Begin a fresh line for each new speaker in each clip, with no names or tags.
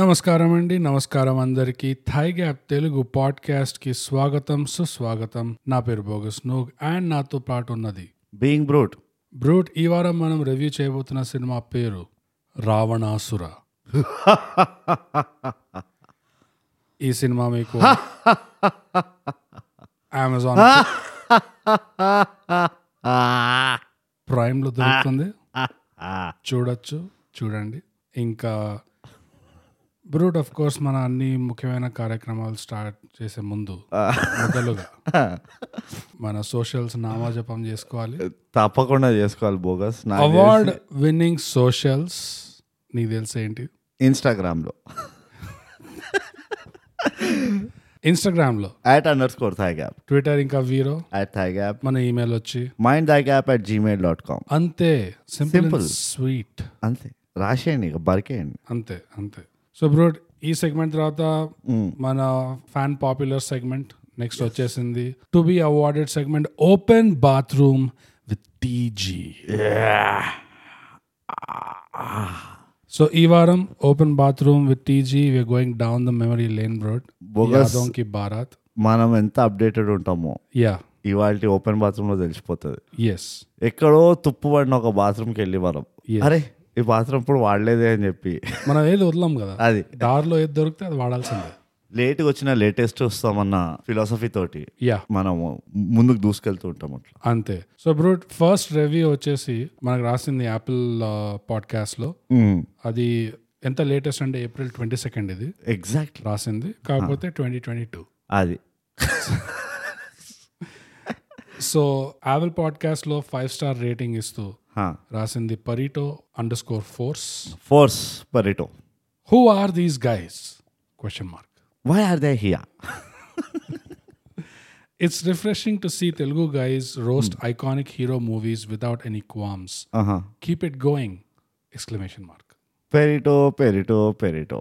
నమస్కారం అండి నమస్కారం అందరికీ థై గ్యాప్ తెలుగు పాడ్కాస్ట్ కి స్వాగతం సుస్వాగతం నా పేరు బోగస్ నోగ్ అండ్ నాతో పాటు ఉన్నది
బీయింగ్ బ్రూట్
బ్రూట్ ఈ వారం మనం రివ్యూ చేయబోతున్న సినిమా పేరు రావణాసుర ఈ సినిమా మీకు అమెజాన్ ప్రైమ్ లో దొరుకుతుంది చూడొచ్చు చూడండి ఇంకా బ్రూట్ ఆఫ్ కోర్స్ మన అన్ని ముఖ్యమైన కార్యక్రమాలు స్టార్ట్ చేసే ముందు మొదలుగా మన సోషల్స్ నామజపం చేసుకోవాలి
తప్పకుండా చేసుకోవాలి బోగస్ నా
అవార్డ్ విన్నింగ్ సోషల్స్ నీకు తెలిసేంటి
ఇన్స్టాగ్రామ్ లో
ఇన్స్టాగ్రామ్ లో
at underscore thigh gap
Twitter ఇంకా వీరో
యాట్ థై గ్యాప్
మన ఈమెయిల్ వచ్చి
mind thigh gap at Gmail dot com
అంతే సింపుల్
Simple.
స్వీట్
అంతే రాసేయండి ఇక బరికేయండి
అంతే అంతే సో బ్రూట్ ఈ సెగ్మెంట్ తర్వాత మన ఫ్యాన్ పాపులర్ సెగ్మెంట్ నెక్స్ట్ వచ్చేసింది to be awarded segment open bathroom with TG so ఈ వారం open bathroom with TG we are going down the memory lane road
bogus
Yaadon Ki Baaraat
మనం ఎంత అప్డేటెడ్ ఉంటామో
యా
ఇవాళ ఓపెన్ బాత్రూమ్ లో తెలిసిపోతుంది
ఎస్
ఎక్కడో తుప్పు పడిన ఒక బాత్రూమ్కి వెళ్ళి మనం
Yes.
అరే ఈ బాత్రూమ్ ఇప్పుడు వాడలేదే అని చెప్పి
మనం ఏది వదలం కదా
అది
దారిలో ఏది దొరికితే అది వాడాల్సిందే
లేట్గా వచ్చిన లేటెస్ట్ వస్తామన్న ఫిలాసఫీ తోటి
యా
మనము ముందుకు దూసుకెళ్తూ ఉంటాం అట్లా
అంతే సో బ్రూట్ ఫస్ట్ రివ్యూ వచ్చేసి మనకు రాసింది యాపిల్ పాడ్కాస్ట్ లో అది ఎంత లేటెస్ట్ అంటే ఏప్రిల్ ట్వంటీ సెకండ్ ఇది
ఎగ్జాక్ట్లీ
రాసింది కాకపోతే ట్వంటీ ట్వంటీ టూ
అది
సో యాపిల్ పాడ్కాస్ట్ లో ఫైవ్ స్టార్ రేటింగ్ ఇస్తూ
హా.
రాసింది Pareto underscore force
force Pareto
who are these guys question mark
why are they here
it's refreshing to see Telugu guys roast iconic hero movies without any qualms keep it going exclamation mark
Pareto Pareto Pareto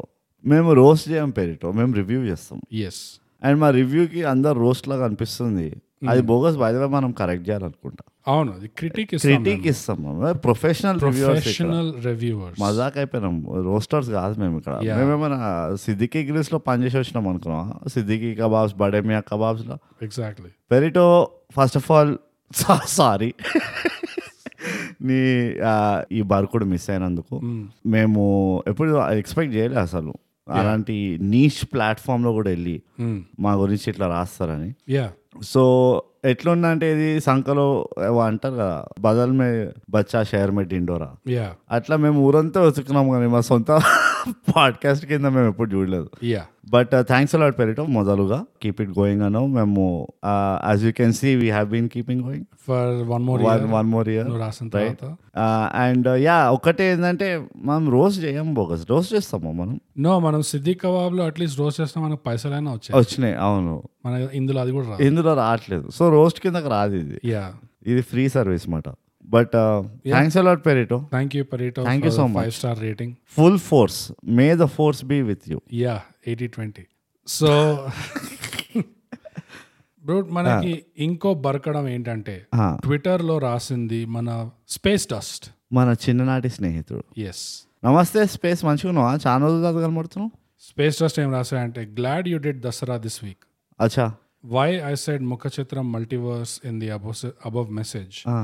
మేము roast చేయం పెరిటో మేము review చేస్తాం
yes
and మా రివ్యూకి అందరు roast లాగా అనిపిస్తుంది అది bogus బాధ్యత మనం కరెక్ట్ చేయాలనుకుంటా
అవును అది క్రిటిక్ ఇస్తాం
క్రిటిక్ ఇస్తాం మనం ప్రొఫెషనల్ రివ్యూవర్స్
ప్రొఫెషనల్ రివ్యూవర్స్
మజాక్ అయిపోయినాం రోస్టర్స్ కాదు మేము ఇక్కడ మేమేమైనా సిద్దికి గ్రిల్స్ లో పనిచేసి వచ్చినాం అనుకున్నాం సిద్దికి కబాబ్స్ బడేమియా కబాబ్స్ లో
exactly
Pareto first of all sorry నీ ఆ, ఈ బర్కుడు మిస్ అయినందుకు మేము ఎప్పుడు ఎక్స్పెక్ట్ చేయలే అసలు అలాంటి నీష్ ప్లాట్ఫామ్లో కూడా వెళ్ళి
Hmm.
మా గురించి ఇట్లా రాస్తారని
యా
సో ఎట్లుందంటే ఇది సంఖలో ఏవో అంటారు కదా బదల్ మే బచ్చా షేర్ మే డిండోరా
యా
అట్లా మేము ఊరంతా వెతుకున్నాం కానీ మా సొంత పాడ్కాస్ట్ కింద మేము ఎప్పుడు చూడలేదు
yeah
but thanks a lot Pareto మొదలుగా కీప్ ఇట్ గోయింగ్ అను మేము as you can see we have been keeping going
for one more
one one more year
నువ్వు రాసిన తర్వాత
అండ్ యా uh, ఒకటే ఏంటంటే మనం రోస్ట్ చేయం బోగస్ రోస్ట్ చేస్తాము మనం
నో మనం సిద్దిక్ కబాబ్ లో అట్లీస్ట్ రోస్ట్ చేసిన మనకు పైసలైనా వచ్చాయి
వచ్చినాయి అవును
మన ఇందులో అది కూడా రా
ఇందులో రావట్లేదు సో రోస్ట్ కిందకి రాదు ఇది
యా
ఇది ఫ్రీ సర్వీస్ మాట uh, but thanks a lot Pareto
thank you Pareto
Thank you so
five star rating
full force may the force be with you
yeah eighty twenty so brute మనకి
Ah.
ఇంకో బరకడం ఏంటంటే Twitter లో రాసింది మన space dust
మన చిన్ననాటి స్నేహితుడు
yes
నమస్తే స్పేస్ మంచిగా ఉన్నావా చాలా రోజులు కాదు కనబడుతున్నావు
స్పేస్ డస్ట్ ఏం రాశాడంటే glad you did Dasara this week
అచ్చా
why I said Mukhachitram multiverse in the above, above message
ఆ,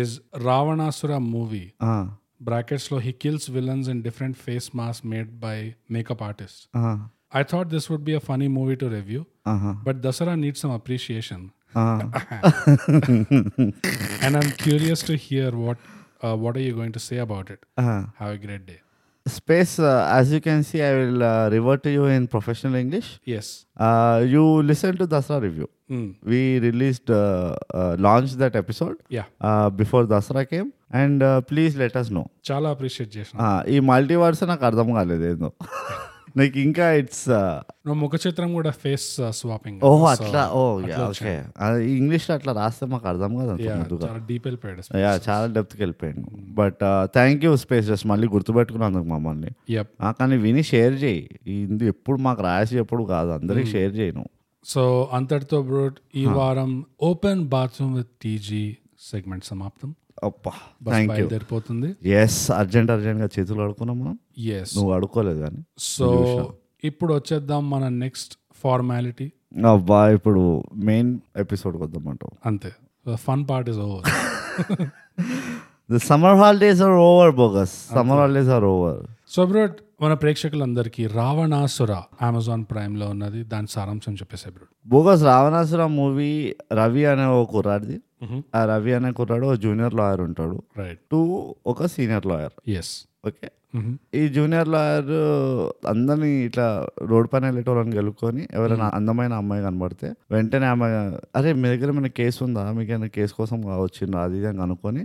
is Ravanasura movie.
ఆ,
Brackets low, he kills villains in different face masks made by makeup artists.
ఆ.
I thought this would be a funny movie to review, but Dasara needs some appreciation, and I'm curious to hear what uh, what are you going to say about it. Have a great day.
Space, uh, as you can see, I will uh, revert to you in professional English.
Yes.
Uh, you listen to Dasra review.
Mm.
We released, uh, uh, launched that episode
Yeah.
uh, before Dasra came, and uh, please let us know.
Chala appreciate చేసిన
Uh, ఈ multiverse నాకు అర్థం కాలేదు ఏందో నాకు ఇంకా it's
నువ్వు ముఖచిత్రం కూడా ఫేస్ స్వాపింగ్
ఓ అట్లా ఓ ఓకే ఇంగ్లీష్లో అట్లా రాస్తే మాకు అర్థం కాదు అంత ముందుగా
చాలా డీప్ వెళ్ళిపోయాడు
Yeah, చాలా డెప్త్కి వెళ్ళిపోయాను uh, but thank you space just మళ్ళీ గుర్తుపెట్టుకున్నందుకు మమ్మల్ని
యప్
ఆ, కానీ విని షేర్ చేయి ఇది ఎప్పుడు మాకు రాసి ఎప్పుడు కాదు అందరికి షేర్ చేయను
సో అంతటితో బ్రూట్ ఈ వారం open bathroom with TG segment సమాప్తం
అప్పా
బస్
థ్యాంక్ యూ
బయలుదేరిపోతుంది
ఎస్ అర్జెంట్ అర్జెంట్ గా చేతులు అడుకున్నాం మనం
ఎస్
నువ్వు అడుకోలేదు కానీ
సో ఇప్పుడు వచ్చేద్దాం మన నెక్స్ట్ ఫార్మాలిటీ
అబ్బా ఇప్పుడు మెయిన్ ఎపిసోడ్ వద్దాం అంటావు
అంతే fun part is over
the summer holidays are over bogus summer holidays are over
so brought మన ప్రేక్షకులందరికీ రావణాసుర అమెజాన్ ప్రైమ్ లో ఉన్నది దాని సారాంశం చెప్పేసే brought
bogus Ravanasura movie Ravi అనే ఓ కుర్రాడిది ఆ రవి అనే కుర్రాడు ఓ జూనియర్ లాయర్ ఉంటాడు
రైట్
టు ఒక senior lawyer
yes
okay
Mm-hmm.
ఈ జూనియర్ లాయర్ అందరినీ ఇట్లా రోడ్ పైన వెళ్ళేటోళ్ళని గెలుకొని ఎవరైనా అందమైన అమ్మాయి కనబడితే వెంటనే ఆమె అరే మీ దగ్గర ఏమైనా కేసు ఉందా మీకు ఏమైనా కేసు కోసం వచ్చిందా అది ఇది అని అనుకొని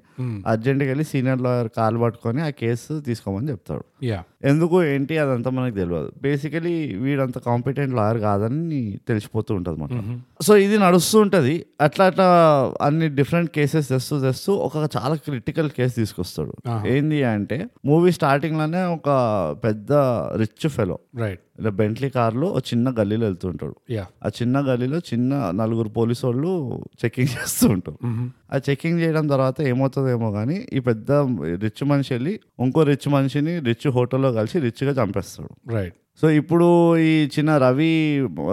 అర్జెంట్గా వెళ్ళి సీనియర్ లాయర్ కాలు పట్టుకొని ఆ కేసు తీసుకోమని చెప్తాడు
యా
ఎందుకు ఏంటి అదంతా మనకు తెలియదు బేసికలీ వీడంత కాంపిటెంట్ లాయర్ కాదని తెలిసిపోతూ ఉంటుంది మనకు సో ఇది నడుస్తూ ఉంటుంది అట్లా అట్లా అన్ని డిఫరెంట్ కేసెస్ తెస్తూ తెస్తూ ఒక చాలా క్రిటికల్ కేసు తీసుకొస్తాడు ఏంది అంటే మూవీ స్టార్టింగ్ లోనే ఒక పెద్ద రిచ్ ఫెలో
రైట్
ఇలా బెంట్లీ కార్లో ఒక చిన్న గల్లీలో వెళ్తుంటాడు
యా
ఆ చిన్న గల్లీలో చిన్న నలుగురు పోలీసు వాళ్ళు చెకింగ్ చేస్తూ ఉంటారు
Mm-hmm.
ఆ చెకింగ్ చేయడం తర్వాత ఏమవుతుందేమో కానీ ఈ పెద్ద రిచ్ మనిషి వెళ్ళి ఇంకో రిచ్ మనిషిని రిచ్ హోటల్లో కలిసి రిచ్గా చంపేస్తాడు
రైట్
సో ఇప్పుడు ఈ చిన్న రవి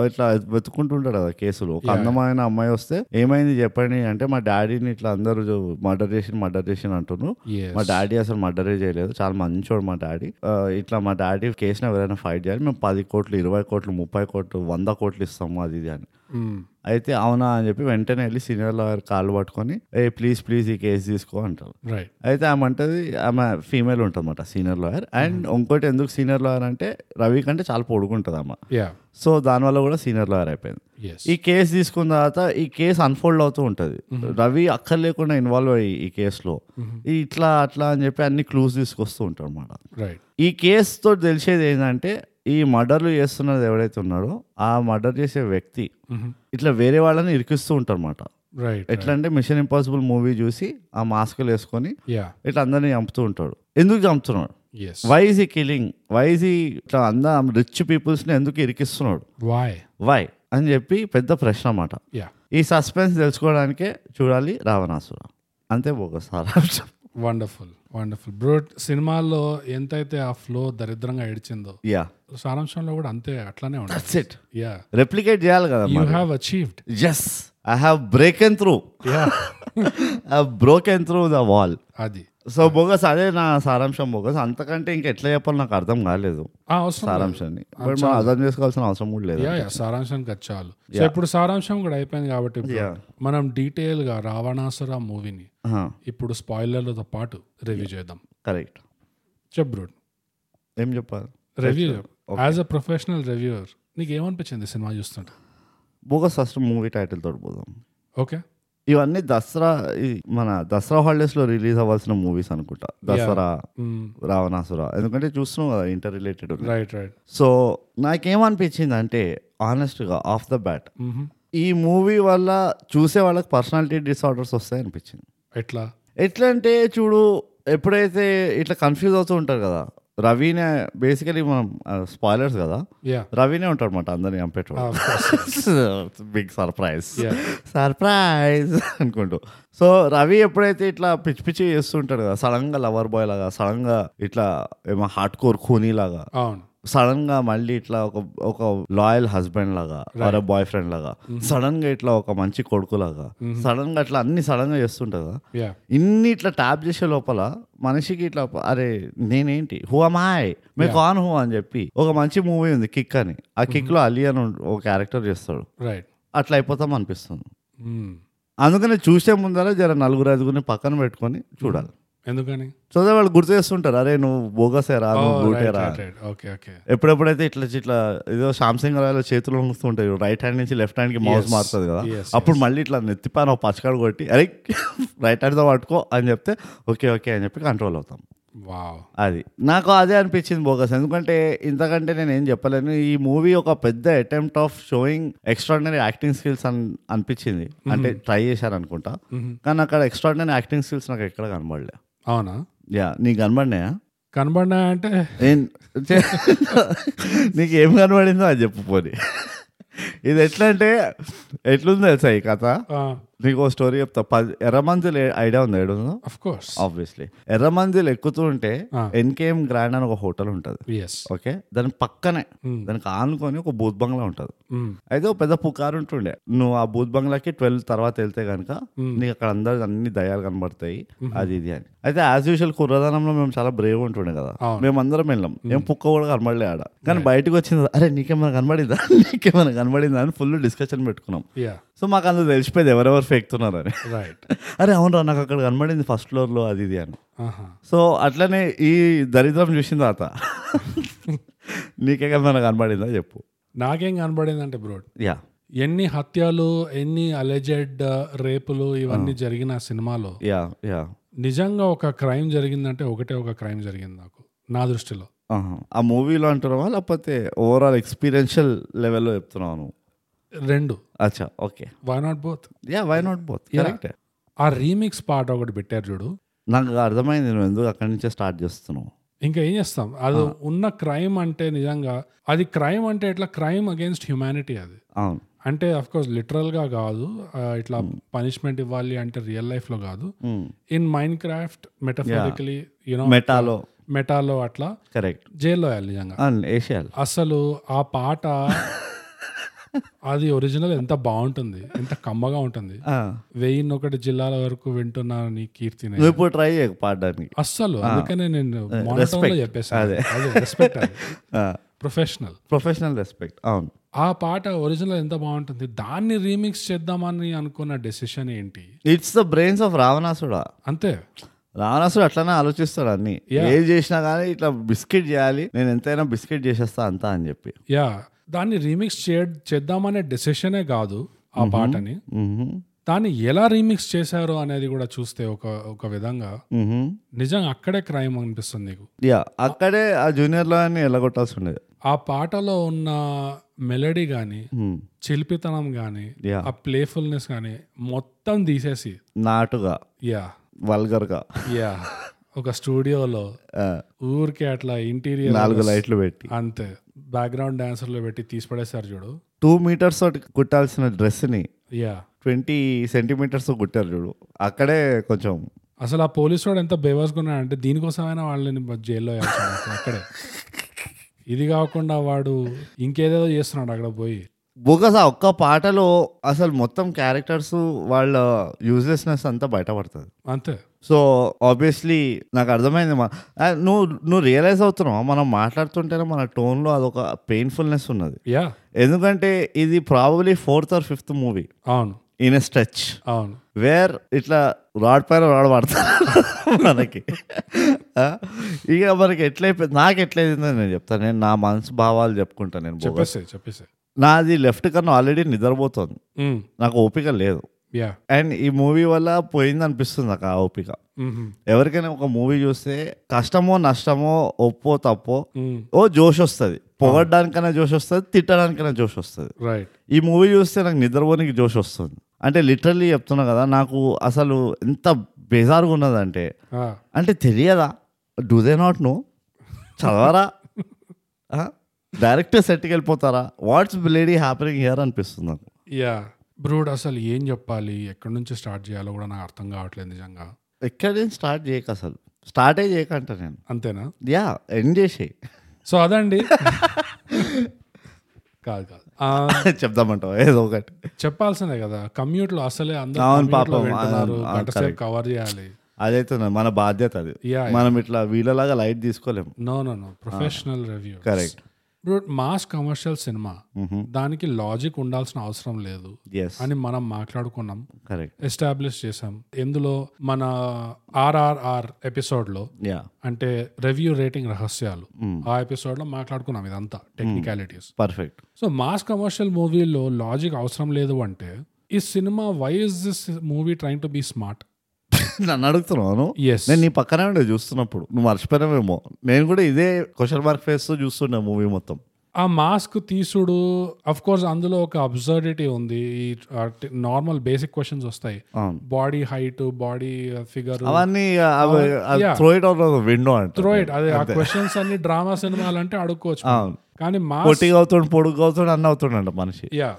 ఇట్లా వెతుకుంటుంటాడు కదా కేసులు ఒక అందమైన అమ్మాయి వస్తే ఏమైంది చెప్పండి అంటే మా డాడీని ఇట్లా అందరూ మర్డర్ చేసి మర్డర్ చేసి అంటున్నారు
ఎస్
మా డాడీ అసలు మర్డరే చేయలేదు చాలా మంచోడు మా డాడీ ఆ, ఇట్లా మా డాడీ కేసుని ఎవరైనా ఫైట్ చేయాలి మేము పది కోట్లు ఇరవై కోట్లు ముప్పై కోట్లు వంద కోట్లు ఇస్తాము అది ఇది అని
Mm.
అయితే అవునా అని చెప్పి వెంటనే వెళ్ళి సీనియర్ లాయర్ కాళ్ళు పట్టుకొని ఏ ప్లీజ్ ప్లీజ్ ఈ కేసు తీసుకో అంటారు
రైట్
అయితే ఆమె అంటది ఆమె ఫీమేల్ ఉంటుందన్నమాట సీనియర్ లాయర్ అండ్ ఇంకోటి ఎందుకు సీనియర్ లాయర్ అంటే రవి కంటే చాలా పొడుగుంటుంది ఆమె
యా
సో దానివల్ల కూడా సీనియర్ లాయర్ అయిపోయింది
ఎస్
ఈ కేసు తీసుకున్న తర్వాత ఈ కేసు అన్ఫోల్డ్ అవుతూ ఉంటుంది రవి అక్కర్ లేకుండా ఇన్వాల్వ్ అయ్యి ఈ కేసులో ఈ ఇట్లా అట్లా అని చెప్పి అన్ని క్లూస్ తీసుకొస్తూ ఉంటాడు అనమాట
రైట్
ఈ కేసుతో తెలిసేది ఏంటంటే ఈ మర్డర్లు చేస్తున్నది ఎవడైతే ఉన్నాడో ఆ మర్డర్ చేసే వ్యక్తి
Mm-hmm.
ఇట్లా వేరే వాళ్ళని ఇరికిస్తూ ఉంటారన్నమాట
రైట్
ఎట్లా అంటే మిషన్ ఇంపాసిబుల్ మూవీ చూసి ఆ మాస్కులు వేసుకొని
యా
ఇట్లా అందరినీ చంపుతూ ఉంటాడు ఎందుకు చంపుతున్నాడు
ఎస్
వై ఈ కిలింగ్ వై ఈ ఇట్లా అందరం రిచ్ పీపుల్స్ని ఎందుకు ఇరికిస్తున్నాడు
వాయ్
వై అని చెప్పి పెద్ద ప్రశ్న అన్నమాట
యా
ఈ సస్పెన్స్ తెలుసుకోవడానికే చూడాలి రావణాసుర అంతే ఒక సారాంశం
వండర్ఫుల్ వండర్ఫుల్ బ్రో సినిమాల్లో ఎంతైతే ఆ ఫ్లో దరిద్రంగా ఏడిచిందో
యా
సారాంశంలో కూడా అంతే అట్లానే ఉంటుంది
దట్స్ ఇట్
యా
రెప్లికేట్ చేయాలి కదా
you have achieved
just I have break and through
yeah
I broke and through the wall
అది
సో బోగస్ అదే నా సారాంశం బోగస్ అంతకంటే ఇంకెట్లా చెప్పాలి నాకు అర్థం కాలేదు
ఆ, అవసరం
సారాంశాన్ని బట్ మనం అర్థం చేసుకోవాల్సిన అవసరం కూడా లేదు
యా యా సారాంశానికి అది చాలు సో ఇప్పుడు సారాంశం కూడా అయిపోయింది కాబట్టి ఇప్పుడు
Yeah.
మనం డీటెయిల్ గా రావణాసుర మూవీని
ఆహా,
ఇప్పుడు స్పాయిలర్లతో పాటు రివ్యూ చేద్దాం
కరెక్ట్
చెప్ బ్రూట్
ఏం చెప్పాలి
review as a professional reviewer నీకు ఏమనిపించింది సినిమా చూస్తుంటే
బోగస్ ఫస్ట్ మూవీ టైటిల్ తోటి పోదాం
ఓకే
ఇవన్నీ దసరా ఈ- మన దసరా హాలిడేస్ లో రిలీజ్ అవ్వాల్సిన మూవీస్ అనుకుంటా దసరా రావణాసుర ఎందుకంటే చూస్తున్నాం కదా inter related
right right
so నాకేమనిపించింది అంటే ఆనెస్ట్గా ఆఫ్ ద బ్యాట్
Mm-hmm.
ఈ మూవీ వల్ల చూసే వాళ్ళకి పర్సనాలిటీ డిసార్డర్స్ వస్తాయి అనిపించింది
ఎట్లా
ఎట్లా అంటే చూడు ఎప్పుడైతే ఇట్లా కన్ఫ్యూజ్ అవుతూ ఉంటారు కదా రవినే బేసికలీ మనం స్పాయిలర్స్ కదా
యా
రవినే ఉంటాడు అనమాట అందరిని
Ah, Of
చంపేటోడు big surprise
Yeah.
Surprise అనుకుంటూ సో రవి ఎప్పుడైతే ఇట్లా పిచ్చి పిచ్చి చేస్తుంటాడు కదా సడన్ గా లవర్ బాయ్ లాగా సడన్ గా ఇట్లా ఏమో హార్ట్ కోర్ ఖూనీ లాగా
అవును
సడన్ గా మళ్ళీ ఇట్లా ఒక ఒక లాయల్ హస్బెండ్ లాగా వారే బాయ్ ఫ్రెండ్ లాగా
Mm-hmm.
సడన్ గా ఇట్లా ఒక మంచి కొడుకు లాగా సడన్ గా ఇట్లా అన్ని సడన్ గా చేస్తుంటారు కదా
యా
ఇన్ని ఇట్లా ట్యాప్ చేసే లోపల మనిషికి ఇట్లా అరే నేనేంటి హూ అమాయ్ మే కాన్ హూ అని చెప్పి ఒక మంచి మూవీ ఉంది కిక్ అని ఆ కిక్ లో అలీ అని ఉం- ఒక క్యారెక్టర్ చేస్తాడు
రైట్
అట్లా అయిపోతాం అనిపిస్తుంది అందుకని చూసే ముందర జర నలుగురు ఐదుగురిని పక్కన పెట్టుకొని చూడాలి
ఎందుకని Oh,
సో that వాళ్ళు గుర్తు చేస్తుంటారు అరే నువ్వు బోగసేరా నువ్వు బూటేరా
ఓకే ఓకే
ఎప్పుడెప్పుడైతే ఇట్లా ఇట్లా ఏదో శాంసంగ్ రాయల చేతులు ఉంటుంటాయి రైట్ హ్యాండ్ నుంచి లెఫ్ట్ హ్యాండ్ కి మౌస్ మారుతుంది కదా
yes,
అప్పుడు మళ్ళీ ఇట్లా నెత్తిపైన పచ్చకాడు కొట్టి అరే రైట్ హ్యాండ్ తో పట్టుకో అని చెప్తే ఓకే ఓకే అని చెప్పి కంట్రోల్ అవుతాం
వావ్
అది నాకు అదే అనిపించింది బోగస్ ఎందుకంటే ఇంతకంటే నేను ఏం చెప్పలేను ఈ మూవీ ఒక పెద్ద attempt of showing extraordinary acting skills అని అనిపించింది అంటే
Mm-hmm.
ట్రై చేశారు అనుకుంటా కానీ అక్కడ ఎక్స్ట్రాడినరీ యాక్టింగ్ స్కిల్స్ నాకు ఎక్కడ కనబడలే
అవునా
యా నీకు కనబడినాయా
కనబడినా అంటే
నేను చే- నీకు ఏం కనబడిందో అది చెప్పు పోనీ ఇది ఎట్లా అంటే ఎట్లుంది తెలుసా ఈ కథ
ఆ,
నీకు ఓ స్టోరీ చెప్తా పది ఎర్రమంజులు ఐడియా ఉంది ఐడియా ఉందా
అఫ్ కోర్స్
ఆబ్వియస్లీ ఎర్రమంజులు ఎక్కుతుంటే ఎన్కేఎం గ్రాండ్ అని ఒక హోటల్ ఉంటుంది
ఎస్
ఓకే దాని పక్కనే దానికి ఆనుకొని ఒక బూత్ బంగ్లా ఉంటుంది
Hmm.
అయితే ఒక పెద్ద పుకారు ఉంటుండే నువ్వు ఆ బూత్ బంగ్లాకి ట్వెల్వ్ తర్వాత వెళ్తే కనుక నీకు అక్కడ అందరు అన్ని దయాలు కనబడతాయి అది ఇది అని అయితే యాజ్ యూజువల్ కుర్రదానంలో మేము చాలా బ్రేవ్ ఉంటుండే కదా
అవును.
మేము అందరం వెళ్ళాం ఏం పుక్క కూడా కనబడలే ఆడ కానీ బయటకు వచ్చింది అరే నీకేమైనా కనబడిందా నీకేమైనా కనబడిందా అని ఫుల్ డిస్కషన్ పెట్టుకున్నాం
యా
సో మాకు అందరూ తెలిసిపోయింది ఎవరెవరు ఫేక్తున్నారని
రైట్
అరే అవునరా నాకు అక్కడ కనబడింది ఫస్ట్ ఫ్లోర్లో అది ఇది అని
Uh-huh.
సో అట్లనే ఈ దరిద్రం చూసిన తర్వాత నీకేమైనా కనబడిందా చెప్పు
నాకేం కనబడింది అంటే బ్రోడ్
యా
ఎన్ని హత్యలు ఎన్ని అలెజెడ్ రేపులు ఇవన్నీ జరిగిన ఆ సినిమాలో
యా యా
నిజంగా ఒక క్రైమ్ జరిగిందంటే ఒకటే ఒక క్రైమ్ జరిగింది నాకు నా దృష్టిలో
ఆహా. ఆ మూవీలో అంటున్నావా లేకపోతే ఓవరాల్ ఎక్స్పీరియన్షియల్ లెవెల్లో చెప్తున్నావు నువ్వు
రెండు
అచ్చా okay
why not both
yeah why not both correct
ఆ రీమిక్స్ పాట ఒకటి పెట్టారు చూడు
నాకు అర్థమైంది నువ్వు ఎందుకు అక్కడి నుంచే స్టార్ట్ చేస్తున్నావు
ఇంకా ఏం చేస్తాం అది ఉన్న క్రైమ్ అంటే నిజంగా అది క్రైమ్ అంటే ఇట్లా క్రైమ్ అగేన్స్ట్ హ్యుమానిటీ అది
అవును
అంటే అఫ్ కోర్స్ లిటరల్ గా కాదు ఆ, ఇట్లా పనిష్మెంట్ ఇవ్వాలి అంటే రియల్ లైఫ్ లో కాదు in mind craft metaphysically you know
మెటాలో
మెటాలో అట్లా
కరెక్ట్
జైల్లో వేయాలి నిజంగా
ఏషియాలో
అసలు ఆ పాట అది ఒరిజినల్ ఎంత బాగుంటుంది ఎంత కమ్మగా ఉంటుంది
ఆ.
వెయ్యిన్నొకటి జిల్లాల వరకు వింటున్నాను నీ కీర్తిని
నువ్వు ఇప్పుడు ట్రై చేయకు పాడడానికి
అస్సలు అందుకనే నేను మోనటోన్ లో చెప్పేసాను అదే రెస్పెక్ట్ అది ప్రొఫెషనల్
ప్రొఫెషనల్ రెస్పెక్ట్ అవును
ఆ పాట ఒరిజినల్ ఎంత బాగుంటుంది దాన్ని రీమిక్స్ చేద్దామని అనుకున్న డెసిషన్ ఏంటి
it's the brains of Ravanasura
అంతే
రావణాసుడు అట్లానే ఆలోచిస్తాడు అన్ని ఏం చేసినా కానీ ఇట్లా బిస్కెట్ చేయాలి నేను ఎంతైనా బిస్కెట్ చేసేస్తా అంతా అని చెప్పి
యా దాన్ని రీమిక్స్ చే చేద్దామనే డెసిషనే కాదు ఆ పాటని
మ్మ్హమ్.
దాన్ని ఎలా రీమిక్స్ చేశారు అనేది కూడా చూస్తే ఒక ఒక విధంగా
మ్మ్హమ్.
నిజంగా అక్కడే క్రైమ్ అనిపిస్తుంది నీకు
యా అక్కడే ఆ జూనియర్లో అని ఎల్లగొట్టాల్సి ఉండేది
ఆ పాటలో ఉన్న మెలడీ కానీ
మ్మ్.
చిలిపితనం కానీ
Yeah.
ఆ ప్లేఫుల్నెస్ కానీ మొత్తం తీసేసి
నాటుగా
యా
వల్గర్గా
యా ఒక స్టూడియోలో
ఆ,
ఊరికే అట్లా ఇంటీరియర్
నాలుగు లైట్లు పెట్టి
అంతే బ్యాక్గ్రౌండ్ డాన్సర్లు పెట్టి తీసి పడేశారు చూడు
టూ మీటర్స్ తోటి కుట్టాల్సిన డ్రెస్ని
యా
ట్వంటీ సెంటీమీటర్స్ కుట్టారు చూడు అక్కడే కొంచెం
అసలు ఆ పోలీసు వాడు ఎంత బేవాసుకున్నాడు అంటే దీనికోసమైనా వాళ్ళని బ- జైల్లో వేయాల్సి వస్తుంది అక్కడే ఇది కాకుండా వాడు ఇంకేదేదో చేస్తున్నాడు అక్కడ పోయి
బోగస్ ఆ ఒక్క పాటలో అసలు మొత్తం క్యారెక్టర్స్ వాళ్ళ యూజ్లెస్నెస్ అంతా బయటపడుతుంది
అంతే
సో ఆబ్వియస్లీ నాకు అర్థమైంది మా- ఆ, నువ్వు నువ్వు రియలైజ్ అవుతున్నావు మనం మాట్లాడుతుంటేనే మన టోన్లో అదొక పెయిన్ఫుల్నెస్ ఉన్నది
యా
ఎందుకంటే ఇది probably fourth or fifth movie
అవును
ఇన్ ఎ స్ట్రెచ్
అవును
వేర్ ఇట్లా రాడ్ పైన రాడ్ పడతారు మనకి ఆ? ఇక మనకి ఎట్లయిపోయింది నాకు ఎట్లయిందో నేను చెప్తాను నేను నా మనసు భావాలు చెప్పుకుంటాను నేను బోగస్.
చెప్పేసే చెప్పేసే Mm.
నాది లెఫ్ట్ కన్నా ఆల్రెడీ నిద్రపోతుంది
ఉమ్,
నాకు ఓపిక లేదు
యా
అండ్ ఈ మూవీ వల్ల పోయింది అనిపిస్తుంది నాకు ఆ ఓపిక
ఉమ్హు,
ఎవరికైనా ఒక మూవీ చూస్తే కష్టమో నష్టమో ఒప్పో తప్పో
ఉమ్,
ఓ జోష్ వస్తుంది పొగడ్డానికైనా జోష్ వస్తుంది తిట్టడానికైనా జోష్ వస్తుంది
రైట్
ఈ మూవీ చూస్తే నాకు నిద్రపోనికి జోష్ వస్తుంది అంటే లిటరల్లీ చెప్తున్నా కదా నాకు అసలు ఎంత బేజారుగా ఉన్నదంటే
ఆ,
అంటే తెలియదా డూ దే నాట్ నో చదవరా డైరెక్ట్ సెట్కి వెళ్ళిపోతారా వాట్స్ లేడీ హ్యాపీనింగ్ హియర్ అనిపిస్తుంది నాకు
యా బ్రూడ్ అసలు ఏం చెప్పాలి ఎక్కడి నుంచి స్టార్ట్ చేయాలో కూడా నాకు అర్థం కావట్లేదు నిజంగా
ఎక్కడి నుంచి స్టార్ట్ చేయక అసలు స్టార్టే చేయకంట నేను
అంతేనా
యా ఎండ్ చేసి
సో అదండి కాదు కాదు Ah. ఆ,
చెప్దామంటావు ఏదో ఒకటి
చెప్పాల్సిందే కదా కమ్యూట్ లో అసలే అందరూ
అవును
commute లో
పాపం,
వింటున్నారు
అవును, అవును,
గంటసేపు కవర్ చేయాలి
అదైతే నా- మన బాధ్యత అది
యా
మనం ఇట్లా వీళ్ళలాగా లైట్ తీసుకోలేము
no no no professional review
correct
ఇప్పుడు మాస్ కమర్షియల్ సినిమా
Mm-hmm.
దానికి లాజిక్ ఉండాల్సిన అవసరం లేదు
ఎస్
అని మనం మాట్లాడుకున్నాం
కరెక్ట్
ఎస్టాబ్లిష్ చేసాం ఎందులో మన ఆర్ఆర్ఆర్ ఎపిసోడ్ లో
యా
అంటే రివ్యూ రేటింగ్ రహస్యాలు
Mm.
ఆ ఎపిసోడ్ లో మాట్లాడుకున్నాం ఇదంతా technicalities
perfect
so mass commercial మూవీలో లాజిక్ అవసరం లేదు అంటే ఈ సినిమా why is this movie trying to be smart
నన్ను అడుగుతున్నాను
ఎస్
నేను నీ పక్కనే ఉండే చూస్తున్నప్పుడు నువ్వు మర్చిపోయినావేమో నేను కూడా ఇదే క్వశ్చన్ మార్క్ ఫేస్ తో చూస్తున్నా మూవీ మొత్తం
ఆ మాస్క్ తీసుడు అఫ్ కోర్స్ అందులో ఒక అబ్సర్డిటీ ఉంది ఈ నార్మల్ బేసిక్ క్వశ్చన్స్ వస్తాయి
అవును
బాడీ హైట్ బాడీ ఫిగర్
అవన్నీ
Yeah.
Throw it out window అంటే
త్రో ఇట్ అదే ఆ క్వశ్చన్స్ అన్ని డ్రామా సినిమాలు అంటే అడుక్కోవచ్చు
అవును
కానీ మాస్
పొట్టిగా అవుతాడు పొడుగు అవుతాడు అన్న అవుతాడు మనిషి
యా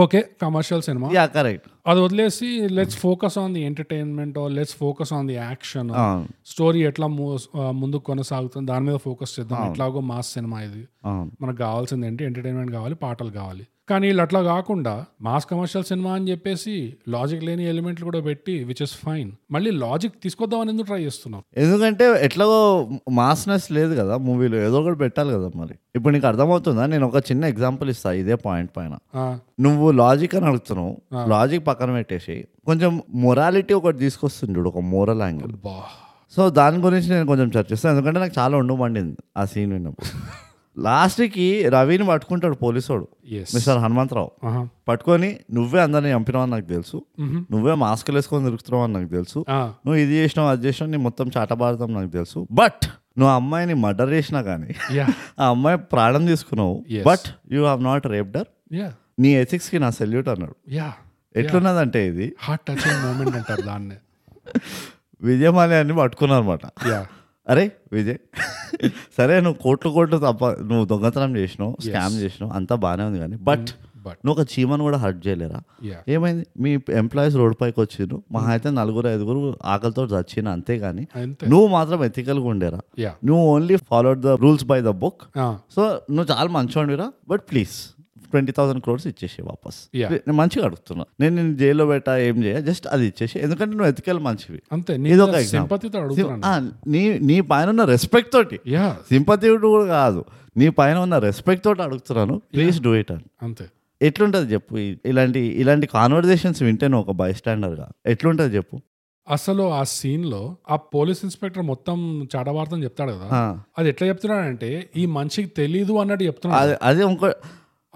ఓకే కమర్షియల్ సినిమా
యా కరెక్ట్
అది వదిలేసి let's focus on the entertainment let's focus on the action
అవును
స్టోరీ ఎట్లా మూ- ఆ, ముందుకు కొనసాగుతుంది దాని మీద ఫోకస్ చేద్దాం ఎట్లాగో మాస్ సినిమా ఇది
అవును
మనకు కావాల్సింది ఏంటి ఎంటర్టైన్మెంట్ కావాలి పాటలు కావాలి కానీ వీళ్ళు అట్లా కాకుండా మాస్ కమర్షియల్ సినిమా అని చెప్పేసి లాజిక్ లేని ఎలిమెంట్లు కూడా పెట్టి విచ్ ఇస్ ఫైన్ మళ్ళీ లాజిక్ తీసుకొద్దామని ఎందుకు ట్రై చేస్తున్నాం
ఎందుకంటే ఎట్లాగో మాస్నెస్ లేదు కదా మూవీలో ఏదో ఒకటి పెట్టాలి కదా మరి ఇప్పుడు నీకు అర్థమవుతుందా నేను ఒక చిన్న ఎగ్జాంపుల్ ఇస్తా ఇదే పాయింట్ పైన
ఆ,
నువ్వు లాజిక్ అని అడుగుతున్నావు లాజిక్ పక్కన పెట్టేసి కొంచెం మొరాలిటీ ఒకటి తీసుకొస్తుంది చూడు ఒక మోరల్ యాంగిల్
బా
సో దాని గురించి నేను కొంచెం చర్చిస్తాను ఎందుకంటే నాకు చాలా ఉండు పండింది ఆ సీన్ విన్నప్పుడు లాస్ట్కి రవిని పట్టుకుంటాడు పోలీసోడు
ఎస్
మిస్టర్ హనుమంతరావు పట్టుకొని నువ్వే అందరిని చంపినావు అని నాకు తెలుసు నువ్వే మాస్కులు వేసుకొని తిరుగుతున్నావు అని నాకు తెలుసు నువ్వు ఇది చేసినావు అది చేసినావు నీ మొత్తం చాటబారుతాం నాకు తెలుసు బట్ నువ్వు ఆ అమ్మాయిని మర్డర్ చేసినా కానీ
యా
ఆ అమ్మాయి ప్రాణం తీసుకున్నావు
Yes.
But you have not raped her
yeah
నీ ఎథిక్స్కి నా సెల్యూట్ అన్నాడు
యా
ఎట్లున్నదంటే ఇది
హార్ట్ టచింగ్ మూమెంట్ అంటారు దాన్ని
విజయమాల్యాన్ని పట్టుకున్నాను అనమాట
యా
అరే విజయ్ సరే నువ్వు కోట్లు కోట్లు తప్ప నువ్వు దొంగతనం చేసినావు స్కామ్ చేసినావు అంతా బాగానే ఉంది కానీ బట్
బట్
నువ్వు ఒక చీమను కూడా హర్ట్ చేయలేరా
యా
ఏమైంది మీ ఎంప్లాయీస్ రోడ్ పైకి వచ్చిండ్రు మహా అయితే నలుగురు ఐదుగురు ఆకలితో చచ్చిన అంతేగాని
Mm. అంతే
నువ్వు మాత్రం ఎథికల్గా ఉండేరా
యా
నువ్వు only followed the rules by the book
ఆ,
సో నువ్వు చాలా మంచివాడివిరా but please twenty thousand crores ఇచ్చేసి వాపస్
Yeah.
నేను మంచిగా అడుగుతున్నా నేను నేను జైల్లో పెట్టా ఏం చేయ జస్ట్ అది ఇచ్చేసి ఎందుకంటే నువ్వు ఎతికేలు మంచివి
అంతే
ఇది
నేను
ఒక example.
సింపతితో అడుగుతున్నాను
ఆ, నీ నీ పైన ఉన్న రెస్పెక్ట్ తోటి
యా
సింపతి కూడా కాదు నీ పైన ఉన్న రెస్పెక్ట్ తోటి అడుగుతున్నాను ప్లీజ్ డూ ఇట్ అని
అంతే
ఎట్లుంటుంది చెప్పు ఈ- ఇలాంటి ఇలాంటి కాన్వర్జేషన్స్ వింటే నువ్వు ఒక బై స్టాండర్గా ఎట్లుంటుంది చెప్పు
అసలు ఆ సీన్ లో ఆ పోలీస్ ఇన్స్పెక్టర్ మొత్తం చాటవార్తం చెప్తాడు కదా
ఆ,
అది ఎట్లా చెప్తున్నాడంటే ఈ మనిషికి తెలీదు అన్నట్టు చెప్తున్నాడు
అది అదే ఇంకో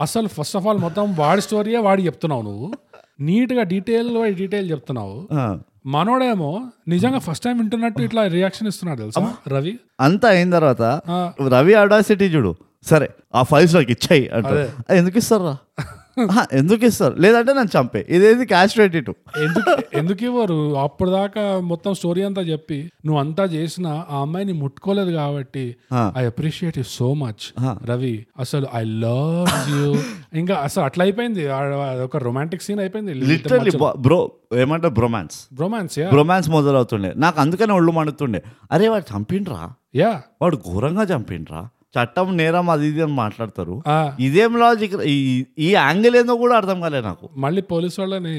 అసలు ఫస్ట్ ఆఫ్ ఆల్ మొత్తం వాడి స్టోరీయే వాడి చెప్తున్నావు నువ్వు నీట్ గా డీటెయిల్ డీటెయిల్ చెప్తున్నావు
ఆ.
మనోడేమో నిజంగా ఫస్ట్ టైం వింటున్నట్టు ఇట్లా రియాక్షన్ ఇస్తున్నాడు తెలుసా రవి
అంతా అయిన తర్వాత
ఆ.
రవి అడాసిటీ చూడు సరే ఆ ఫైల్స్ నాకు ఇచ్చాయి అంటారు "ఆ, ఎందుకు ఇస్తారా ఎందుకు ఇస్తారు లేదంటే నన్ను చంపే ఇదేంది క్యాష్ ట్వంటీ టూ
ఎందుకు ఎందుకు ఇవ్వరు అప్పుడు దాకా మొత్తం స్టోరీ అంతా చెప్పి నువ్వు అంతా చేసినా ఆ అమ్మాయిని ముట్టుకోలేదు కాబట్టి I appreciate you so much Ravi అసలు ఐ లవ్ యూ ఇంకా అసలు అట్లా అయిపోయింది ఆ- ఒక రొమాంటిక్ సీన్ అయిపోయింది
లిటరలీ బ్రో ఏమంటారు బ్రొమాన్స్
బ్రొమాన్స్ యా
బ్రొమాన్స్ మొదలవుతుండే నాకు అందుకనే ఒళ్ళు మండుతుండే అరే వాడు చంపిండ్రా
యా
వాడు ఘోరంగా చంపిండ్రా చట్టం నేరం అది ఇది అని మాట్లాడతారు
ఆ,
ఇదేం లాజిక్ ఈ యాంగిల్ ఏందో కూడా అర్థం కాలే నాకు
మళ్ళీ పోలీసు వాళ్ళని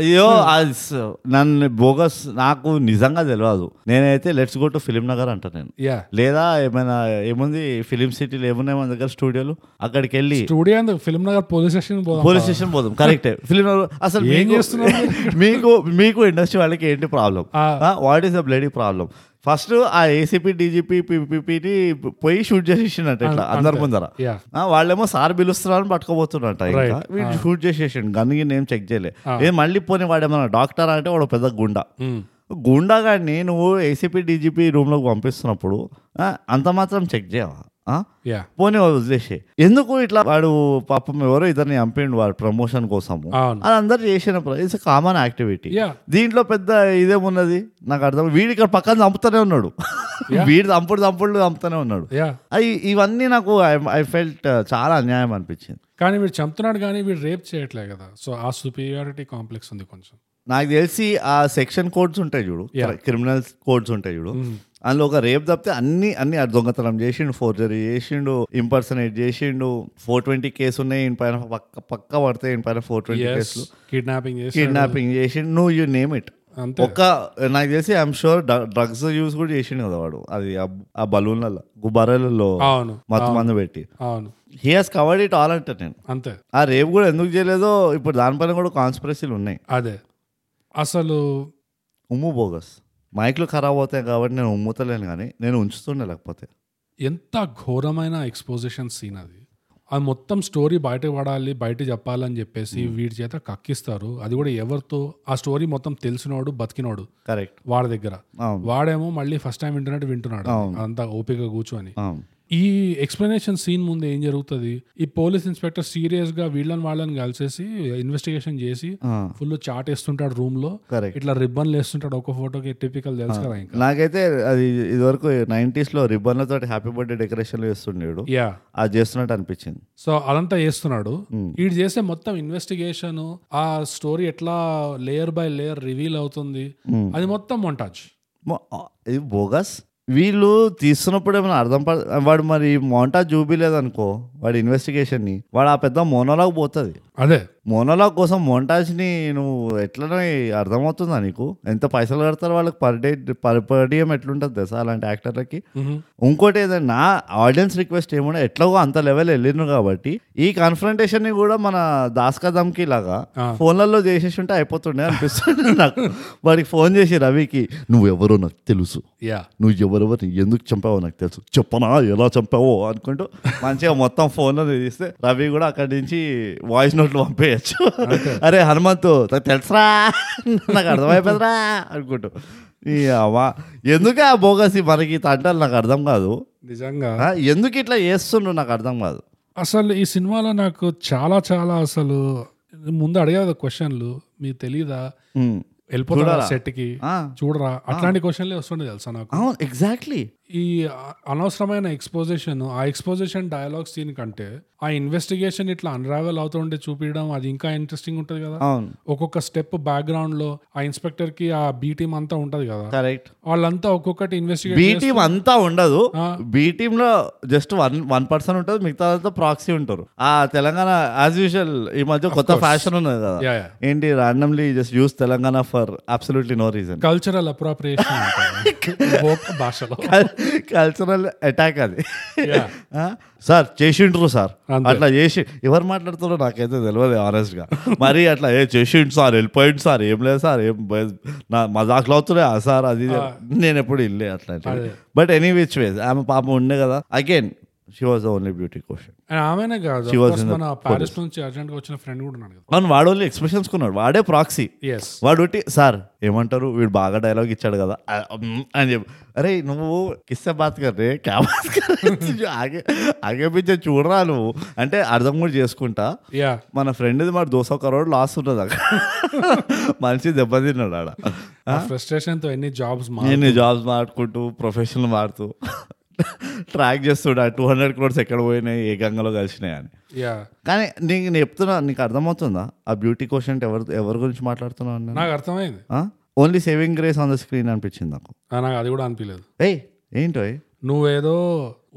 అయ్యో
Hmm.
అది స- నన్ను బోగస్ నాకు నిజంగా తెలియదు నేనైతే let's go to Film Nagar అంట నేను
యా
లేదా ఏమైనా ఏముంది ఫిలిం సిటీలు ఏమున్నాయి మన దగ్గర స్టూడియోలు అక్కడికి వెళ్ళి
స్టూడియో అందు ఫిల్మ్ నగర్ పోలీస్ స్టేషన్ పోదాం
పోలీస్ స్టేషన్ పోదాం కరెక్టే ఫిలిం నగర్ అసలు
ఏం
మీకు-
చేస్తున్నారు?
మీకు మీకు ఇండస్ట్రీ వాళ్ళకి ఏంటి ప్రాబ్లం
ఆ.
What is the bloody problem first ఆ ఏసీపీ డీజీపీ పిపిపిని పోయి షూట్ చేసేసిండట ఇట్లా అందరి ముందర
యా
ఆ, వాళ్ళేమో సార్ పిలుస్తున్నారని పట్టుకోబోతున్నట్ట ఇంకా
Right.
వీడు షూట్ చేసేసిండు గన్కి నేను చెక్ చేయలే ఏ మళ్ళీ పోనీ వాడేమన్నా డాక్టర్ అంటే వాడు పెద్ద గుండా గుండాగాడిని నువ్వు ఏసీపీ డీజీపీ రూమ్లోకి పంపిస్తున్నప్పుడు ఆ, అంత మాత్రం చెక్ చేయవా ఆ?
యా
పోనీ వాడు వదిలేసి ఎందుకు ఇట్లా వాడు పాపం ఎవరో ఇతన్ని చంపిండు వాడు ప్రమోషన్ కోసము
అవును.
అది అందరు చేసిన ఇట్స్ కామన్ యాక్టివిటీ
Yeah.
దీంట్లో పెద్ద ఇదేమున్నది నాకు అర్థం వీడి ఇక్కడ పక్కన చంపుతూనే ఉన్నాడు వీడు చంపుడు చంపుడు చంపుతూనే ఉన్నాడు
యా
అవి ఇవన్నీ నాకు ఐ ఫెల్ట్ uh, చాలా అన్యాయం అనిపించింది
కానీ వీడు చంపుతున్నాడు కానీ వీడు రేప్ చేయట్లే కదా సో ఆ సుపీరియారిటీ కాంప్లెక్స్ ఉంది కొంచెం
నాకు తెలిసి ఆ సెక్షన్ కోడ్స్ ఉంటాయి చూడు క్రిమినల్ కోడ్స్ ఉంటాయి చూడు అందులో ఒక రేప్ తప్పితే అన్ని అన్ని ఆ దొంగతనం చేసిండు ఫోర్జరీ చేసిండు ఇంపర్సనేట్ చేసిండు ఫోర్ ట్వంటీ కేసు ఉన్నాయి ఈయన పైన పక్క పక్క పడతాయి ఈయన పైన ఫోర్ ట్వంటీ కేసులు
కిడ్నాపింగ్ చేసి
కిడ్నాపింగ్ చేసిండు నువ్వు యూ నేమ్ ఇట్
అంతే
ఒక నాకు తెలిసి ఐఎమ్ షూర్ డ్రగ్స్ యూస్ కూడా చేసిండు కదా వాడు అది ఆ- ఆ బలూన్లలో గుబ్బరలలో
అవును
మత్తు మందు పెట్టి
అవును
he has covered it all అంటే నేను
అంతే
ఆ రేపు కూడా ఎందుకు చేయలేదో ఇప్పుడు దానిపైన కూడా కాన్స్పిరసీలు ఉన్నాయి
అదే అసలు
ఉమ్ము బోగస్ మైక్లు ఖరాబ్ అవుతాయి కాబట్టి నేను ఉమ్ముతలేను కానీ నేను ఉంచుతుండే లేకపోతే
ఎంత ఘోరమైన ఎక్స్పోజిషన్ సీన్ అది అది మొత్తం స్టోరీ బయట పడాలి బయట చెప్పాలని చెప్పేసి వీడి చేత కక్కిస్తారు అది కూడా ఎవరితో ఆ స్టోరీ మొత్తం తెలిసినోడు బతికినోడు
కరెక్ట్
వాడి దగ్గర
అవును
వాడేమో మళ్ళీ ఫస్ట్ టైం ఇంటర్నెట్ వింటున్నాడు అంత ఓపిక కూర్చొని
అవును
ఈ ఈ ఎక్స్ప్లెనేషన్ సీన్ ముందు ఏం జరుగుతుంది ఈ పోలీస్ ఇన్స్పెక్టర్ సీరియస్ గా వీళ్ళని వాళ్ళని కలిసేసి ఇన్వెస్టిగేషన్ చేసి ఫుల్ చాట్ వేస్తుంటాడు రూమ్ లో
Correct.
ఇట్లా రిబ్బన్ వేస్తుంటాడు ఒక ఫోటోకి టిపికల్ తెలుసు కదా ఇంకా
నాకైతే అది ఇదివరకు నైంటీస్ లో రిబ్బన్లతో హ్యాపీ బర్త్డే డెకరేషన్లు చేస్తుండేడు
యా
అది చేస్తున్నట్టు అనిపించింది
సో అదంతా చేస్తున్నాడు వీడు చేసే మొత్తం ఇన్వెస్టిగేషన్ ఆ స్టోరీ ఎట్లా లేయర్ బై లేయర్ రివీల్ అవుతుంది అది మొత్తం మొంటాజ్
మొ- ఇది బోగస్ వీళ్ళు తీస్తున్నప్పుడు ఏమైనా అర్థం పడ వాడు మరి మోంటా చూపిలేదనుకో వాడి ఇన్వెస్టిగేషన్ ని వాడు ఆ పెద్ద మోనోలాగ్ పోతుంది
అదే
మోనోలాగ్ కోసం montage ని నువ్వు ఎట్లనే అర్థమవుతుందా నీకు ఎంత పైసలు కడతారు వాళ్ళకి per day per per DM ఎట్లుంటుంది తెలుసా అలాంటి యాక్టర్లకి ఇంకోటి ఏదైనా నా ఆడియన్స్ రిక్వెస్ట్ ఏమన్నా ఎట్లాగో అంత లెవెల్ వెళ్ళిను కాబట్టి ఈ కన్ఫ్రంటేషన్ ని కూడా మన దాస్కా దమ్కి లాగా ఫోన్లలో చేసేసి ఉంటే అయిపోతుండే అనిపిస్తుంది నాకు వాడికి ఫోన్ చేసి రవికి నువ్వు ఎవరో నాకు తెలుసు
యా
నువ్వు ఎవరెవరిని ఎందుకు చంపావో నాకు తెలుసు చెప్పనా ఎలా చంపావో అనుకుంటూ మంచిగా మొత్తం ఫోన్లో తీస్తే రవి కూడా అక్కడి నుంచి వాయిస్ నోట్లు పంపేయచ్చు అరే హనుమంతు నాకు తెలుసురా నాకు అర్థమైపోతుందిరా అనుకుంటూ ఈ అవ్వా ఎందుకే ఆ బోగసి మనకి తంటాలు నాకు అర్థం కాదు
నిజంగా
ఆ, ఎందుకు ఇట్లా చేస్తుండ్రు నాకు అర్థం కాదు
అసలు ఈ సినిమాలో నాకు చాలా చాలా అసలు ముందు అడిగేది క్వశ్చన్లు మీకు తెలీదా
ఉమ్.
వెళ్ళిపోతారా సెట్ కి
ఆ,
చూడరా అట్లాంటి క్వశ్చన్లే వస్తుండే తెలుసా నాకు
అవును ఎగ్జాక్ట్లీ
ఈ అ- అనవసరమైన ఎక్స్పోజిషన్ ఆ ఎక్స్పోజిషన్ డైలాగ్ సీన్ కంటే ఆ ఇన్వెస్టిగేషన్ ఇట్లా అన్రావెల్ అవుతుంటే చూపించడం అది ఇంకా ఇంట్రెస్టింగ్ ఉంటది కదా
అవును
ఒక్కొక్క స్టెప్ బ్యాక్గ్రౌండ్ లో ఆ ఇన్స్పెక్టర్ కి ఆ బీ టీమ్ అంతా ఉంటది కదా
కరెక్ట్
వాళ్ళంతా ఒక్కొక్కటి ఇన్వెస్టిగేట్
బీ టీమ్ అంతా ఉండదు బీ టీమ్ లో జస్ట్ వన్ వన్ పర్సన్ ఉంటుంది మిగతా అంతా ప్రాక్సీ ఉంటారు ఆ తెలంగాణ యాజ్ యూజువల్ ఈ మధ్య కొత్త ఫ్యాషన్ ఉన్నది కదా
Yeah, yeah.
ఏంటి randomly just use Telangana for absolutely no reason
cultural appropriation భాషలో
కల్చరల్ అటాక్ అది
Yeah.
ఆ? సార్ చేసిండ్రు సార్
అంతే.
అట్లా చేసి ఎవరు మాట్లాడుతారో నాకైతే తెలియదు honest గా మరి అట్లా ఏ చేసిండు సార్ వెళ్ళిపోయిండు సార్ ఏం లేదు సార్ ఏం బ- నా మజాకులు అవుతున్నాయి ఆ సార్ అది ఇది అని. నేను ఎప్పుడు ఇల్లే అట్లా బట్ ఎనీ విచ్ వేస్ ఆమె పాపం ఉండే కదా again she was only beauty question
And ఆమెనే కాదు
She
of
was
course
in the
మన ప్యారిస్ నుంచి అర్జెంట్ గా వచ్చిన ఫ్రెండ్ కూడా ఉన్నాడు కదా
అవును వాడు ఓన్లీ ఎక్స్ప్రెషన్స్ కొన్నాడు వాడే ప్రాక్సీ
ఎస్
వాడు ఒకటి సార్ ఏమంటారు వీడు బాగా డైలాగ్ ఇచ్చాడు కదా ఆ, ఉమ్, అని చెప్పి అరే నువ్వు కిస్సే బాత్ కర్ రే క్యా బాత్ కర్ రే?" ఆగే ఆగే పిచ్చే చూడరా నువ్వు అంటే అర్థం కూడా చేసుకుంటా
యా
మన ఫ్రెండ్ది మరి దోసో కరోడ్ లాస్ ఉన్నది అక్కడ మనిషి దెబ్బతిన్నాడు ఆడ
ఆ ఫ్రస్ట్రేషన్ తో ఎన్ని జాబ్స్ మా
నేను జాబ్స్ మాడుకుంటూ ప్రొఫెషనల్ మారుతూ ట్రాక్ చేస్తున్నా టూ హండ్రెడ్ క్రోడ్స్ ఎక్కడ పోయినాయి ఏ గంగలో కలిసినాయి అని
యా
కానీ నీకు నేను చెప్తున్నా నీకు అర్థమవుతుందా ఆ బ్యూటీ క్వశ్చన్ ఎవరు ఎవరి గురించి మాట్లాడుతున్నావు అన్న
నాకు అర్థమైంది
only saving grace on the screen అనిపించింది నాకు
ఆ, నాకు అది కూడా అనిపించలేదు
ఏయ్ ఏంటో ఏయ్?
నువ్వేదో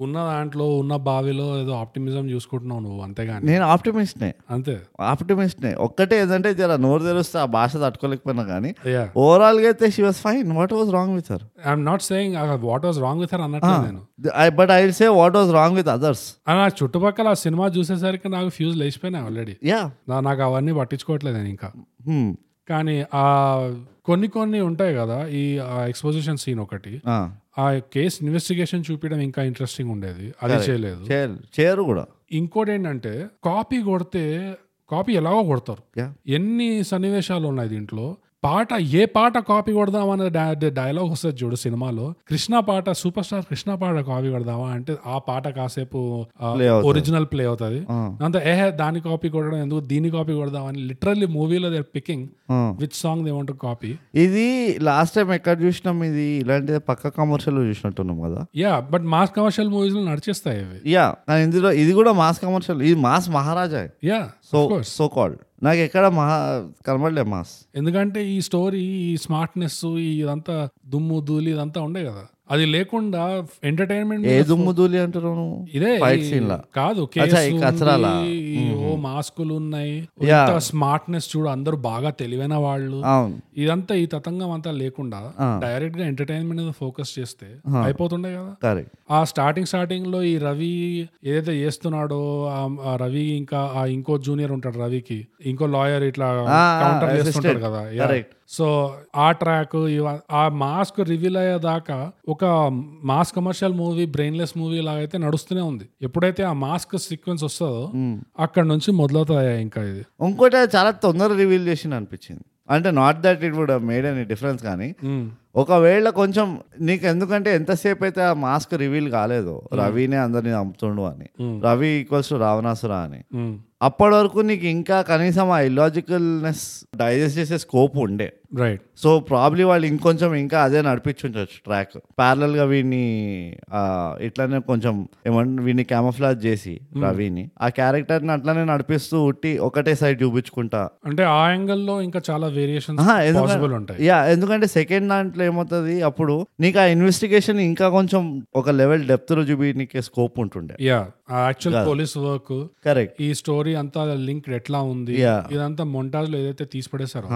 ఉన్న దాంట్లో ఉన్న బావిలో ఏదో ఆప్టిమిజం చూసుకుంటున్నావు నువ్వు అంతేగాని
నేను ఆప్టిమిస్ట్నే
అంతే
ఆప్టిమిస్ట్నే ఒక్కటే ఏంటంటే జర నోరు తెరిస్తే ఆ భాష తట్టుకోలేకపోయినా కానీ
యా
ఓవరాల్గా అయితే she was fine what was wrong with her
I'm not saying what was wrong with her అన్నట్లేదు నేను
I but I say what was wrong with others
ఆ, నా చుట్టుపక్కల ఆ సినిమా చూసేసరికి నాకు ఫ్యూజ్ లేచిపోయినాయి ఆల్రెడీ
యా
నాకు అవన్నీ పట్టించుకోవట్లేదు నేను ఇంకా
Hmm.
కానీ ఆ కొన్ని కొన్ని ఉంటాయి కదా ఈ ఎక్స్పోజిషన్ సీన్ ఒకటి ఆ కేస్ ఇన్వెస్టిగేషన్ చూపించడం ఇంకా ఇంట్రెస్టింగ్ ఉండేది అది చేయలేదు
చేయరు కూడా
ఇంకోటి ఏంటంటే కాపీ కొడితే కాపీ ఎలాగో కొడతారు
Yeah.
ఎన్ని సన్నివేశాలు ఉన్నాయి దీంట్లో పాట ఏ పాట కాపీ కొడదాం అనే డై- డైలాగ్ వస్తుంది చూడు సినిమాలో కృష్ణ పాట సూపర్ స్టార్ కృష్ణ పాట కాపీ కొడదామా అంటే ఆ పాట కాసేపు
Play అవుతుంది.
ఒరిజినల్ ప్లే అవుతుంది
ఆ.
అంత ఏహే దాని కాపీ కొట్టడం ఎందుకు దీని కాపీ కొడదామని లిటరల్లీ మూవీలో దే పికింగ్
ఆ.
Which song they want copy
ఇది లాస్ట్ టైం ఎక్కడ చూసినాం ఇది ఇలాంటి పక్క కమర్షియల్ చూసినట్టున్నాం కదా
yeah but mass commercial movies లో నడిచేస్తాయి అవి
యా కానీ ఇందులో ఇది కూడా మాస్ కమర్షియల్ ఇది mass Maharaja
yeah
so so called నాకు ఎక్కడ మహా కనబడలే మాస్
ఎందుకంటే ఈ స్టోరీ ఈ స్మార్ట్నెస్ ఈ ఇదంతా దుమ్ము ధూళి ఇదంతా ఉండే కదా అది లేకుండా ఎంటర్టైన్మెంట్
ఏ దుమ్ము ధూళి అంటారు నువ్వు?
ఇదే
Fight
ఈ-
scene లా?
కాదు
అచ్చా, ఈ
కేసు
కచరాలా?
ఉంది, ఈ ఓ మాస్కులు ఉన్నాయి
యా.
స్మార్ట్నెస్ చూడు అందరూ బాగా తెలివైన వాళ్ళు
అవును
ఇదంతా ఈ తతంగం అంతా లేకుండా డైరెక్ట్ గా ఎంటర్టైన్మెంట్ మీద ఫోకస్ చేస్తే అయిపోతుండే కదా
కరెక్ట్
ఆ స్టార్టింగ్ స్టార్టింగ్ లో ఈ రవి ఏదైతే చేస్తున్నాడో ఆ- ఆ రవి ఇంకా ఆ ఇంకో జూనియర్ ఉంటాడు రవికి ఇంకో లాయర్ ఇట్లా
ఆ,
కౌంటర్
assistant.
చేస్తుంటాడు కదా Yeah.
Correct.
సో ఆ ట్రాక్ ఆ మాస్క్ రివీల్ అయ్యేదాకా ఒక mass commercial movie brainless movie లాగా అయితే నడుస్తూనే ఉంది ఎప్పుడైతే ఆ మాస్క్ సీక్వెన్స్ వస్తుందో అక్కడ నుంచి మొదలవుతాయా ఇంకా ఇది
ఇంకోటి అది చాలా తొందర రివీల్ చేసింది అనిపించింది అంటే not that it would made any difference కానీ ఒకవేళ కొంచెం నీకు ఎందుకంటే ఎంతసేపు అయితే ఆ మాస్క్ రివీల్ కాలేదు రవినే అందరిని చంపుతుండు అని రవి ఈక్వల్స్ టు రావణాసుర అని
ఉమ్.
అప్పటి వరకు నీకు ఇంకా కనీసం ఆ ఇలాజికల్నెస్ డైజెస్ట్ చేసే స్కోప్ ఉండే
రైట్
సో ప్రాబ్లీ వాళ్ళు ఇంకొంచెం ఇంకా అదే నడిపించుండొచ్చు ట్రాక్ ప్యారలల్ గా వీడిని ఆ, ఇట్లానే కొంచెం ఏమంటే వీడిని క్యామఫ్లాజ్ చేసి రవిని ఆ క్యారెక్టర్ ని అట్లానే నడిపిస్తూ ఉట్టి ఒకటే సైడ్ చూపించుకుంటా
అంటే ఆ angle లో ఇంకా చాలా వేరియేషన్స్
ఆహా,
పాసిబుల్
ఎందుకంటే
ఉంటాయి
యా ఎందుకంటే సెకండ్ దాంట్లో ఏమవుతుంది అప్పుడు నీకు ఆ ఇన్వెస్టిగేషన్ ఇంకా కొంచెం ఒక లెవెల్ డెప్త్ లో చూపి నీకు స్కోప్ ఉంటుండే
yeah actual police work
correct
ఈ స్టోరీ అంతా లింక్ ఎట్లా ఉంది
Yeah.
ఇదంతా మొంటాజ్ లో ఏదైతే తీసి పడేశారో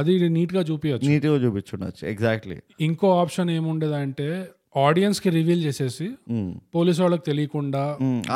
అది నీట్ గా చూపించచ్చు
నీట్ Ah, గా చూపించుండొచ్చు ఎగ్జాక్ట్లీ
ఇంకో ఆప్షన్ ఏముండేదంటే ఆడియన్స్ కి రివీల్ చేసేసి పోలీసు వాళ్ళకి తెలియకుండా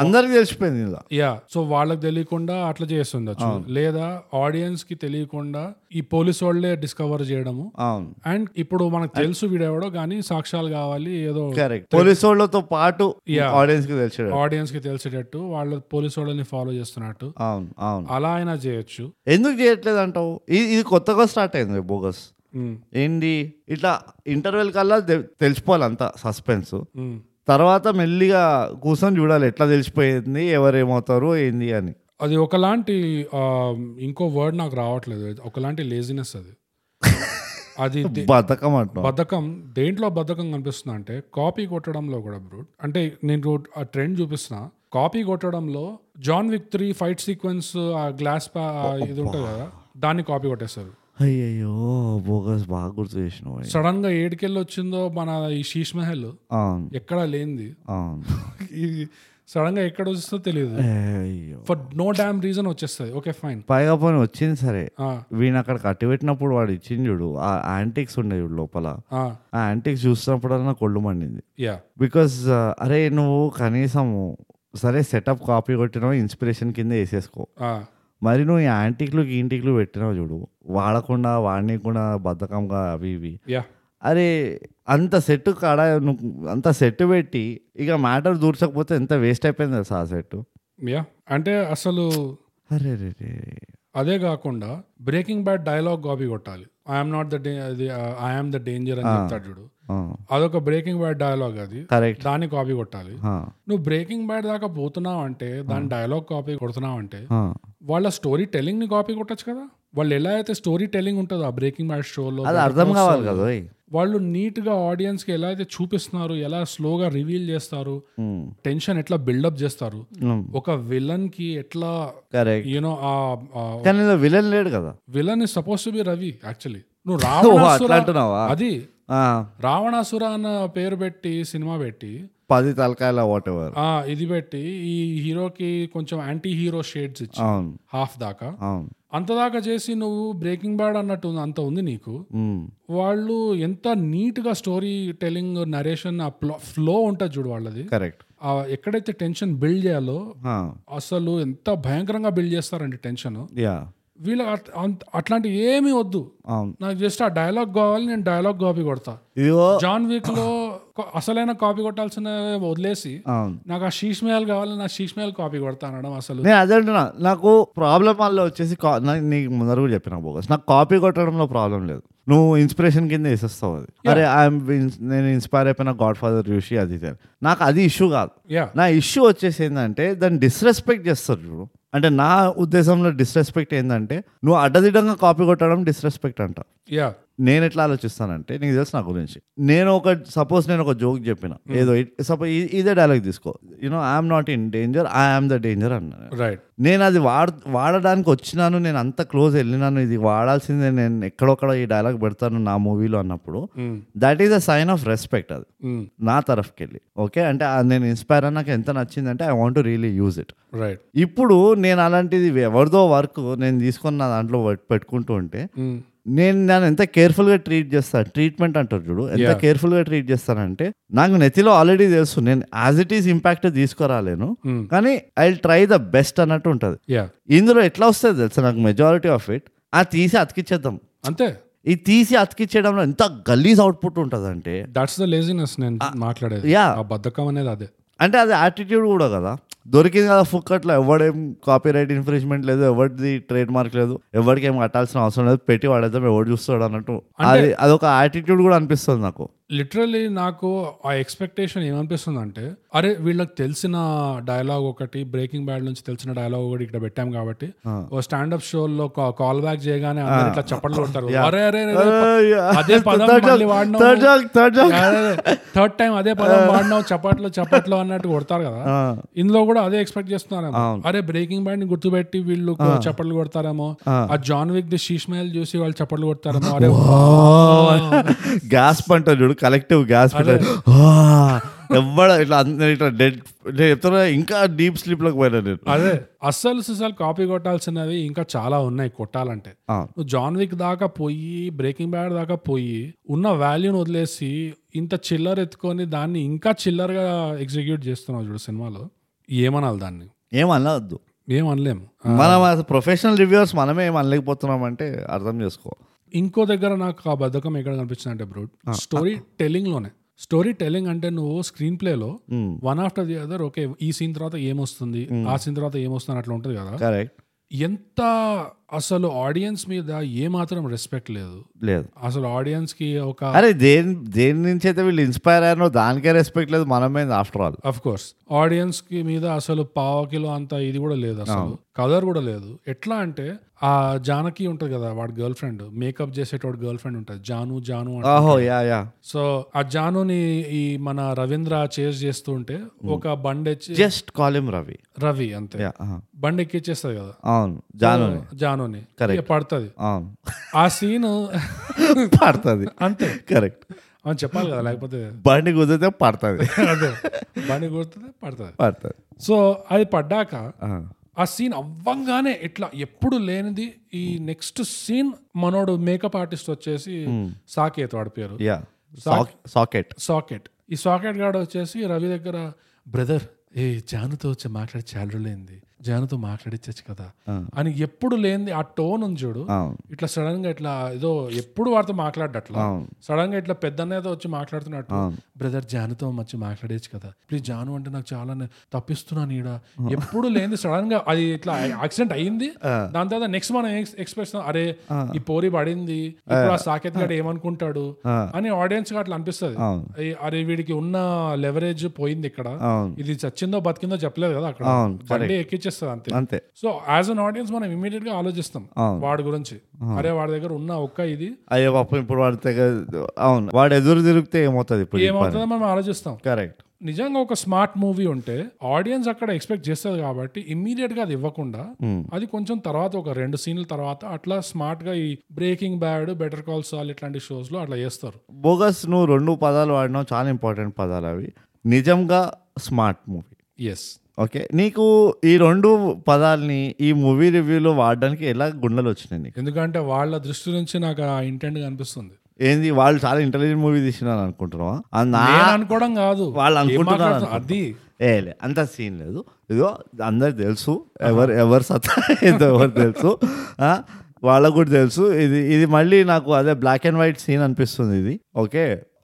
అందరికి Hmm. తెలిసిపోయింది ఇలా
యా సో వాళ్ళకి తెలియకుండా అట్లా చేస్తుండొచ్చు లేదా ఆడియన్స్ కి తెలియకుండా ఈ పోలీసు వాళ్ళే డిస్కవర్ చేయడము
అవును
అండ్ ఇప్పుడు మనకు తెలుసు వీడెవడో కానీ సాక్ష్యాలు కావాలి ఏదో
కరెక్ట్ పోలీసు వాళ్ళతో పాటు
Yeah.
ఆడియన్స్ కి తెలిసాడు
ఆడియన్స్ కి తెలిసేటట్టు వాళ్ళ పోలీసు వాళ్ళని ఫాలో చేస్తున్నట్టు
అవును అవును
అలా అయినా చేయొచ్చు
ఎందుకు చేయట్లేదు అంటావు ఇది ఇది కొత్తగా స్టార్ట్ అయింది బోగస్
ఉమ్,
ఏంటి ఇట్లా ఇంటర్వెల్ కల్లా తె- తెలిసిపోవాలి అంతా సస్పెన్స్
ఉమ్.
తర్వాత మెల్లిగా కూర్చొని చూడాలి ఎట్లా తెలిసిపోయింది ఎవరేమవుతారు ఏంది అని
అది ఒకలాంటి ఆ, ఇంకో వర్డ్ నాకు రావట్లేదు ఒకలాంటి లేజినెస్ అది అది దే-
బతకం అంటాం
బద్ధకం దేంట్లో బద్ధకం కనిపిస్తుంది అంటే కాపీ కొట్టడంలో కూడా బ్రూట్ అంటే నేను ఆ ట్రెండ్ చూపిస్తున్నా కాపీ కొట్టడంలో John Wick three fight sequence ఆ గ్లాస్ ఇది ఉంటుంది కదా దాన్ని కాపీ కొట్టేస్తారు
అయ్యయ్యో బోగస్ బాగా గుర్తు చేసినావు అయ్యి.
సడన్ గా ఏడికెళ్ళి వచ్చిందో మన ఈ శీష్ మహల్
అవును
ఎక్కడ లేనిది
అవును
ఇది సడన్ గా ఎక్కడ వస్తుందో తెలియదు
అయ్యో
ఫర్ నో డామ్ రీజన్ వచ్చేస్తుంది ఓకే ఫైన్
పైగా పోనీ వచ్చింది సరే వీడిని అక్కడ కట్టిపెట్టినప్పుడు వాడు ఇచ్చింది చూడు ఆ యాంటిక్స్ ఉండే చూడు లోపల ఆ యాంటిక్స్ చూస్తున్నప్పుడల్లా కొళ్ళు మండింది
యా
బికాస్ uh, అరే నువ్వు కనీసము సరే సెటప్ కాపీ కొట్టినావు ఇన్స్పిరేషన్ కింద వేసేసుకో మరి నువ్వు ఈ యాంటిక్లు ఇంటిక్లు పెట్టినావు చూడు వాడకుండా వాడనీయకుండా బద్ధకంగా అవి ఇవి
యా
అరే అంత సెట్ కాడ నువ్వు అంత సెట్ పెట్టి ఇక మ్యాటర్ దూర్చకపోతే ఎంత వేస్ట్ అయిపోయింది తెలుసా ఆ సెట్
యా అంటే అసలు
అరే రే రే
అదే కాకుండా బ్రేకింగ్ బ్యాడ్ డైలాగ్ కాపీ కొట్టాలి I'm not the I'm the danger అని చెప్తాడు చూడు అదొక బ్రేకింగ్ బ్యాడ్ డైలాగ్ అది
కరెక్ట్
దాన్ని కాపీ కొట్టాలి నువ్వు బ్రేకింగ్ బ్యాడ్ దాకా పోతున్నావు అంటే దాని డైలాగ్ కాపీ కొడుతున్నావు అంటే వాళ్ళ స్టోరీ టెల్లింగ్ ని కాపీ కొట్టచ్చు కదా వాళ్ళు ఎలా అయితే స్టోరీ టెల్లింగ్ ఉంటుందో ఆ బ్రేకింగ్ బ్యాడ్ షోలో
అది అర్థం కావాలి కదా ఓయ్.
వాళ్ళు నీట్ గా ఆడియన్స్ కి ఎలా అయితే చూపిస్తున్నారు ఎలా స్లోగా రివీల్ చేస్తారు
ఉమ్.
టెన్షన్ ఎట్లా బిల్డప్ చేస్తారు
ఉమ్.
ఒక విలన్ కి ఎట్లా
కరెక్ట్
యూనో ఆ
కానీ విలన్ లేడు కదా
villain is supposed to be Ravi actually నువ్వు
ఓ
రావణాసుర
అట్లా అంటున్నావా
అది
ఆ,
రావణాసుర అన్న పేరు పెట్టి సినిమా పెట్టి
పది తలకాయల వాట్ ఎవర్
ఆ ఇది పెట్టి ఈ హీరోకి కొంచెం యాంటీ హీరో షేడ్స్ ఇచ్చి
అవును
హాఫ్ దాకా
అవును
అంత దాకా చేసి నువ్వు బ్రేకింగ్ బ్యాడ్ అన్నట్టు ఉంది- అంత ఉంది నీకు
ఉమ్.
వాళ్ళు ఎంత నీట్ గా స్టోరీ టెలింగ్ నరేషన్ ఆ ఫ్లో ఉంటుంది చూడు వాళ్ళది
కరెక్ట్
ఆ ఎక్కడైతే టెన్షన్ బిల్డ్ చేయాలో
ఆ,
అసలు ఎంత భయంకరంగా బిల్డ్ చేస్తారండి టెన్షన్
యా
వీళ్ళకి అట్- అంత- అట్లాంటివి ఏమీ వద్దు
అవును
నాకు జస్ట్ ఆ డైలాగ్ కావాలి నేను డైలాగ్ కాపీ కొడతా
ఇదిగో
జాన్ వీక్ లో క- అసలైన కాపీ కొట్టాల్సిన వదిలేసి
అవును
నాకు ఆ శీష్ మేల్ కావాలి నా శీష్ మేల్ కాపీ కొడతా అనడం అసలు
నేను అదే అంటున్నా నాకు ప్రాబ్లం వల్ల వచ్చేసి కా- నా- నీకు ముందర కూడా చెప్పిన బోగస్ నాకు కాపీ కొట్టడంలో ప్రాబ్లం లేదు నువ్వు ఇన్స్పిరేషన్ కింద వేసేస్తావు అది అరే ఐఎమ్ నేను ఇన్స్పైర్ అయిపోయిన గాడ్ ఫాదర్ చూసి అది ఇది అని. నాకు అది ఇష్యూ కాదు
యా
నా ఇష్యూ వచ్చేసి ఏంటంటే దాన్ని డిస్రెస్పెక్ట్ చేస్తారు చూడు అంటే నా ఉద్దేశంలో డిస్రెస్పెక్ట్ ఏంటంటే నువ్వు అడ్డదిడ్డంగా కాపీ కొట్టడం డిస్రెస్పెక్ట్ అంట
యా
నేను ఎట్లా ఆలోచిస్తానంటే నీకు తెలుసు నా గురించి నేను ఒక సపోజ్ నేను ఒక జోక్ చెప్పిన ఏదో సపోజ్ ఇదే డైలాగ్ తీసుకో you know I'm not in danger I'm the danger అన్నాను
రైట్
నేను అది వాడ వాడడానికి వచ్చినాను నేను అంత క్లోజ్ వెళ్ళినాను ఇది వాడాల్సిందే నేను ఎక్కడొక్కడ ఈ డైలాగ్ పెడతాను నా మూవీలో అన్నప్పుడు
Mm,
that is a sign of respect అది నా తరఫుకి వెళ్ళి ఓకే అంటే ఆ నేను ఇన్స్పైర్ అని నాకు ఎంత నచ్చిందంటే I want really use it
right
ఇప్పుడు నేను అలాంటిది ఎవరిదో వర్క్ నేను తీసుకొని నా దాంట్లో పెట్- పెట్టుకుంటూ ఉంటే
Mm,
నేను నన్ను ఎంత కేర్ఫుల్గా ట్రీట్ చేస్తాను ట్రీట్మెంట్ అంటారు చూడు ఎంత
Yeah.
కేర్ఫుల్గా ట్రీట్ చేస్తానంటే నాకు నెతిలో ఆల్రెడీ తెలుసు నేను యాజ్ ఇట్ ఈస్ ఇంపాక్ట్ తీసుకురాలేను
Mm.
కానీ ఐ ట్రై ద బెస్ట్ అన్నట్టు ఉంటుంది
యా
ఇందులో ఎట్లా వస్తుంది తెలుసా నాకు మెజారిటీ ఆఫ్ ఇట్ ఆ తీసి అతికిచ్చేద్దాం
అంతే
ఇది తీసి అతికిచ్చేయడంలో ఎంత గలీజ్ అవుట్పుట్ ఉంటుందంటే
దట్స్ ద లేజినెస్ నేను మాట్లాడేది
యా
ఆ బద్ధకం అనేది అదే
అంటే అది యాటిట్యూడ్ కూడా కదా దొరికింది కదా ఫుక్కట్లో ఎవడేం కాపీ రైట్ ఇన్ఫ్రింజ్మెంట్ లేదు ఎవరిది ట్రేడ్ మార్క్ లేదు ఎవరికి ఏం కట్టాల్సిన అవసరం లేదు పెట్టి వాడేద్దాం ఎవడు చూస్తాడు అన్నట్టు అది అదొక యాటిట్యూడ్ కూడా అనిపిస్తుంది నాకు
లిటరలీ నాకు ఆ ఎక్స్పెక్టేషన్ ఏమనిపిస్తుంది అంటే అరే వీళ్ళకి తెలిసిన డైలాగ్ ఒకటి బ్రేకింగ్ బ్యాడ్ నుంచి తెలిసిన డైలాగ్ ఒకటి ఇక్కడ పెట్టాం కాబట్టి ఓ స్టాండప్ షోలో కాల్ బ్యాక్ చేయగానే అందరూ ఇట్లా చప్పట్లు కొడతారు అరే అరే అరే, అదే పదం మళ్ళీ వాడినావు.
థర్డ్ జాక్ థర్డ్ జాక్
అరే, అరే, థర్డ్ టైం అదే పదం వాడినావు చప్పట్లు చప్పట్లు అన్నట్టు కొడతారు కదా ఇందులో కూడా అదే ఎక్స్పెక్ట్ చేస్తున్నారేమో అరే బ్రేకింగ్ బ్యాడ్ ని గుర్తుపెట్టి వీళ్ళు చప్పట్లు కొడతారేమో ఆ జాన్ విక్ ది షీష్మేల్ చూసి వాళ్ళు చప్పట్లు కొడతారేమో అరే
గ్యాస్ పంట చూడు కలెక్టివ్ గ్యాస్ పంట ఎవడ ఇట్లా అందరు ఇట్లా డెడ్ చెప్తున్నా ఇంకా డీప్ స్లీప్ లోకి పోయినా నేను
అదే అస్సలు సుసలు కాపీ కొట్టాల్సినవి ఇంకా చాలా ఉన్నాయి కొట్టాలంటే
ఆ.
నువ్వు జాన్ విక్ దాకా పోయి బ్రేకింగ్ బ్యాడ్ దాకా పోయి ఉన్న వాల్యూని వదిలేసి ఇంత చిల్లర్ ఎత్తుకొని దాన్ని ఇంకా చిల్లరగా ఎగ్జిక్యూట్ చేస్తున్నావు చూడు సినిమాలో ఏమనాలి దాన్ని
ఏమనవద్దు
ఏం అనలేము
మనం ప్రొఫెషనల్ రివ్యూవర్స్ మనమే ఏం అనలేకపోతున్నాం అంటే అర్థం చేసుకో
ఇంకో దగ్గర నాకు ఆ బద్ధకం ఎక్కడ కనిపించింది అంటే బ్రో స్టోరీ టెల్లింగ్ లోనే స్టోరీ టెల్లింగ్ అంటే నువ్వు స్క్రీన్ ప్లేలో one after the other okay ఈ సీన్ తర్వాత ఏమొస్తుంది ఆ సీన్ తర్వాత ఏమొస్తుంది అని అట్లా ఉంటుంది కదా
కరెక్ట్
ఎంత అసలు ఆడియన్స్ మీద ఏ మాత్రం రెస్పెక్ట్ లేదు
లేదు
అసలు ఆడియన్స్ కి ఒక
అరే దేని దేని నుంచి అయితే వీళ్ళు ఇన్స్పైర్ అయ్యారో దానికే రెస్పెక్ట్ లేదు మనమే after all
of course audience కి మీద అసలు పావు కిలో అంత ఇది కూడా లేదు అసలు కలర్ కూడా లేదు ఎట్లా అంటే ఆ జానకి ఉంటది కదా వాడి గర్ల్ ఫ్రెండ్ మేకప్ చేసేటోడు గర్ల్ ఫ్రెండ్ ఉంటుంది జాను జాను అంటే
ఓహో యా యా
సో ఆ జానుని ఈ మన రవీంద్ర చేజ్ చేస్తుంటే ఒక బండి ఎచ్చి
జస్ట్ కాలిం రవి
రవి అంతే
Yeah, ah.
బండి ఎక్కిచ్చేస్తుంది కదా
అవును జాను
జానుని పడుతుంది
అవును
ఆ సీన్
పడుతుంది
అంతే
కరెక్ట్
అని చెప్పాలి కదా లేకపోతే
బండి కుదిరితే పడుతుంది
అదే బండి గుర్తుంది పడుతుంది
పడుతుంది
సో అది పడ్డాక ఆ సీన్ అవ్వంగానే ఇట్లా ఎప్పుడు లేనిది ఈ నెక్స్ట్ సీన్ మనోడు మేకప్ ఆర్టిస్ట్ వచ్చేసి సాకేత్ వాడి పేరు
యా సాకెట్
సాకెట్ ఈ సాకెట్ గార్డ్ వచ్చేసి రవి దగ్గర బ్రదర్ ఏ జానుతో వచ్చి మాట్లాడి చాలా లేనిది జానుతో మాట్లాడిచ్చచ్చు కదా అని ఎప్పుడు లేనిది ఆ టోన్ ఉంది చూడు
అవును
ఇట్లా సడన్ గా ఇట్లా ఏదో ఎప్పుడు వాడితో మాట్లాడట్లా సడన్ గా ఇట్లా పెద్దన్న ఏదో వచ్చి మాట్లాడుతున్నట్టు బ్రదర్ జానుతో వచ్చి మాట్లాడేచ్చు కదా ప్లీజ్ జాను అంటే నాకు చాలా నే- తప్పిస్తున్నాను ఈడ ఎప్పుడు లేనిది సడన్ గా అది ఇట్లా యాక్సిడెంట్ అయింది దాని తర్వాత నెక్స్ట్ మనం ఎక్స్ప్రెస్ అరే ఈ పోరి పడింది ఇప్పుడు ఆ సాకేత్ గడ్ ఏమనుకుంటాడు అని ఆడియన్స్ గా అట్లా అనిపిస్తుంది ఏ- అరే వీడికి ఉన్న లెవరేజ్ పోయింది ఇక్కడ
అవును.
ఇది చచ్చిందో బతికిందో చెప్పలేదు కదా అక్కడ
అవును,
బండి ఎక్కిచ్చేస్తుంది అంతే
అంతే
సో యాజ్ అన్ ఆడియన్స్ మనం ఇమీడియట్ గా ఆలోచిస్తాం
అవును.
వాడి గురించి అరే వాడి దగ్గర ఉన్న ఒక్క ఇది
అయ్యో పాపం ఇప్పుడు వాడి దగ్గర అవును వాడు ఎదురు తిరిగితే ఏమవుతుంది ఇప్పుడు
ఏమవుతుందో మనం ఆలోచిస్తాం
కరెక్ట్
నిజంగా ఒక స్మార్ట్ మూవీ ఉంటే ఆడియన్స్ అక్కడ ఎక్స్పెక్ట్ చేస్తుంది కాబట్టి ఇమ్మీడియట్ గా అది ఇవ్వకుండా అది కొంచెం తర్వాత ఒక రెండు సీన్ల తర్వాత అట్లా స్మార్ట్ గా ఈ breaking bad better call Saul ఇట్లాంటి షోస్ లో అట్లా చేస్తారు
బోగస్ నువ్వు రెండు పదాలు వాడినావు చాలా ఇంపార్టెంట్ పదాలు అవి నిజంగా స్మార్ట్ మూవీ
ఎస్
ఓకే నీకు ఈ రెండు పదాలని ఈ మూవీ రివ్యూలో వాడడానికి ఎలా గుండెలు వచ్చినాయి నీకు
ఎందుకంటే వాళ్ళ దృష్టి నుంచి నాకు ఆ ఇంటెంట్ కనిపిస్తుంది
ఏంది వాళ్ళు చాలా ఇంటెలిజెంట్ మూవీ తీసినారు అనుకుంటున్నావా ఆ నా
నేను అనుకోవడం కాదు
వాళ్ళు
ఏం
అనుకుంటున్నారు
మాట్లాడుతున్నా- అది
ఏ లే, అంత సీన్ లేదు ఇదిగో అందరు తెలుసు ఎవరు ఎవరు సత్తా ఏదో ఎవరు తెలుసు ఆ, వాళ్ళకు కూడా తెలుసు ఇది ఇది మళ్ళీ నాకు అదే బ్లాక్ అండ్ వైట్ సీన్ అనిపిస్తుంది ఇది ఓకే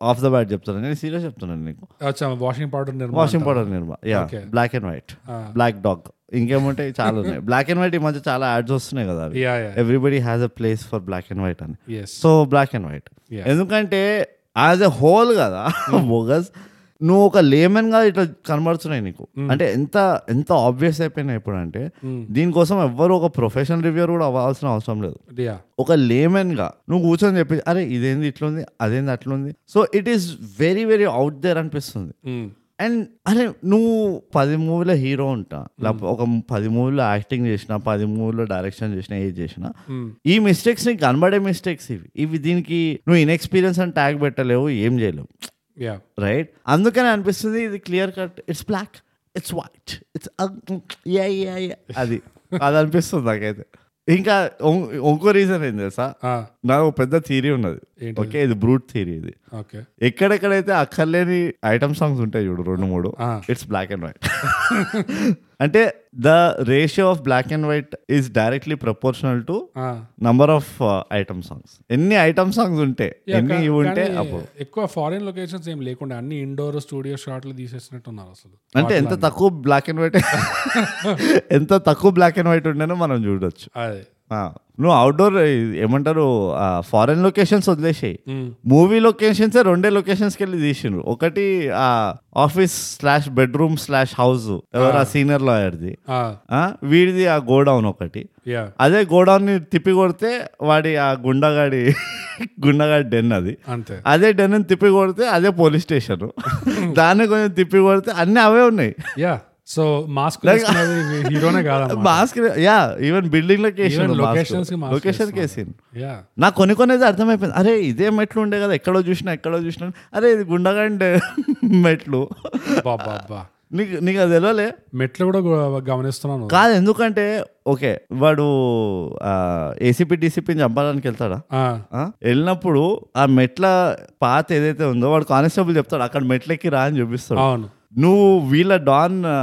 ఆఫ్ ద బ్యాట్ చెప్తున్నాను నేను సీరియస్ చెప్తున్నాను నీకు
అచ్చా వాషింగ్ పౌడర్ నిర్మాణం
washing powder Nirma yeah black and white black dog ఇంకేముంటాయి చాలా ఉన్నాయి బ్లాక్ అండ్ వైట్ ఈ మధ్య చాలా యాడ్స్ వస్తున్నాయి కదా అవి
yeah yeah
everybody has a place for black and white అని
yes
so black and white
Yeah.
ఎందుకంటే యాజ్ ఎ హోల్ కదా బోగస్ నువ్వు ఒక లేమన్ గా ఇట్లా కనబడుతున్నాయి నీకు అంటే ఎంత ఎంత ఆబ్వియస్ అయిపోయినాయి ఇప్పుడు అంటే దీనికోసం ఎవ్వరు ఒక ప్రొఫెషనల్ రివ్యూర్ కూడా అవ్వాల్సిన అవసరం లేదు
యా
ఒక లేమన్ గా నువ్వు కూర్చొని చెప్పి అరే ఇదేంది ఇట్లా ఉంది అదేంది అట్లా ఉంది so it is very very out there అనిపిస్తుంది
Mm.
అండ్ అరే నువ్వు పది మూవీలో హీరో ఉంటా లేకపోతే ఒక పది మూవీలో యాక్టింగ్ చేసిన పది మూవీలో డైరెక్షన్ చేసిన ఏది చేసినా ఈ మిస్టేక్స్ నీకు కనబడే మిస్టేక్స్ ఇవి ఇవి దీనికి నువ్వు ఇన్ఎక్స్పీరియన్స్ అని ట్యాగ్ పెట్టలేవు ఏం చేయలేవు
Yeah.
రైట్ అందుకని అనిపిస్తుంది ఇది clear cut it's black it's white it's అది అది అనిపిస్తుంది నాకైతే ఇంకా ఇం- ఇంకో రీజన్ ఏం తెలుసా
Ah,
నాకు ఒక పెద్ద థియరీ ఉన్నది
ఏంటది?
ఓకే ఇది బ్రూట్ థియరీ ఇది
okay.
ఎక్కడెక్కడైతే అక్కర్లేని ఐటమ్ సాంగ్స్ ఉంటాయి చూడు రెండు మూడు
ఆ.
ఇట్స్ బ్లాక్ అండ్ వైట్ అంటే the ratio of black and white is directly proportional to number of item songs uh, ఎన్ని ఐటమ్ సాంగ్స్ ఉంటే ఎన్ని ఇవి ఉంటే అప్పుడు
ఎక్కువ ఫారిన్ లొకేషన్స్ ఏం లేకుండా అన్ని ఇండోర్ స్టూడియో షాట్లు తీసేసినట్టున్నారు అసలు
అంటే ఎంత తక్కువ బ్లాక్ అండ్ వైట్ ఎంత తక్కువ బ్లాక్ అండ్ వైట్ ఉండేనో మనం చూడొచ్చు
అదే
ఆ, నువ్వు అవుట్డోర్ ఏమంటారు ఫారెన్ లొకేషన్స్ వదిలేసాయి మూవీ లొకేషన్స్ రెండే లొకేషన్స్కి వెళ్ళి తీసిండ్రు ఒకటి ఆ office slash bedroom slash house ఎవరు ఆ సీనియర్ లాయర్ది
ఆ,
ఆ, వీడిది ఆ గోడౌన్ ఒకటి
యా
అదే గోడౌన్ ని తిప్పి కొడితే వాడి ఆ గుండగాడి గుండగాడి డెన్ అది
అంతే
అదే డెన్ ని తిప్పి కొడితే అదే పోలీస్ స్టేషన్ దాన్ని కొంచెం తిప్పి కొడితే అన్నీ అవే ఉన్నాయి
యా సో మాస్క్ హీరోనే కాదమ్మా
మాస్క్ యా ఈవెన్ బిల్డింగ్ లకి
Even locations కి mask
లొకేషన్
వేస్తున్నారు.
కేసీన్
యా
నాకు కొన్ని కొన్ని అయితే అర్థమైపోయింది అరే ఇదే మెట్లు ఉండే కదా ఎక్కడో చూసినా ఎక్కడో చూసినా అరే ఇది గుండగండే మెట్లు
బాబా బా
నీకు నీకు అది తెలియలే
మెట్లు కూడా గు- గమనిస్తున్నాను
కాదు ఎందుకంటే ఓకే వాడు ఏసీపీ డీసీపీని చంపడానికి వెళ్తాడా
ఆ,
ఆ? వెళ్ళినప్పుడు ఆ మెట్ల పాత ఏదైతే ఉందో వాడు కానిస్టేబుల్ చెప్తాడు అక్కడ మెట్లెక్కి రా అని చూపిస్తాడు
అవును
నువ్వు వీళ్ళ డాన్ ఆ,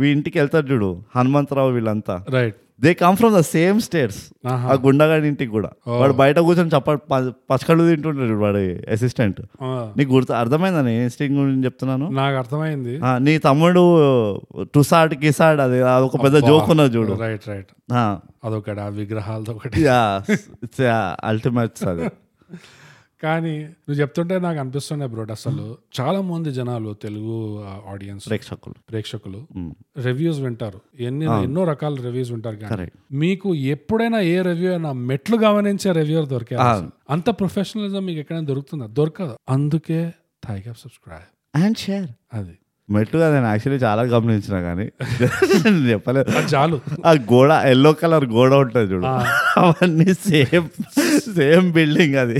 వీ ఇంటికి వెళ్తాడు చూడు హనుమంతరావు వీళ్ళంతా
right
they come from the same states
ఆహా.
ఆ గుండగాడి ఇంటికి కూడా వాడు బయట కూర్చొని చప్ప ప- పచ్చకళ్ళు తింటుంటాడు వాడు అసిస్టెంట్
ఆ,
నీకు గుర్తు అర్థమైందా నేను స్టింగ్ గురించి చెప్తున్నాను
నాకు అర్థమైంది
ఆ, నీ తమ్ముడు టుసాడ్ కిసాడ్ అది ఒక పెద్ద జోక్ ఉన్నది చూడు
రైట్ రైట్
ఆ,
అదొకటి ఆ విగ్రహాలతో ఒకటి
యా ఇట్స్ యా, అల్టిమేట్స్ అది
కానీ నువ్వు చెప్తుంటే నాకు అనిపిస్తుండే బ్రోట్ అసలు చాలా మంది జనాలు తెలుగు ఆడియన్స్
ప్రేక్షకులు
ప్రేక్షకులు రివ్యూస్ వింటారు ఎన్ని ఎన్నో రకాల రివ్యూస్ వింటారు కానీ
Correct.
మీకు ఎప్పుడైనా ఏ రివ్యూ అయినా మెట్లు గమనించే రివ్యూర్ దొరికారు అసలు. అంత ప్రొఫెషనలిజం మీకు ఎక్కడైనా దొరుకుతుందా దొరకదు అందుకే థైక్ సబ్స్క్రైబ్
అండ్ షేర్
అది
మెట్లు కదా నేను యాక్చువల్లీ చాలా గమనించిన కానీ నేను చెప్పలేదు
అది చాలు
ఆ గోడ ఎల్లో కలర్ గోడ ఉంటుంది చూడు అవన్నీ సేమ్ సేమ్ బిల్డింగ్ అది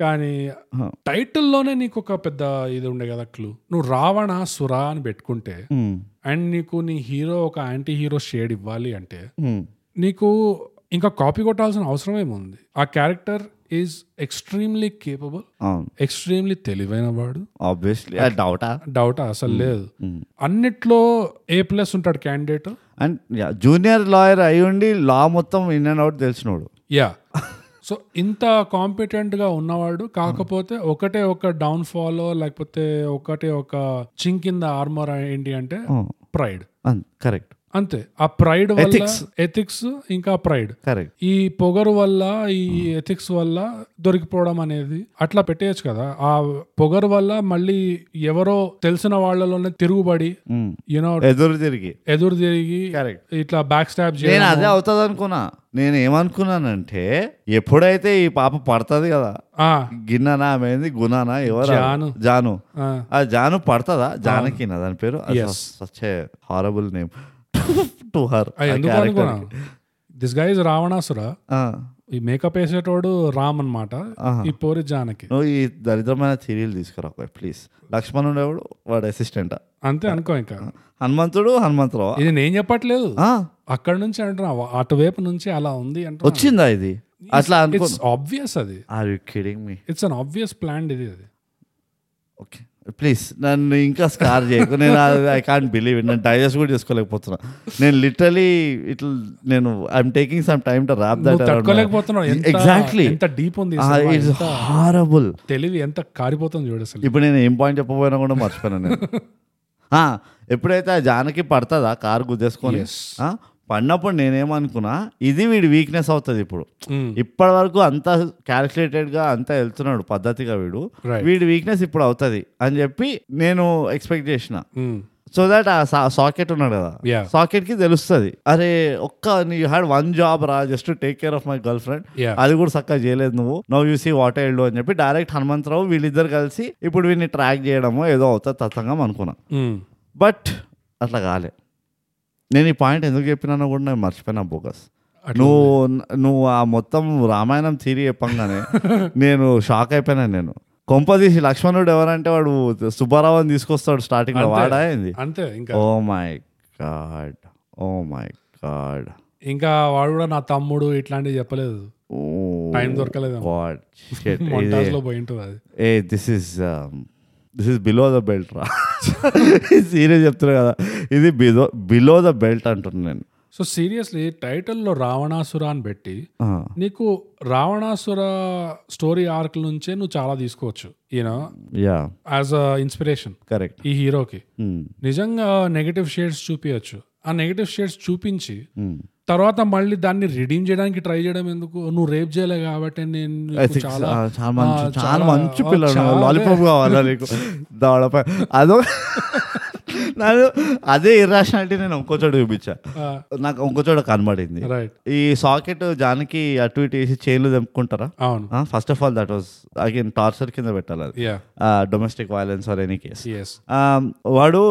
కానీ
ఆ.
టైటిల్లోనే నీకు ఒక పెద్ద ఇది ఉండే కదా క్లూ నువ్వు రావణ సురా అని పెట్టుకుంటే
ఉమ్,
అండ్ నీకు నీ హీరో ఒక యాంటీ హీరో షేడ్ ఇవ్వాలి అంటే
ఉమ్.
నీకు ఇంకా కాపీ కొట్టాల్సిన అవసరం ఏముంది ఆ క్యారెక్టర్ ఈజ్ ఎక్స్ట్రీమ్లీ కేపబుల్
అవును
ఎక్స్ట్రీమ్లీ తెలివైన వాడు
ఆబ్వియస్లీ ఆ డౌటా
డౌట్ అసలు లేదు అన్నిట్లో ఏ ప్లస్ ఉంటాడు క్యాండిడేట్
అండ్ జూనియర్ లాయర్ అయి ఉండి లా మొత్తం ఇన్ అండ్ అవుట్ తెలిసినోడు
యా సో ఇంత కాంపిటెంట్ గా ఉన్నవాడు కాకపోతే ఒకటే ఒక డౌన్ ఫాలో లేకపోతే ఒకటే ఒక చింక్ ఇన్ ద ఆర్మర్ ఏంటి అంటే
Oh,
ప్రైడ్
కరెక్ట్
అంతే ఆ ప్రైడ్ వల్ల
Ethics.
ఎథిక్స్ ఇంకా ప్రైడ్
కరెక్ట్
ఈ పొగరు వల్ల ఈ ఎథిక్స్ వల్ల దొరికిపోవడం అనేది అట్లా పెట్టేయచ్చు కదా ఆ పొగరు వల్ల మళ్ళీ ఎవరో తెలిసిన వాళ్ళలోనే తిరుగుబడి యూనో
Hmm. ఎదురు తిరిగి
ఎదురు తిరిగి
కరెక్ట్
ఇట్లా బ్యాక్ స్టాప్
నేను
చేయడం
అదే అవుతుంది అనుకున్నా నేను ఏమనుకున్నానంటే ఎప్పుడైతే ఈ పాప పడుతుంది కదా
ఆ,
గిన్ననా ఆమెది గుణనా ఎవరు
జాను.
జాను
ఆ,
ఆ జాను పడతదా జానకినా దాని పేరు
Yes.
Such horrible name to her
ఆ, ఎందుకు అనుకున్నా దిస్ గైజ్ రావణాసుర ఈ మేకప్ వేసేటోడు రామ్ అన్నమాట ఈ పోరి జానకి
నువ్వు ఈ దరిద్రమైన థిరీలు తీసుకురా ప్లీజ్ లక్ష్మణుడు ఎవడు వాడు అసిస్టెంట్
అంతే అనుకో ఇంకా
హనుమంతుడు హనుమంతరావు
ఇది నేను చెప్పట్లేదు
ఆ,
అక్కడ నుంచి అంటున్నా అటువైపు నుంచి అలా ఉంది అంటే
వచ్చిందా ఇది అట్లా అనుకో
ఇట్స్ ఆబ్వియస్ అది
are you kidding me
it's an obvious plan ఇది అది
ఓకే ప్లీజ్ నన్ను ఇంకా స్కార్ చేయకు నేను ఐ కాంట్ బిలీవ్ ఇట్ నేను డైజెస్ట్ కూడా చేసుకోలేకపోతున్నా నేను లిటరలీ ఇట్ నేను I'm taking some time to wrap
నువ్వు
దట్
తట్టుకోలేకపోతున్నావు ఎంత-
ఎగ్జాక్ట్లీ
ఎంత డీప్ ఉంది
Ah,
ఈ సినిమా,
ఇట్స్
ఎంత
హారబుల్
తెలివి ఎంత కారిపోతుంది చూడు అసలు
ఇప్పుడు నేను ఏం పాయింట్ చెప్పబోయినా కూడా మర్చిపోయాను నేను ఆ, ఎప్పుడైతే ఆ జానకి పడుతుందా కారు గుద్దేసుకొని ఆ, పడినప్పుడు నేనేమనుకున్నా ఇది వీడి వీక్నెస్ అవుతుంది ఇప్పుడు
Mm.
ఇప్పటి వరకు అంతా క్యాలిక్యులేటెడ్గా అంతా వెళ్తున్నాడు పద్ధతిగా వీడు
Right.
వీడి వీక్నెస్ ఇప్పుడు అవుతుంది అని చెప్పి నేను ఎక్స్పెక్ట్ చేసిన
ఉమ్,
సో దాట్ ఆ సాకెట్ ఉన్నాడు కదా
Yeah.
సాకెట్ కి తెలుస్తుంది అరే ఒక్క నీ హ్యాడ్ వన్ జాబ్ రా just take care of my girlfriend
Yeah.
అది కూడా చక్కగా చేయలేదు నువ్వు నో యూ సీ వాట్ ఎల్డు అని చెప్పి డైరెక్ట్ హనుమంతరావు వీళ్ళిద్దరు కలిసి ఇప్పుడు వీడిని ట్రాక్ చేయడము ఏదో అవుతుంది తతంగం అనుకున్నా
ఉమ్.
బట్ అట్లా కాలే నేను ఈ పాయింట్ ఎందుకు చెప్పినానో కూడా నేను మర్చిపోయినా బోకస్
అట్లా
నువ్వు నువ్వు ఆ మొత్తం రామాయణం థీరీ చెప్పంగానే నేను షాక్ అయిపోయినాను నేను కొంపదీసి లక్ష్మణుడు ఎవరంటే వాడు సుబ్బారావు అని తీసుకొస్తాడు స్టార్టింగ్ లో
అంతే.
వాడా ఏంది Oh
అంతే ఇంకా
oh my god oh my god
ఇంకా వాడు కూడా నా తమ్ముడు ఇట్లాంటివి చెప్పలేదు
ఓ Oh
టైం దొరకలేదు
గాడ్
మొంటాజ్ లో పోయి ఉంటుంది అది
ఏ um, this is this is below the belt రా సీరియస్ చెప్తున్నా కదా ఇది బిలో బిలో ద బెల్ట్ అంటున్నాను
సో సీరియస్లీ టైటిల్లో రావణాసుర అని పెట్టి నీకు రావణాసుర స్టోరీ ఆర్క్ నుంచే నువ్వు చాలా తీసుకోవచ్చు you know
yeah
as a inspiration
correct
ఈ హీరోకి
Hmm,
నిజంగా నెగటివ్ షేడ్స్ చూపించచ్చు ఆ నెగటివ్ షేడ్స్ చూపించి
hmm.
తర్వాత మళ్ళీ దాన్ని రిడీమ్ చేయడానికి ట్రై చేయడం ఎందుకు నువ్వు రేప్ చేయలే కాబట్టి నేను నీకు చాలా
చాలా మంచి
ఆ,
చాలా మంచి
ఆ,
పిల్లడు
చాలా-
లాలీపాప్ కావాలా నీకు దాడపై అదో నాకు అదే ఇర్రాషనాలిటీ నేను ఇంకో చోట చూపించా నాకు ఇంకో చోట కనబడింది
రైట్
ఈ సాకెట్ జానకి అటు ఇటు వేసి చైన్లు తెంపుకుంటారా
అవును
first of all that was again torture కింద పెట్టాలి అది
yeah
domestic violence or any case
yes
ఆ, వాడు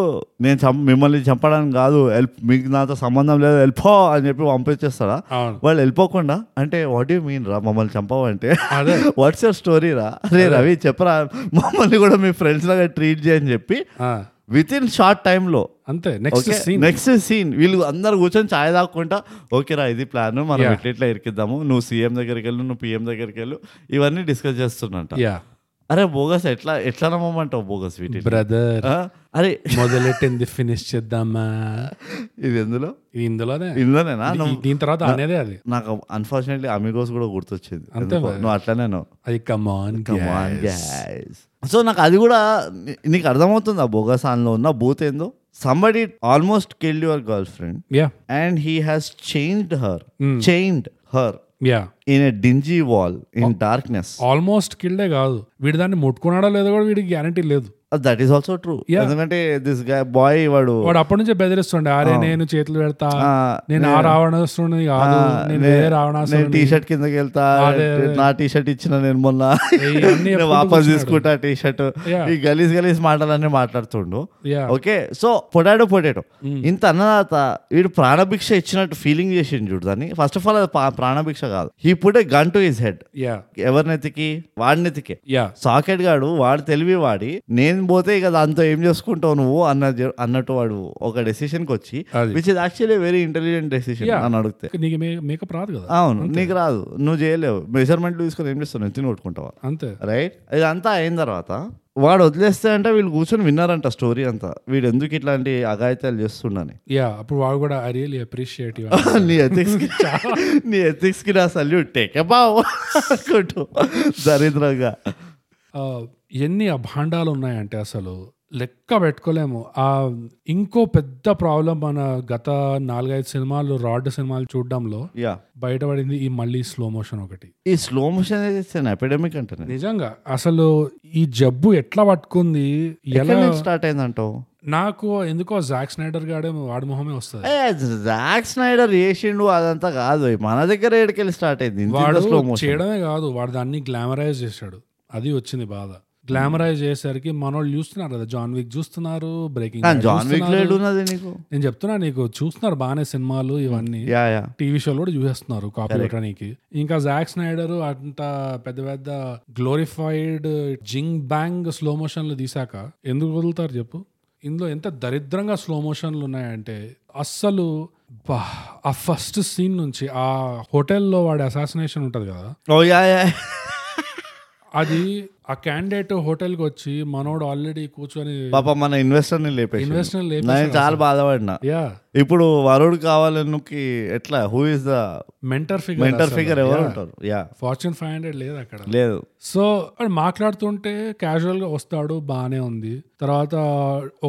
నేను చం- మిమ్మల్ని చంపడానికి కాదు హెల్ప్ మీకు నాతో సంబంధం లేదు వెళ్ళిపో అని చెప్పి పంపించేస్తాడా
అవును
వాళ్ళు వెళ్ళిపోకుండా అంటే వాట్ యూ మీన్ రా మమ్మల్ని చంపవంటే
అదే.
వాట్స్ యువర్ స్టోరీ రా అరే రవి చెప్పరా మమ్మల్ని కూడా మీ ఫ్రెండ్స్ లాగా ట్రీట్ చేయని చెప్పి
ఆ,
విత్ ఇన్ షార్ట్ టైంలో
అంతే next
okay
scene
next scene వీళ్ళు అందరు కూర్చొని ఛాయ్ తాగుకుంటా ఓకేరా ఇది ప్లాన్ మనం
Yeah.
ఇట్లా ఇరికిద్దాము నువ్వు సీఎం దగ్గరికి వెళ్ళు నువ్వు పిఎం దగ్గరికి వెళ్ళు ఇవన్నీ డిస్కస్ చేస్తున్నంట
యా
అరే బోగస్ ఎట్లా ఎట్లా నమ్మంటావు బోగస్ వీటి
బ్రదర్
అరే
మొదలెట్టింది ఫినిష్ చేద్దామా
ఇది ఎందులో
ఇది ఇందులోనే
ఇందులోనేనా
ఇది-
నువ్వు-
దీని తర్వాత అనేదే అది
నాకు అన్ఫార్చునేట్లీ అమిగోస్ కూడా గుర్తొచ్చింది
అంతే
ఎందుకో,
మరి.
నువ్వు అట్లానేనో
అది కమాన్
సో నాకు అది కూడా నీ- నీకు అర్థమవుతుంది ఆ బోగసాన్లో ఉన్న బూత్ ఏందో somebody almost killed your girl friend
yeah
and he has changed her changed her
yeah
in a dingy wall in darkness
almost కిల్డే కాదు వీడు దాన్ని ముట్టుకున్నాడో లేదో కూడా వీడికి గ్యారంటీ లేదు
that is also true
Yeah.
ఎందుకంటే దిస్ గాయ్ బాయ్ వాడు
వాడు అప్పటి నుంచే బెదిరిస్తుండే ఆరే నేను చేతులు పెడతా
ఆ,
నేను ఆ రావణాసురుడిని కాదు నేను వేరే
నేను
రావణాసురుడిని
టీ షర్ట్ కిందకి వెళ్తా నా టీ షర్ట్ ఇచ్చిన నేను మొన్న
ఏయ్, అన్నీ
నేను
ఎప్పుడు
వాపస్ తీసుకుంటా టీ షర్ట్
Yeah.
ఈ గలీజ్ గలీజ్ మాటలన్నీ మాట్లాడుతుండు
yeah
okay so potato potato ఇంత అన్న తర్వాత వీడు ప్రాణభిక్ష ఇచ్చినట్టు ఫీలింగ్ చేసిండు చూడు దాన్ని ఫస్ట్ ఆఫ్ ఆల్ అది పా- ప్రాణభిక్ష కాదు he put a gun to his head
yeah
ఎవరినెతికి వాడినెతికే
యా
సాకెట్ గాడు వాడు తెలివి వాడి నేను పోతే ఇక దాంతో ఏం చేసుకుంటావు నువ్వు అన్న జ- అన్నట్టు వాడు ఒక డెసిషన్కి వచ్చి
అది.
Which is actually very intelligent decision
Yeah.
అని అడిగితే
నీకు మే- మేకప్ రాదు కదా
అవును నీకు రాదు నువ్వు చేయలేవు మెజర్మెంట్లు తీసుకొని ఏం చేస్తావు నేను తిని కొట్టుకుంటావా
అంతే
రైట్ ఇదంతా అయిన తర్వాత వాడు వదిలేస్తే అంటే వీళ్ళు కూర్చొని విన్నారంట స్టోరీ అంతా వీడు ఎందుకు ఇట్లాంటి అఘాయిత్యాలు చేస్తుండని
యా అప్పుడు వాడు కూడా ఐ రియలీ అప్రిషియేట్
నీ ఎథిక్స్ కి నీ ఎథిక్స్ కి నా సల్యూట్ టేకబావు అనుకుంటూ దరిద్రంగా
ఎన్ని అభాండాలు ఉన్నాయంటే అసలు లెక్క పెట్టుకోలేము ఆ ఇంకో పెద్ద ప్రాబ్లం మన గత నాలుగైదు సినిమాలు రాడ్ సినిమాలు చూడడంలో
యా
బయటపడింది ఈ మళ్ళీ స్లో మోషన్ ఒకటి
ఈ స్లో మోషన్ అనేది ఎపిడమిక్ అంటే
నిజంగా అసలు ఈ జబ్బు ఎట్లా పట్టుకుంది ఎలా
స్టార్ట్ అయిందంటావు
నాకు ఎందుకో జాక్ స్నైడర్ గాడే వాడి మొహమే వస్తుంది
ఏ జాక్ స్నైడర్ చేసిండు అదంతా కాదు మన దగ్గర ఏడుకెళ్ళి స్టార్ట్ అయింది
వాడు
స్లో మోషన్
చేయడమే కాదు వాడు దాన్ని గ్లామరైజ్ చేశాడు అది వచ్చింది బాధ గ్లామరైజ్ చేసరికి మనోళ్ళు చూస్తున్నారు కదా జాన్ విక్ చూస్తున్నారు బ్రేకింగ్
జాన్ విక్ లేడు ఉన్నది నీకు
నేను చెప్తున్నా నీకు చూస్తున్నారు బాగానే సినిమాలు ఇవన్నీ
యా యా
టీవీ షోలు కూడా చూసేస్తున్నారు కాపీ కొట్టడానికి ఇంకా జాక్ స్నైడర్ అంత పెద్ద పెద్ద గ్లోరిఫైడ్ జింగ్ బ్యాంగ్ స్లో మోషన్లు తీసాక ఎందుకు వదులుతారు చెప్పు ఇందులో ఎంత దరిద్రంగా స్లో మోషన్లు ఉన్నాయంటే అస్సలు బా, ఆ ఫస్ట్ సీన్ నుంచి ఆ హోటల్లో వాడి అసాసినేషన్ ఉంటుంది కదా
ఓ యా యా
అది ఆ క్యాండిడేట్ హోటల్కి వచ్చి మనోడు ఆల్రెడీ కూర్చొని
పాప మన ఇన్వెస్టర్ ని లేపేసి
ఇన్వెస్టర్
నేను
లేపేసి
చాలా బాధపడినా
యా
ఇప్పుడు వరుడు కావాలనుకి ఎట్లా who is the
mentor figure
mentor figure ఎవరు ఉంటారు యా
ఫార్చ్యూన్ ఫైవ్ హండ్రెడ్ లేదు అక్కడ
లేదు
సో వాడు మాట్లాడుతుంటే క్యాజువల్గా వస్తాడు బాగానే ఉంది తర్వాత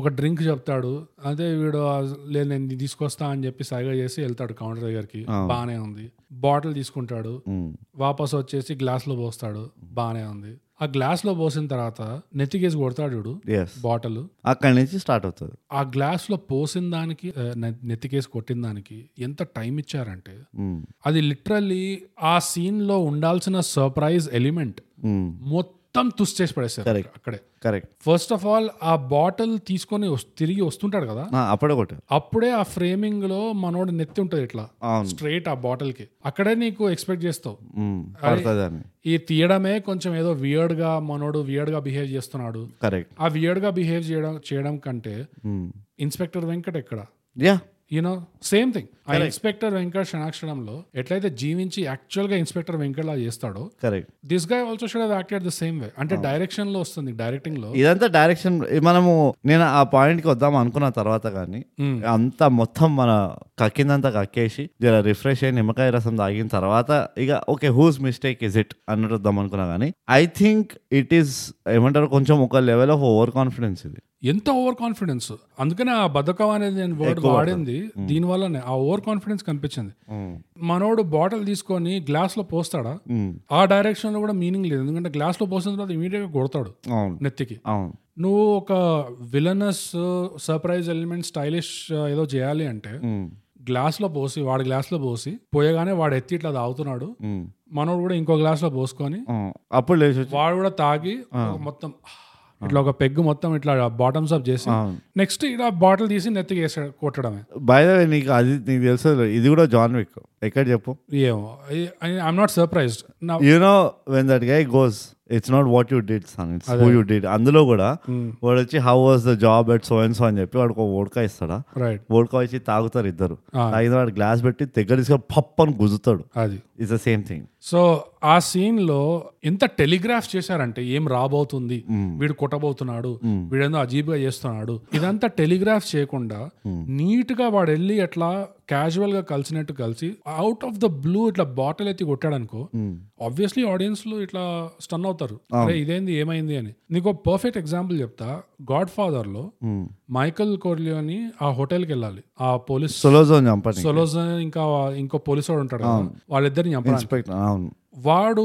ఒక డ్రింక్ చెప్తాడు అదే వీడు ఆ, లేదు నేను ఇది తీసుకొస్తా అని చెప్పి సైగా చేసి వెళ్తాడు కౌంటర్ దగ్గరికి బాగానే ఉంది బాటిల్ తీసుకుంటాడు
ఉమ్.
వాపస్ వచ్చేసి గ్లాస్లో పోస్తాడు బాగానే ఉంది ఆ గ్లాస్లో పోసిన తర్వాత నెత్తికేసి కొడతాడు చూడు
ఎస్
బాటిల్
అక్కడి నుంచి స్టార్ట్ అవుతుంది
ఆ గ్లాస్లో పోసిన దానికి ఆ, నె- నెత్తికేసి కొట్టిన దానికి ఎంత టైం ఇచ్చారంటే
ఉమ్.
అది లిటరల్లీ ఆ సీన్లో ఉండాల్సిన సర్ప్రైజ్ ఎలిమెంట్
ఉమ్.
మొత్తం తుస్ చేసి పడేశారు అక్కడే
కరెక్ట్
ఫస్ట్ ఆఫ్ ఆల్ ఆ బాటిల్ తీసుకొని వస్- తిరిగి వస్తుంటాడు కదా
ఆ, అప్పుడే కొట్టారు
అప్పుడే ఆ ఫ్రేమింగ్ లో మనోడు నెత్తి ఉంటది ఇట్లా
అవును
స్ట్రైట్ ఆ బాటిల్ కి అక్కడే నీకు ఎక్స్పెక్ట్ చేస్తావు
ఉమ్. పడుతుంది Hmm. అని
ఈ తీయడమే కొంచెం ఏదో వియర్డ్ గా మనోడు వియర్డ్ గా బిహేవ్ చేస్తున్నాడు
కరెక్ట్
ఆ వియర్డ్ గా బిహేవ్ చేయడం చేయడం కంటే
ఉమ్.
ఇన్స్పెక్టర్ వెంకట్ ఎక్కడ
యా
యూనో సేమ్ థింగ్ ఆ ఇన్స్పెక్టర్ వెంకట్ క్షణాక్షణంలో ఎట్లయితే జీవించి యాక్చువల్ గా ఇన్స్పెక్టర్ వెంకట్ లా చేస్తాడో
correct
this guy also should have acted the same way అంటే డైరెక్షన్ లో వస్తుంది డైరెక్టింగ్ లో
ఇదంతా డైరెక్షన్ మనము నేను ఆ పాయింట్కి వద్దాం అనుకున్న తర్వాత కానీ అంతా మొత్తం మన కక్కిందంతా కక్కేసి జర రిఫ్రెష్ అయ్యి నిమ్మకాయ రసం తాగిన తర్వాత ఇక okay whose mistake is it అన్నట్టు వద్దాం అనుకున్నా కానీ ఐ థింక్ ఇట్ ఈస్ ఏమంటారు కొంచెం ఒక లెవెల్ ఆఫ్ ఓవర్ కాన్ఫిడెన్స్ ఇది
ఎంత ఓవర్ కాన్ఫిడెన్స్ అందుకనే ఆ బద్ధకం అనేది నేను వర్డ్ వాడింది దీని వల్లనే ఆ ఓవర్ కాన్ఫిడెన్స్ కనిపించింది మనోడు బాటిల్ తీసుకొని గ్లాస్ లో పోస్తాడా ఆ డైరెక్షన్ లో కూడా మీనింగ్ లేదు ఎందుకంటే గ్లాస్ లో పోసిన తర్వాత ఇమీడియట్ గా కొడతాడు
అవును
నెత్తికి
అవును
నువ్వు ఒక విలనస్ సర్ప్రైజ్ ఎలిమెంట్ స్టైలిష్ ఏదో చేయాలి అంటే
Mm.
గ్లాస్ లో పోసి వాడి గ్లాస్ లో పోసి పోయగానే వాడు ఎత్తి ఇట్లా తాగుతున్నాడు
Mm.
మనోడు కూడా ఇంకో గ్లాస్ లో పోసుకొని
అవును. అప్పుడు లేచి వచ్చి
వాడు కూడా తాగి ఒక మొత్తం ఇట్లా ఒక పెగ్గు మొత్తం ఇట్లా బాటమ్స్ అప్ చేసి
అవును.
నెక్స్ట్ ఇలా బాటిల్ తీసి నెత్తికి వేసాడు కొట్టడమే
బై ద వే నీకు అది నీకు తెలుసు ఇది కూడా జాన్ విక్ ఎక్కడ చెప్పు
ఏమో ఐఎమ్ నాట్ సర్ప్రైజ్డ్ నా
you know when that guy goes it's not what you did son it's who you did అందులో కూడా వాడు వచ్చి how was the job at so and so అని చెప్పి వాడికి ఒక ఓడకా ఇస్తాడా
రైట్
ఓడకా వచ్చి తాగుతారు ఇద్దరు తాగిన వాడు గ్లాస్ పెట్టి దగ్గర తీసుకొని పప్ అని గుజుతాడు
అది
it's the same thing
so ఆ సీన్ లో ఎంత టెలిగ్రాఫ్ చేశారంటే ఏం రాబోతుంది వీడు కొట్టబోతున్నాడు వీడేందో అజీబ్గా చేస్తున్నాడు ఇదంతా టెలిగ్రాఫ్ చేయకుండా నీట్ గా వాడు వెళ్ళి అట్లా క్యాజువల్ గా కలిసినట్టు కలిసి అవుట్ ఆఫ్ ద బ్లూ ఇట్లా బాటిల్ ఎత్తి కొట్టాడనుకో ఆబ్వియస్లీ ఆడియన్స్ లో ఇట్లా స్టన్ అవుతారు అరే ఇదేంది ఏమైంది అని నీకు పర్ఫెక్ట్ ఎగ్జాంపుల్ చెప్తా గాడ్ ఫాదర్ లో మైకల్ కోర్లియోని ఆ హోటల్కి వెళ్ళాలి ఆ పోలీస్
సొలోజోన్ చంపని
సొలోజ్ ఇంకా ఇంకో పోలీస్ వాడు ఉంటాడు కదా, వాళ్ళిద్దరిని చంపడానికి
ఇన్స్పెక్టర్ అవును
వాడు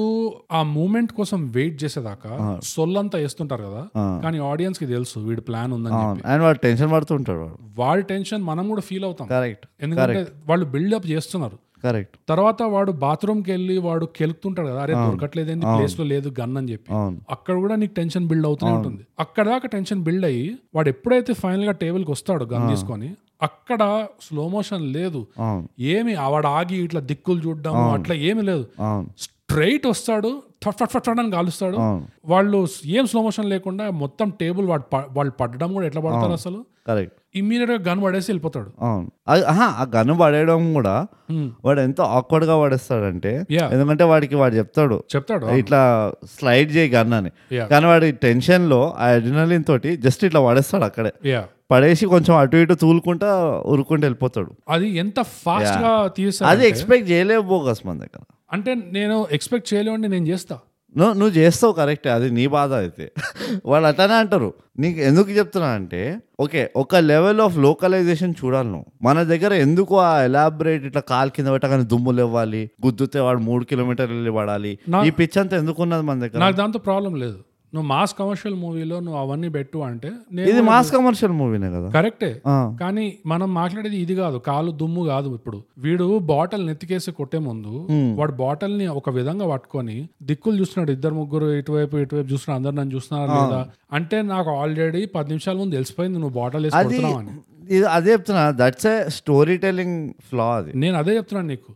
ఆ మూమెంట్ కోసం వెయిట్ చేసేదాకా సొల్లంతా వేస్తుంటారు కదా కానీ ఆడియన్స్ కి తెలుసు వీడి ప్లాన్ ఉందని
అవును అండ్ వాడు టెన్షన్ పడుతుంటాడు వాడు
వాడి టెన్షన్ మనం కూడా ఫీల్ అవుతాం
కరెక్ట్
ఎందుకంటే వాళ్ళు బిల్డప్ చేస్తున్నారు
కరెక్ట్
తర్వాత వాడు బాత్రూమ్ కి వెళ్ళి వాడు కెలుకుతుంటాడు కదా అరే దొరకట్లేదేంది ప్లేస్ లో లేదు గన్ అని చెప్పి
అవును
అక్కడ కూడా నీకు టెన్షన్ బిల్డ్ అవుతూనే ఉంటుంది అక్కడ దాకా టెన్షన్ బిల్డ్ అయ్యి వాడు ఎప్పుడైతే ఫైనల్ గా టేబుల్ కి వస్తాడు గన్ తీసుకొని అక్కడ స్లో మోషన్ లేదు
అవును
ఏమి ఆ వాడు ఆగి ఇట్లా దిక్కులు చూడడం అట్లా ఏమీ లేదు
అవును
స్ట్రైట్ వస్తాడు ఫట్ ఫట్ ఫట్ ఫట్ అని కాలుస్తాడు
అవును
వాళ్ళు ఏం స్లో మోషన్ లేకుండా మొత్తం టేబుల్ వాడు ప- వాళ్ళు పడడం కూడా ఎట్లా పడతారు అసలు
కరెక్ట్
ఇమ్మీడియట్ గా గన్ పడేసి వెళ్ళిపోతాడు
అవును అది- ఆహా, ఆ గన్ను పడేయడం కూడా వాడు ఎంతో ఆక్వర్డ్ గా పడేస్తాడంటే
Yeah.
ఎందుకంటే వాడికి వాడు చెప్తాడు
చెప్తాడు
ఇట్లా స్లైడ్ చేయి గన్ అని
Yeah.
కానీ వాడి టెన్షన్ లో ఆ అడ్రినలిన్ తోటి జస్ట్ ఇట్లా పడేస్తాడు అక్కడే
యా
పడేసి కొంచెం అటు ఇటు తూలుకుంటా ఉరుకుంటూ వెళ్ళిపోతాడు
అది ఎంత ఫాస్ట్ గా
అది
తీసాడు
ఎక్స్పెక్ట్ చేయలేవు బోగస్ మన దగ్గర
అంటే నేను ఎక్స్పెక్ట్ చేయలేవండి నేను చేస్తా
నువ్వు నువ్వు చేస్తావు కరెక్ట్ అది నీ బాధ అయితే వాళ్ళు అట్లానే అంటారు నీకు ఎందుకు చెప్తున్నా అంటే ఓకే ఒక లెవెల్ ఆఫ్ లోకలైజేషన్ చూడాలి నువ్వు మన దగ్గర ఎందుకు ఆ ఎలాబరేట్ ఇట్లా కాలు కింద పెట్టగానే దుమ్ములు ఇవ్వాలి గుద్దుతే వాడు మూడు కిలోమీటర్లు వెళ్ళి పడాలి ఈ పిచ్ అంతా ఎందుకున్నది మన దగ్గర
నాకు దాంతో ప్రాబ్లం లేదు నువ్వు మాస్ కమర్షియల్ మూవీలో నువ్వు అవన్నీ పెట్టు అంటే
ఇది
నేను
మాస్ కమర్షియల్ మూవీనే కదా
కరెక్టే
ఆ.
కానీ మనం మాట్లాడేది ఇది కాదు కాలు దుమ్ము కాదు ఇప్పుడు వీడు బాటిల్ నెత్తికేసి కొట్టే ముందు వాడు బాటిల్ ని ఒక విధంగా పట్టుకొని దిక్కులు చూస్తున్నాడు ఇద్దరు ముగ్గురు ఇటువైపు ఇటువైపు చూస్తున్నారు అందరు నన్ను చూస్తున్నారు లేదా అంటే నాకు ఆల్రెడీ పది నిమిషాల ముందు తెలిసిపోయింది నువ్వు బాటిల్ వేసి
అది
కొడుతున్నావు అని
ఇది అదే చెప్తున్నా that's a story telling flaw అది
నేను అదే చెప్తున్నాను నీకు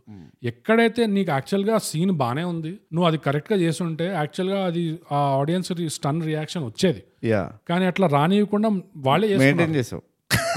ఎక్కడైతే నీకు actual గా సీన్ బానే ఉంది నువ్వు అది కరెక్ట్ గా చేసి ఉంటే actual గా అది ఆ ఆడియన్స్ స్టన్ రియాక్షన్ వచ్చేది
యా
కానీ అట్లా రానివ్వకుండా వాళ్ళే చేసుకున్నారు.
మెయింటైన్ చేసావు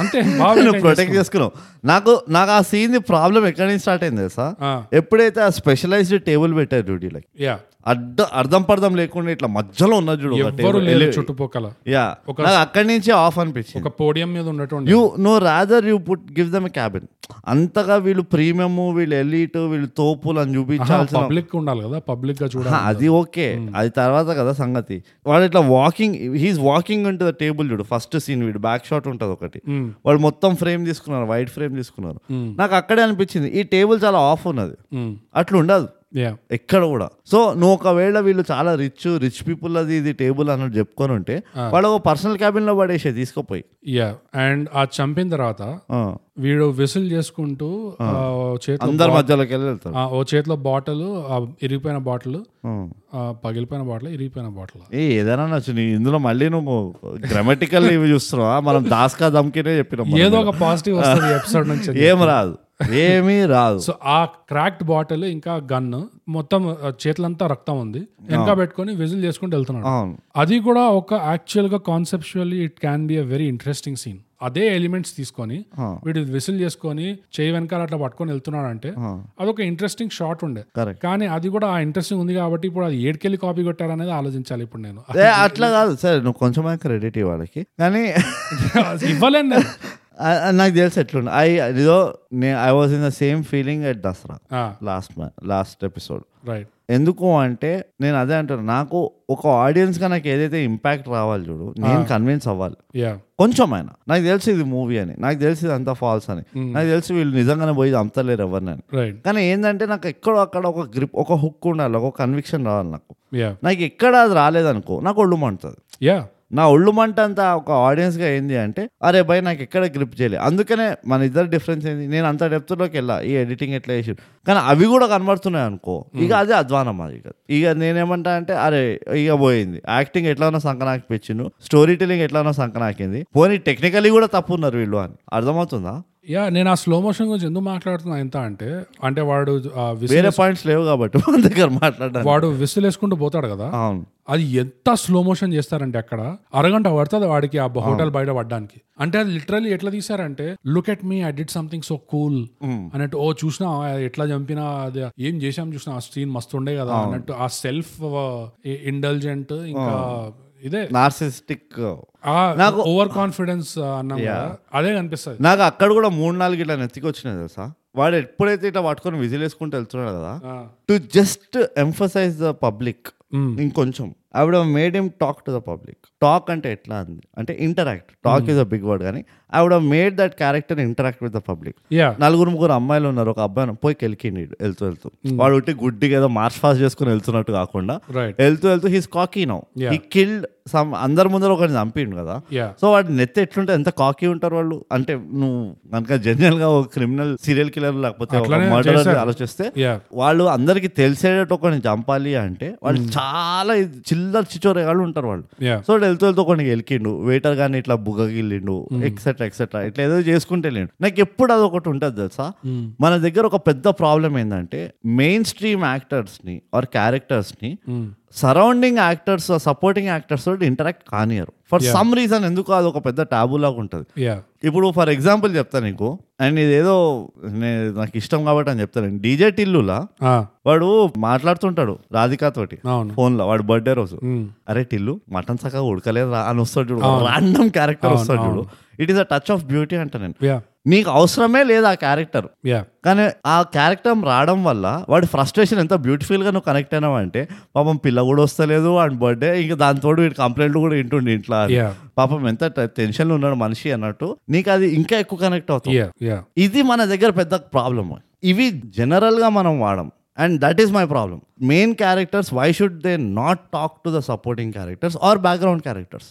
అంతే బాగా
నువ్వు
maintain
ప్రొటెక్ట్ చేసుకున్నావు నాకు నాకు ఆ సీన్ ప్రాబ్లం ఎక్కడి నుంచి స్టార్ట్ అయింది తెలుసా
ఆ,
ఎప్పుడైతే ఆ స్పెషలైజ్డ్ టేబుల్ పెట్టారు డ్యూటీ లైక్
యా
అడ్డ అర్థం పర్థం లేకుండా ఇట్లా మధ్యలో ఉన్న చూడు ఒక
ఎవ్వరు
table.
లేరు చుట్టుపక్కల
యా నాకు అక్కడి నుంచి ఆఫ్ అనిపించింది
ఒక పోడియం మీద ఉన్నటువంటి
you know rather you put give them cabin అంతగా వీళ్ళు ప్రీమియం వీళ్ళు ఎలీట్ వీళ్ళు తోపులు అని చూపించాల్సిన
పబ్లిక్ ఉండాలి కదా పబ్లిక్ గా చూడాలి
హా, అది ఓకే అది తర్వాత కదా సంగతి వాడు ఇట్లా వాకింగ్ హీస్ వాకింగ్ ఉంటుంది టేబుల్ చూడు ఫస్ట్ సీన్ వీడు బ్యాక్ షాట్ ఉంటుంది ఒకటి వాడు మొత్తం ఫ్రేమ్ తీసుకున్నారు వైట్ ఫ్రేమ్ తీసుకున్నారు నాకు అక్కడే అనిపించింది ఈ టేబుల్ చాలా ఆఫ్ ఉన్నది
మ్మ్.
అట్లా ఉండదు
యా
ఎక్కడ కూడా సో నువ్వు ఒకవేళ వీళ్ళు చాలా రిచ్ రిచ్ పీపుల్ అది ఇది టేబుల్ అన్నట్టు చెప్పుకొని ఉంటే వాళ్ళు ఒక పర్సనల్ క్యాబిన్ లో పడేసే తీసుకుపోయి
యా అండ్ ఆ చంపిన తర్వాత
ఆ,
వీడు విసిల్ చేసుకుంటూ ఆ, ఓ చేతిలో
అందరి మధ్యలోకి వెళ్ళి వెళ్తారు
ఆ, ఓ చేతిలో బాటిల్ ఇరిగిపోయిన బాటిల్
ఆ.
పగిలిపోయిన బాటిల్ ఇరిగిపోయిన బాటిల్
ఏ ఏదైనా నచ్చు నీ ఇందులో మళ్ళీ నువ్వు గ్రామటికల్ ఇవి చూస్తున్నావా మనం దాస్కా దమ్కినే చెప్పినాం మనం.
ఏదో ఒక పాజిటివ్ వస్తుంది ఎపిసోడ్ నుంచి
ఏం రాదు ఏమీ రాదు
సో ఆ క్రాక్డ్ బాటిల్ ఇంకా గన్ మొత్తం ఆ, చేతులంతా రక్తం ఉంది వెనక పెట్టుకొని విజిల్ చేసుకుంటూ వెళ్తున్నాడు
అవును
అది కూడా ఒక యాక్చువల్ గా conceptually it can be a very interesting scene అదే ఎలిమెంట్స్ తీసుకొని
ఆ.
వీడు విసిల్ చేసుకొని చేయి వెనకాల అట్లా పట్టుకొని వెళ్తున్నాడు అంటే అదొక ఇంట్రెస్టింగ్ షాట్ ఉండే
Correct.
కానీ అది కూడా ఆ ఇంట్రెస్టింగ్ ఉంది కాబట్టి ఇప్పుడు అది ఏడుకెళ్ళి కాపీ కొట్టారు అనేది ఆలోచించాలి ఇప్పుడు నేను
ఏ, అట్లా కాదు సరే నువ్వు కొంచెం క్రెడిట్ ఇవ్వాలకి కానీ
ఇవ్వలేను నేను.
ఆ- ఆ నాకు తెలిసి ఎట్లుండే ఐ ఇదో నే I was in the same feeling at Dasara
ఆ
లాస్ట్ లాస్ట్ ఎపిసోడ్
రైట్
ఎందుకు అంటే నేను అదే అంటాను నాకు ఒక audience గా నాకు ఏదైతే ఇంపాక్ట్ రావాలి చూడు నేను కన్విన్స్ అవ్వాలి
యా
కొంచెం అయినా నాకు తెలిసి ఇది మూవీ అని నాకు తెలిసి ఇది అంతా ఫాల్స్ అని నాకు తెలిసి వీళ్ళు నిజంగానే పోయి అమ్ముతలేరు ఎవరినని
రైట్
కానీ ఏంటంటే నాకు ఎక్కడో అక్కడ ఒక గ్రిప్ ఒక హుక్ ఉండాలి ఒక కన్విక్షన్ రావాలి నాకు
యా
నాకు ఎక్కడ అది రాలేదనుకో నాకు ఒళ్ళు మంటుంది
యా
నా ఒళ్ళు మంట అంతా ఒక ఆడియన్స్గా ఏంది అంటే అరే భయ్ నాకు ఎక్కడ గ్రిప్ చేయలేదు అందుకనే మన ఇద్దరు డిఫరెన్స్ ఏంది నేను అంత డెప్త్లోకి వెళ్ళా ఈ ఎడిటింగ్ ఎట్లా చేసి కానీ అవి కూడా కనబడుతున్నాయి అనుకో ఇక అదే అధ్వానం అది ఇక ఇక నేనేమంటా అంటే అరే ఇక పోయింది యాక్టింగ్ ఎట్లానో సంకనాకిపించిండు స్టోరీ టెలింగ్ ఎట్లానో సంకనాకింది పోనీ టెక్నికలీ కూడా తప్పు ఉన్నారు వీళ్ళు అని అర్థమవుతుందా
యా నేను ఆ స్లో మోషన్ గురించి ఎందుకు మాట్లాడుతున్నా ఎంత అంటే అంటే వాడు ఆ whistle-
వేరే పాయింట్స్ లేవు కాబట్టి మన దగ్గర మాట్లాడడానికి
వాడు విసిల్ వేసుకుంటూ పోతాడు కదా
అవును
అది ఎంత స్లో మోషన్ చేస్తారంటే అక్కడ అరగంట పడుతుంది వాడికి ఆ హోటల్ బయట పడడానికి అంటే అది లిటరల్లీ ఎట్లా తీసారంటే look at me I did something so cool అన్నట్టు ఓ చూసినా ఎట్లా చంపినా అది ఏం చేసాం చూసినా ఆ సీన్ మస్తు ఉండే కదా అన్నట్టు ఆ సెల్ఫ్ ఇండల్జెంట్ ఇంకా ఇదే
నార్సిస్టిక్
ఆ ఓవర్ కాన్ఫిడెన్స్ అన్నాం కదా అదే కనిపిస్తుంది
నాకు అక్కడ కూడా మూడు నాలుగు ఇట్లా నెత్తికి వచ్చినాయి తెలుసా వాడు ఎప్పుడైతే ఇట్లా పట్టుకొని విజిల్ వేసుకుంటూ వెళ్తున్నాడు కదా to just emphasize the public ఇంకొంచెం ఆవిడ made him talk to the public talk అంటే ఎట్లా అంది అంటే interact talk is a big word కానీ ఆవిడ made that character interact with the public
yeah
నలుగురు ముగ్గురు అమ్మాయిలు ఉన్నారు ఒక అబ్బాయి పోయి కెలికిండి వెళ్తూ వెళ్తూ వాడు ఉట్టి గుడ్డిగా ఏదో మార్చ్ ఫాస్ట్ చేసుకుని వెళ్తున్నట్టు కాకుండా
రైట్
వెళ్తూ వెళ్తూ he's cocky now
Yeah.
He killed some అందరి ముందర ఒకరిని చంపిండు కదా
యా
సో వాడి నెత్తి ఎట్లుంటే ఎంత కాకీ ఉంటారు వాళ్ళు అంటే నువ్వు కనుక జనరల్ గా ఒక క్రిమినల్ సీరియల్ కిల్లర్ లేకపోతే ఒక
అట్లానే
మర్డర్
చేశారు.
ఆలోచిస్తే
యా
వాళ్ళు అందరికి తెలిసేటట్టు ఒకరిని చంపాలి అంటే వాళ్ళు
Hmm.
చాలా ఇది చిల్లర చిచోరేగాళ్ళు ఉంటారు వాళ్ళు
యా
సో వాడు వెళ్తూ వెళ్తూ ఒకరికి ఎలికిండు వెయిటర్ కానీ ఇట్లా బుగ్గగిల్లిండు ఎక్సెట్రా ఎక్సెట్రా ఇట్లా ఏదో చేసుకుంటే వెళ్ళిండు నాకు ఎప్పుడు అది ఒకటి ఉంటుంది తెలుసా మన దగ్గర ఒక పెద్ద ప్రాబ్లం ఏంటంటే మెయిన్ స్ట్రీమ్ యాక్టర్స్ ని ఆర్ క్యారెక్టర్స్ ని సరౌండింగ్ యాక్టర్స్ సపోర్టింగ్ యాక్టర్స్ తోటి ఇంటరాక్ట్ కానియరు ఫర్ సమ్ రీజన్ ఎందుకు అది ఒక పెద్ద టాబూ లాగా ఉంటుంది
యా
ఇప్పుడు ఫర్ ఎగ్జాంపుల్ చెప్తా నీకు అండ్ ఇదేదో నే- నాకు ఇష్టం కాబట్టి అని చెప్తాను డీజే టిల్లులా వాడు మాట్లాడుతుంటాడు రాధికాతోటి
అవును
ఫోన్ లో వాడు బర్త్డే రోజు
Mm.
అరే టిల్లు మటన్ చక్కగా ఉడకలేదు రా అని వస్తాడు చూడు రాండమ్ క్యారెక్టర్ వస్తాడు చూడు it is a touch of beauty అంట నేను
యా
నీకు అవసరమే లేదు ఆ క్యారెక్టర్
యా
కానీ ఆ క్యారెక్టర్ రావడం వల్ల వాడి ఫ్రస్ట్రేషన్ ఎంత బ్యూటిఫుల్గా నువ్వు కనెక్ట్ అయినావు అంటే పాపం పిల్ల కూడా వస్తలేదు అండ్ బర్త్డే ఇంకా దాంతోడు వీడి కంప్లైంట్లు కూడా ఇంటుండే ఇంట్లో అని.
Yeah.
పాపం ఎంత టెన్షన్లో ఉన్నాడు మనిషి అన్నట్టు నీకు అది ఇంకా ఎక్కువ కనెక్ట్ అవుతుంది
యా యా
ఇది మన దగ్గర పెద్ద ప్రాబ్లమ్ ఇవి జనరల్గా మనం వాడం and that is my problem main characters why should they not talk to the supporting characters or background characters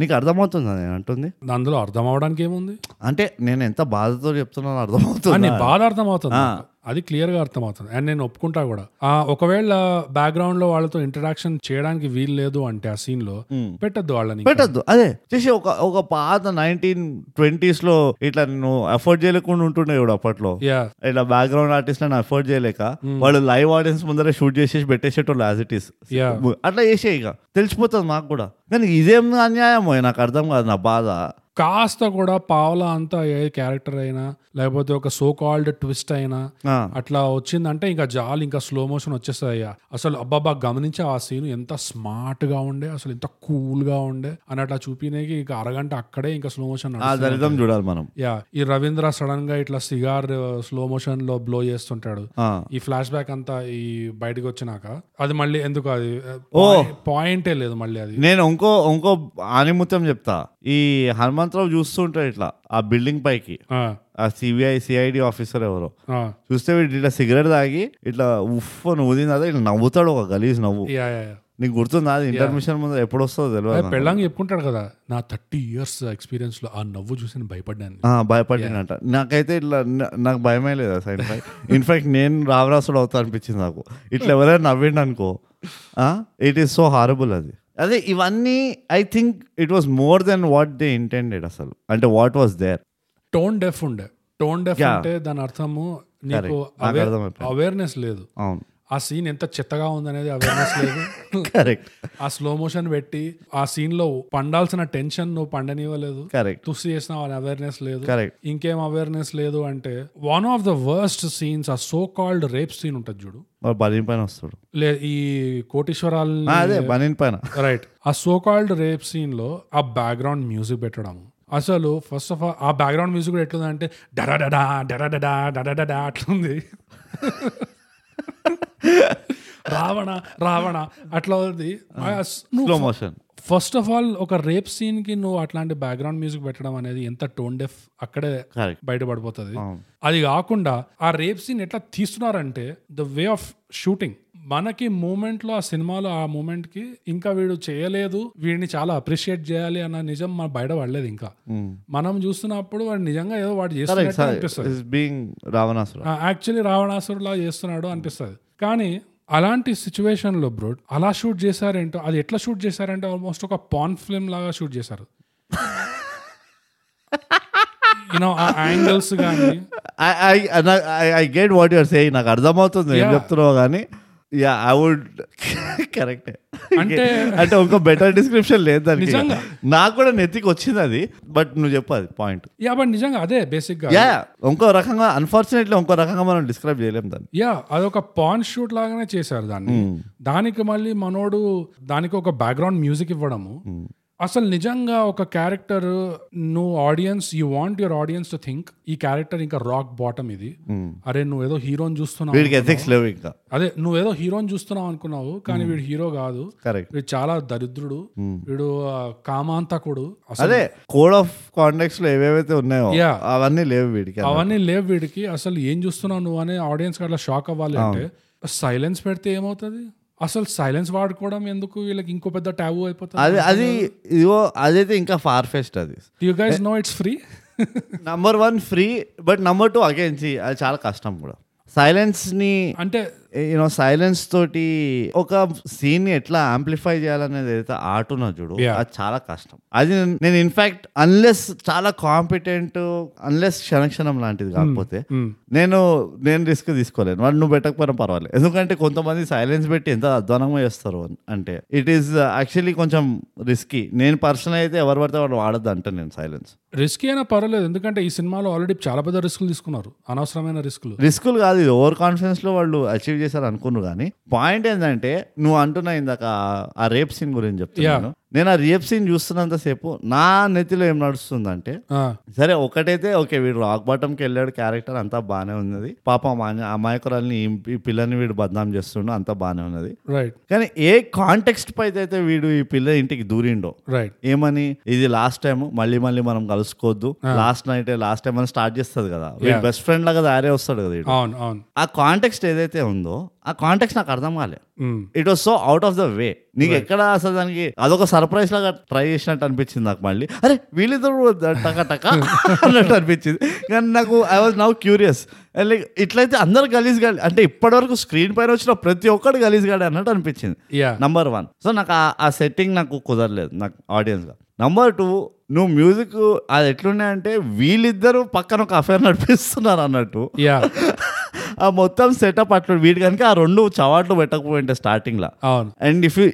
నీకు అర్థమవుతుందా నేను అంటుంది
అందులో అర్థం అవడానికి ఏముంది
అంటే నేను ఎంత బాధతో చెప్తున్నాను అర్థమవుతుంది
అని బాధ అర్థమవుతుంది నాకు. అది క్లియర్ గా అర్థమవుతుంది అండ్ నేను ఒప్పుకుంటా కూడా ఆ ఒకవేళ బ్యాక్గ్రౌండ్ లో వాళ్ళతో ఇంటరాక్షన్ చేయడానికి వీలు లేదు అంటే ఆ సీన్ లో పెట్టద్దు వాళ్ళని
పెట్టద్దు అదే చేసి ఒక ఒక పాత నైన్టీన్ ట్వంటీస్ లో ఇట్లా నేను అఫోర్డ్ చేయలేకుండా ఉంటుండే ఇప్పుడు అప్పట్లో
యా
ఇట్లా బ్యాక్గ్రౌండ్ ఆర్టిస్ట్ అని అఫోర్డ్ చేయలేక వాళ్ళు లైవ్ ఆడియన్స్ ముందర షూట్ చేసేసి పెట్టేసేటోళ్ళు యాజ్ ఇట్ ఈస్
యా
అట్లా చేసే ఇక తెలిసిపోతుంది నాకు కూడా కానీ ఇదేం అన్యాయమో నాకు అర్థం కాదు నా బాధ
కాస్త కూడా పావలా అంతా ఏ క్యారెక్టర్ అయినా లేకపోతే ఒక సో కాల్డ్ ట్విస్ట్ అయినా
ఆ,
అట్లా వచ్చిందంటే ఇంకా జాలి ఇంకా స్లో మోషన్ వచ్చేస్తాయి అసలు అబ్బాబా గమనించి ఆ సీన్ ఎంత స్మార్ట్ గా ఉండే అసలు ఎంత కూల్ గా ఉండే అని అట్లా చూపినాకి ఇంకా అరగంట అక్కడే ఇంకా స్లో మోషన్
ఆ దరిద్రం చూడాలి మనం
యా ఈ రవీంద్ర సడన్ గా ఇట్లా సిగార్ స్లో మోషన్ లో బ్లో చేస్తుంటాడు
ఆ.
ఈ ఫ్లాష్ బ్యాక్ అంతా ఈ బయటకు వచ్చినాక అది మళ్ళీ ఎందుకు అది పాయింటే లేదు మళ్ళీ అది
నేను ఇంకో ఇంకో ఆనిముత్యం చెప్తా ఈ హనుమంతరావు చూస్తుంటాడు ఇట్లా ఆ బిల్డింగ్ పైకి
ఆ,
ఆ సిబిఐ సిఐడి ఆఫీసర్ ఎవరో
ఆ,
చూస్తే వీడు ఇట్లా సిగరెట్ తాగి ఇట్లా ఉఫ్ నువ్వు తిన్నదా ఇట్లా నవ్వుతాడు ఒక గలీజ్ నవ్వు
యా, యా, యా.
నీకు గుర్తుందా అది ఇంటర్మిషన్ ముందు ఎప్పుడు వస్తుందో తెలియదు
అది పెళ్ళంగా చెప్పుకుంటాడు కదా నా థర్టీ ఇయర్స్ ఎక్స్పీరియన్స్ లో ఆ నవ్వు చూసి నేను భయపడ్డాను
ఆ, భయపడినంట నాకైతే ఇట్లా నా- నాకు భయమే లేదు అసలు ఇన్ఫాక్ట్ నేను రావరాసుడు అవుతా అనిపించింది నాకు ఇట్లా ఎవరైనా నవ్విండి అనుకో ఇట్ ఈస్ సో హారబుల్ అది అదే ఇవన్నీ I think it was more then what they intended అసలు అంటే what was there
tone deaf ఉండే టోన్ డెఫ్ అంటే దాని అర్థము నీకు అవేర్నెస్ లేదు
అవును
ఆ సీన్ ఎంత చెత్తగా ఉందనేది అవేర్నెస్ లేదు
కరెక్ట్
ఆ స్లో మోషన్ పెట్టి ఆ సీన్ లో పండాల్సిన టెన్షన్ నువ్వు పండనివ్వలేదు
కరెక్ట్
తుస్సు చేసినావు అని అవేర్నెస్ లేదు
Correct.
ఇంకేం అవేర్నెస్ లేదు అంటే one of the worst scenes ఆ సో కాల్డ్ రేప్ సీన్ ఉంటుంది చూడు
వాడు బనీన్ పైన వస్తాడు
లే ఈ కోటీశ్వరాల్
ఆ, అదే బనీన్ పైన
రైట్ ఆ సో కాల్డ్ రేప్ సీన్ లో ఆ బ్యాక్గ్రౌండ్ మ్యూజిక్ పెట్టడం అసలు ఫస్ట్ ఆఫ్ ఆల్ ఆ బ్యాక్గ్రౌండ్ మ్యూజిక్ కూడా ఎట్లుంది అంటే డడా డడా డడా డడా డడా డడా అట్లుంది రావణ రావణ అట్లా ఉంది ఆ స్-
స్లో
నువ్వు
మోషన్
ఫస్ట్ ఆఫ్ ఆల్ ఒక రేప్ సీన్ కి నువ్వు అట్లాంటి బ్యాక్గ్రౌండ్ మ్యూజిక్ పెట్టడం అనేది ఎంత టోన్ డెఫ్ అక్కడే
కరెక్ట్
బయటపడిపోతుంది
అవును.
అది కాకుండా ఆ రేప్ సీన్ ఎట్లా తీస్తున్నారంటే ద వే ఆఫ్ షూటింగ్ మనకి మూమెంట్ లో ఆ సినిమాలో ఆ మూమెంట్ కి ఇంకా వీడు చేయలేదు వీడిని చాలా అప్రిషియేట్ చేయాలి అన్న నిజం మన బయట పడలేదు ఇంకా మనం చూస్తున్నప్పుడు వాడు నిజంగా ఏదో వాడు చేస్తున్నట్టు అనిపిస్తుంది
ఇస్ బీయింగ్ రావణాసుర
యాక్చువల్లీ రావణాసురులా చేస్తున్నాడు అనిపిస్తుంది కానీ అలాంటి situation లో బ్రో అలా షూట్ చేశారేంటో అది ఎట్లా షూట్ చేశారంటే ఆల్మోస్ట్ ఒక పాన్ ఫిల్మ్ లాగా షూట్ చేశారు యూనో ఆ యాంగిల్స్ కానీ
I get what your saying నాకు అర్థమవుతుంది ఏం చెప్తున్నావు కానీ యా ఐ వుడ్ కరెక్ట్
అంటే-
అంటే ఇంకో బెటర్ డిస్క్రిప్షన్ లేదు దానికి
నిజంగా.
నాకు కూడా నెత్తికి వచ్చింది అది బట్ నువ్వు చెప్పు అది పాయింట్
యా బట్ నిజంగా అదే బేసిక్ గా
యా ఇంకో రకంగా అన్ఫార్చునేట్లీ ఇంకో రకంగా మనం డిస్క్రైబ్ చేయలేం దాన్ని
యా అదొక పాన్ షూట్ లాగానే చేశారు దాన్ని దానికి మళ్ళీ మనోడు దానికి ఒక బ్యాక్గ్రౌండ్ మ్యూజిక్ ఇవ్వడము అసలు నిజంగా ఒక క్యారెక్టర్ నువ్వు audience you want your audience to think ఈ క్యారెక్టర్ ఇంకా రాక్ బాటమ్ ఇది అరే నువ్వు ఏదో హీరోని చూస్తున్నావు
వీడికి ఎథిక్స్ లేవు ఇంకా
అదే నువ్వు ఏదో హీరోని చూస్తున్నావు అనుకున్నావు కానీ వీడు హీరో కాదు
కరెక్ట్
వీడు చాలా దరిద్రుడు వీడు ఆ, కామాంతకుడు అసలు
అదే కోడ్ ఆఫ్ కాంటాక్ట్స్ లో ఏవేవైతే ఉన్నాయో
Yeah. Uh,
అవన్నీ లేవు వీడికి
అవన్నీ లేవు వీడికి అసలు ఏం చూస్తున్నావు నువ్వు అని ఆడియన్స్ అట్లా షాక్ అవ్వాలి అంటే సైలెన్స్ పెడితే ఏమవుతుంది అసలు సైలెన్స్ వాడుకోవడం ఎందుకు వీళ్ళకి ఇంకో పెద్ద ట్యాబు అయిపోతుంది
అది అది ఇదిగో అదైతే ఇంకా ఫార్ ఫెస్ట్ అది
you guys know it's free
number one free but number two again అది చాలా కష్టం కూడా సైలెన్స్ ని
అంటే
యూనో సైలెన్స్ తోటి ఒక సీన్ ని ఎట్లా ఆంప్లిఫై చేయాలనేది ఏదైతే ఆర్ట్ ఉన్నది చూడు
Yeah.
అది చాలా కష్టం అది నేను- నేను ఇన్ఫాక్ట్ అన్లెస్ చాలా కాంపిటెంట్ అన్లెస్ క్షణక్షణం లాంటిది కాకపోతే నేను నేను రిస్క్ తీసుకోలేను వాడు నువ్వు పెట్టకపోయినా పర్వాలేదు ఎందుకంటే కొంతమంది సైలెన్స్ పెట్టి ఎంత అధ్వానంగా చేస్తారు అని అంటే ఇట్ ఈస్ యాక్చువల్లీ కొంచెం రిస్కీ నేను పర్సన్ అయితే ఎవరు పడితే వాడు వాడద్దు అంటే నేను సైలెన్స్
రిస్క్ అయినా పర్వాలేదు ఎందుకంటే ఈ సినిమాలో ఆల్రెడీ చాలా పెద్ద రిస్కులు తీసుకున్నారు అనవసరమైన రిస్కులు
రిస్కులు కాదు ఇది ఓవర్ కాన్ఫిడెన్స్ లో వాళ్ళు అచీవ్ చేశారు అనుకున్నారు కానీ పాయింట్ ఏంటంటే నువ్వు అంటున్నా ఇందాక ఆ- ఆ రేప్ సీన్ గురించి చెప్తున్నాను నేను ఆ రేప్ సీన్ చూస్తున్నంత సేపు నా నెత్తిలో ఏం నడుస్తుందంటే సరే ఒకటైతే ఓకే వీడు రాక్ బాటంకి వెళ్ళాడు క్యారెక్టర్ అంతా బాగానే ఉన్నది పాప అమాయకురాల్ని ఈ- ఈ పిల్లని వీడు బద్నాం చేస్తుండో అంతా బాగానే ఉన్నది
రైట్
కానీ ఏ కాంటెక్స్ట్ పై అయితే వీడు ఈ పిల్ల ఇంటికి దూరిండో
రైట్
ఏమని ఇది లాస్ట్ టైం మళ్ళీ మళ్ళీ మనం కలుసుకోవద్దు లాస్ట్ నైట్ లాస్ట్ టైం అని స్టార్ట్ చేస్తుంది కదా వీడు బెస్ట్ ఫ్రెండ్ లాగా తయారే వస్తాడు కదా వీడు.
అవును అవును
ఆ కాంటెక్స్ట్ ఏదైతే ఉందో ఆ కాంటెక్స్ట్ నాకు అర్థం కాలే
Mm.
It was so out of the way నీకు ఎక్కడ అసలు దానికి అదొక సర్ప్రైజ్ లాగా ట్రై చేసినట్టు అనిపించింది నాకు మళ్ళీ అరే వీళ్ళిద్దరు టక టక అన్నట్టు అనిపించింది కానీ నాకు I was now curious like ఇట్లయితే అందరు గలీజ్ గాడి అంటే ఇప్పటివరకు స్క్రీన్ పైన వచ్చిన ప్రతి ఒక్కడు గలీజ్ గాడి అన్నట్టు అనిపించింది
Yeah.
నంబర్ వన్ సో నాకు ఆ- ఆ సెట్టింగ్ నాకు కుదరలేదు నాకు ఆడియన్స్గా నంబర్ టూ నువ్వు మ్యూజిక్ అది ఎట్లున్నాయంటే వీళ్ళిద్దరూ పక్కన ఒక అఫేర్ నడిపిస్తున్నారు అన్నట్టు
యా
ఆ మొత్తం సెటప్ అట్లా వీడి కనుక ఆ రెండు చవాట్లు పెట్టకపోయింటే స్టార్టింగ్ లా
అవును
and if you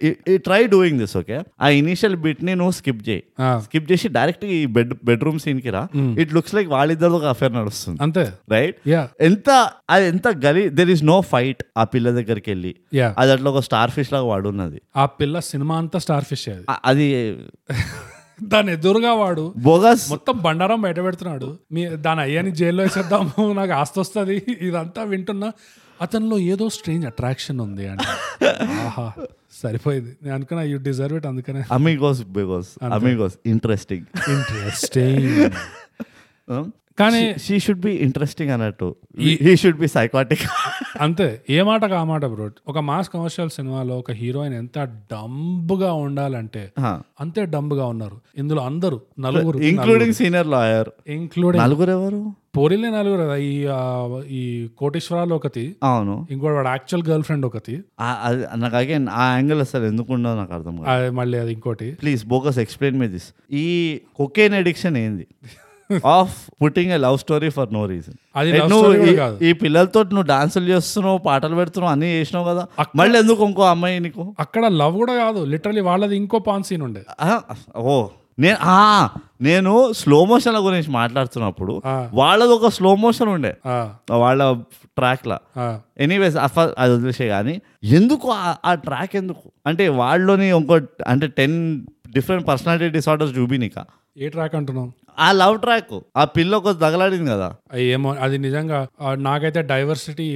try doing this okay ఆ ఇనిషియల్ బిట్ ని నువ్వు స్కిప్ చేయి
ఆ,
స్కిప్ చేసి డైరెక్ట్ ఈ బెడ్ బెడ్రూమ్ సీన్ కి రా ఇట్ లుక్స్ లైక్ వాళ్ళిద్దరు ఒక అఫేర్ నడుస్తుంది
అంతే
రైట్
యా
ఎంత అది ఎంత గలీ దెర్ ఇస్ నో ఫైట్ ఆ పిల్ల దగ్గరికి వెళ్ళి
యా
అది అట్లా ఒక స్టార్ ఫిష్ లాగా వాడున్నది
ఆ పిల్ల సినిమా అంతా స్టార్ ఫిష్ అది
ఆ- అది
దాని ఎదురుగా వాడు
బోగస్
మొత్తం బండారం బయట పెడుతున్నాడు మీ దాని అయ్యాని జైల్లో వేసేద్దాము నాకు ఆస్తి వస్తుంది ఇదంతా వింటున్నా అతనిలో ఏదో స్ట్రేంజ్ అట్రాక్షన్ ఉంది అంటే ఆహా సరిపోయింది నేను అనుకున్నా యూ డిజర్వ్ ఇట్ అందుకనే
అమీగోస్ బిగోస్ అమీగోస్ ఇంట్రెస్టింగ్
ఇంట్రెస్టింగ్
Hmm?
కానీ
షీ షుడ్ బి ఇంట్రెస్టింగ్ అన్నట్టు హీ షుడ్ బి సైకాటిక్
అంతే ఏ మాట కా మాట బ్రో ఒక మాస్ కమర్షియల్ సినిమాలో ఒక హీరోయిన్ ఎంత డంబ్గా ఉండాలంటే అంతే డంబ్గా ఉన్నారు ఇందులో అందరూ నలుగురు
ఇంక్లూడింగ్ సీనియర్ లాయర్
ఇంక్లూడింగ్
నలుగురు ఎవరు
పోరిలే నలుగురు కదా, ఈ ఆ, ఈ కోటేశ్వరాలు ఒకటి
అవును
ఇంకోటి వాడు యాక్చువల్ గర్ల్ ఫ్రెండ్ ఒకటి
ఆ- అది నాకు అగైన్ ఆ యాంగిల్ అసలు ఎందుకు ఉండదో నాకు అర్థం కాదు
అది మళ్ళీ అది ఇంకోటి
please bogus explain me this ఈ కొకేన్ అడిక్షన్ ఏంది of putting a love story for no reason
అది love
Eh, నువ్వు
story కూడా
ఈ-
కాదు.
ఈ పిల్లలతో నువ్వు డాన్సులు చేస్తున్నావు పాటలు పెడుతున్నావు అన్నీ చేసినావు కదా మళ్ళీ ఎందుకు ఇంకో అమ్మాయి నీకు
అక్కడ లవ్ కూడా కాదు లిటరలీ వాళ్ళది ఇంకో పాన్ సీన్ ఉండే
ఆ, ఓ నేను ఆ, నేను స్లో మోషన్ల గురించి మాట్లాడుతున్నప్పుడు
ఆ.
వాళ్ళది ఒక స్లో మోషన్ ఉండే
ఆ,
వాళ్ళ ట్రాక్లా
ఆ,
ఎనీవేస్ అది వదిలేసే కానీ ఎందుకు ఆ- ఆ ట్రాక్ ఎందుకు అంటే వాళ్ళలోని ఇంకో అంటే టెన్ డిఫరెంట్ పర్సనాలిటీ డిసార్డర్స్ చూపినిక
ఏ ట్రాక్ అంటున్నావు
ఆ లవ్ ట్రాక్ ఆ పిల్ల ఒక తగలాడింది కదా
ఆ, ఏమో అది నిజంగా ఆ, నాకైతే డైవర్సిటీ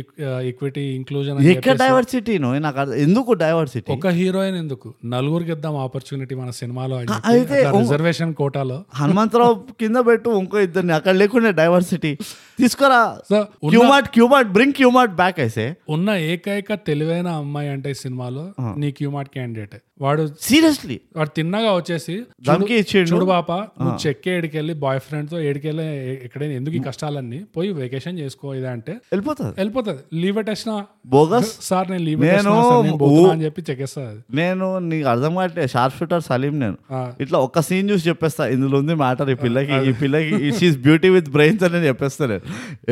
ఈక్విటీ ఇంక్లూజన్
ఎక్కడ డైవర్సిటీ నాకు అర్థం- ఎందుకు డైవర్సిటీ
ఒక హీరోయిన్ ఎందుకు నలుగురికి ఇద్దాం ఆపర్చునిటీ మన సినిమాలో అని చెప్పి,
అయితే
అట్లా రిజర్వేషన్ కోటాలో
హనుమంతరావు కింద పెట్టు ఇంకో ఇద్దరిని అక్కడ లేకుండా డైవర్సిటీ తీసుకురా
so
QMart QMart bring QMart back అయితే
ఉన్న ఏకైక తెలివైన అమ్మాయి అంటే ఈ సినిమాలో నీ క్యూమార్ట్ క్యాండిడేట్ వాడు
సీరియస్లీ
వాడు తిన్నగా వచ్చేసి
దమ్కి ఇచ్చిండు
చూడు బాప నువ్వు చెక్ ఏడికెళ్ళి బాయ్ ఫ్రెండ్ తో ఏడికెళ్ళి ఎక్కడైనా ఎందుకు ఈ కష్టాలన్నీ పోయి వెకేషన్ చేసుకో ఇదా అంటే
వెళ్ళిపోతుంది
వెళ్ళిపోతుంది లీవ్ పెట్టేసిన
బోగస్
సార్ నేను లీవ్
నేను
పెట్టేసిన సార్, నేను పోతున్నా అని చెప్పి చెక్కేస్తుంది
నేను నీకు అర్థం కావట్లే షార్ప్ షూటర్ సలీం నేను
ఆ.
ఇట్లా ఒక్క సీన్ చూసి చెప్పేస్తా ఇందులో ఉంది మ్యాటర్ ఈ పిల్లకి ఈ పిల్లకి షీస్ బ్యూటీ విత్ బ్రెయిన్స్ అని నేను చెప్పేస్తా నేను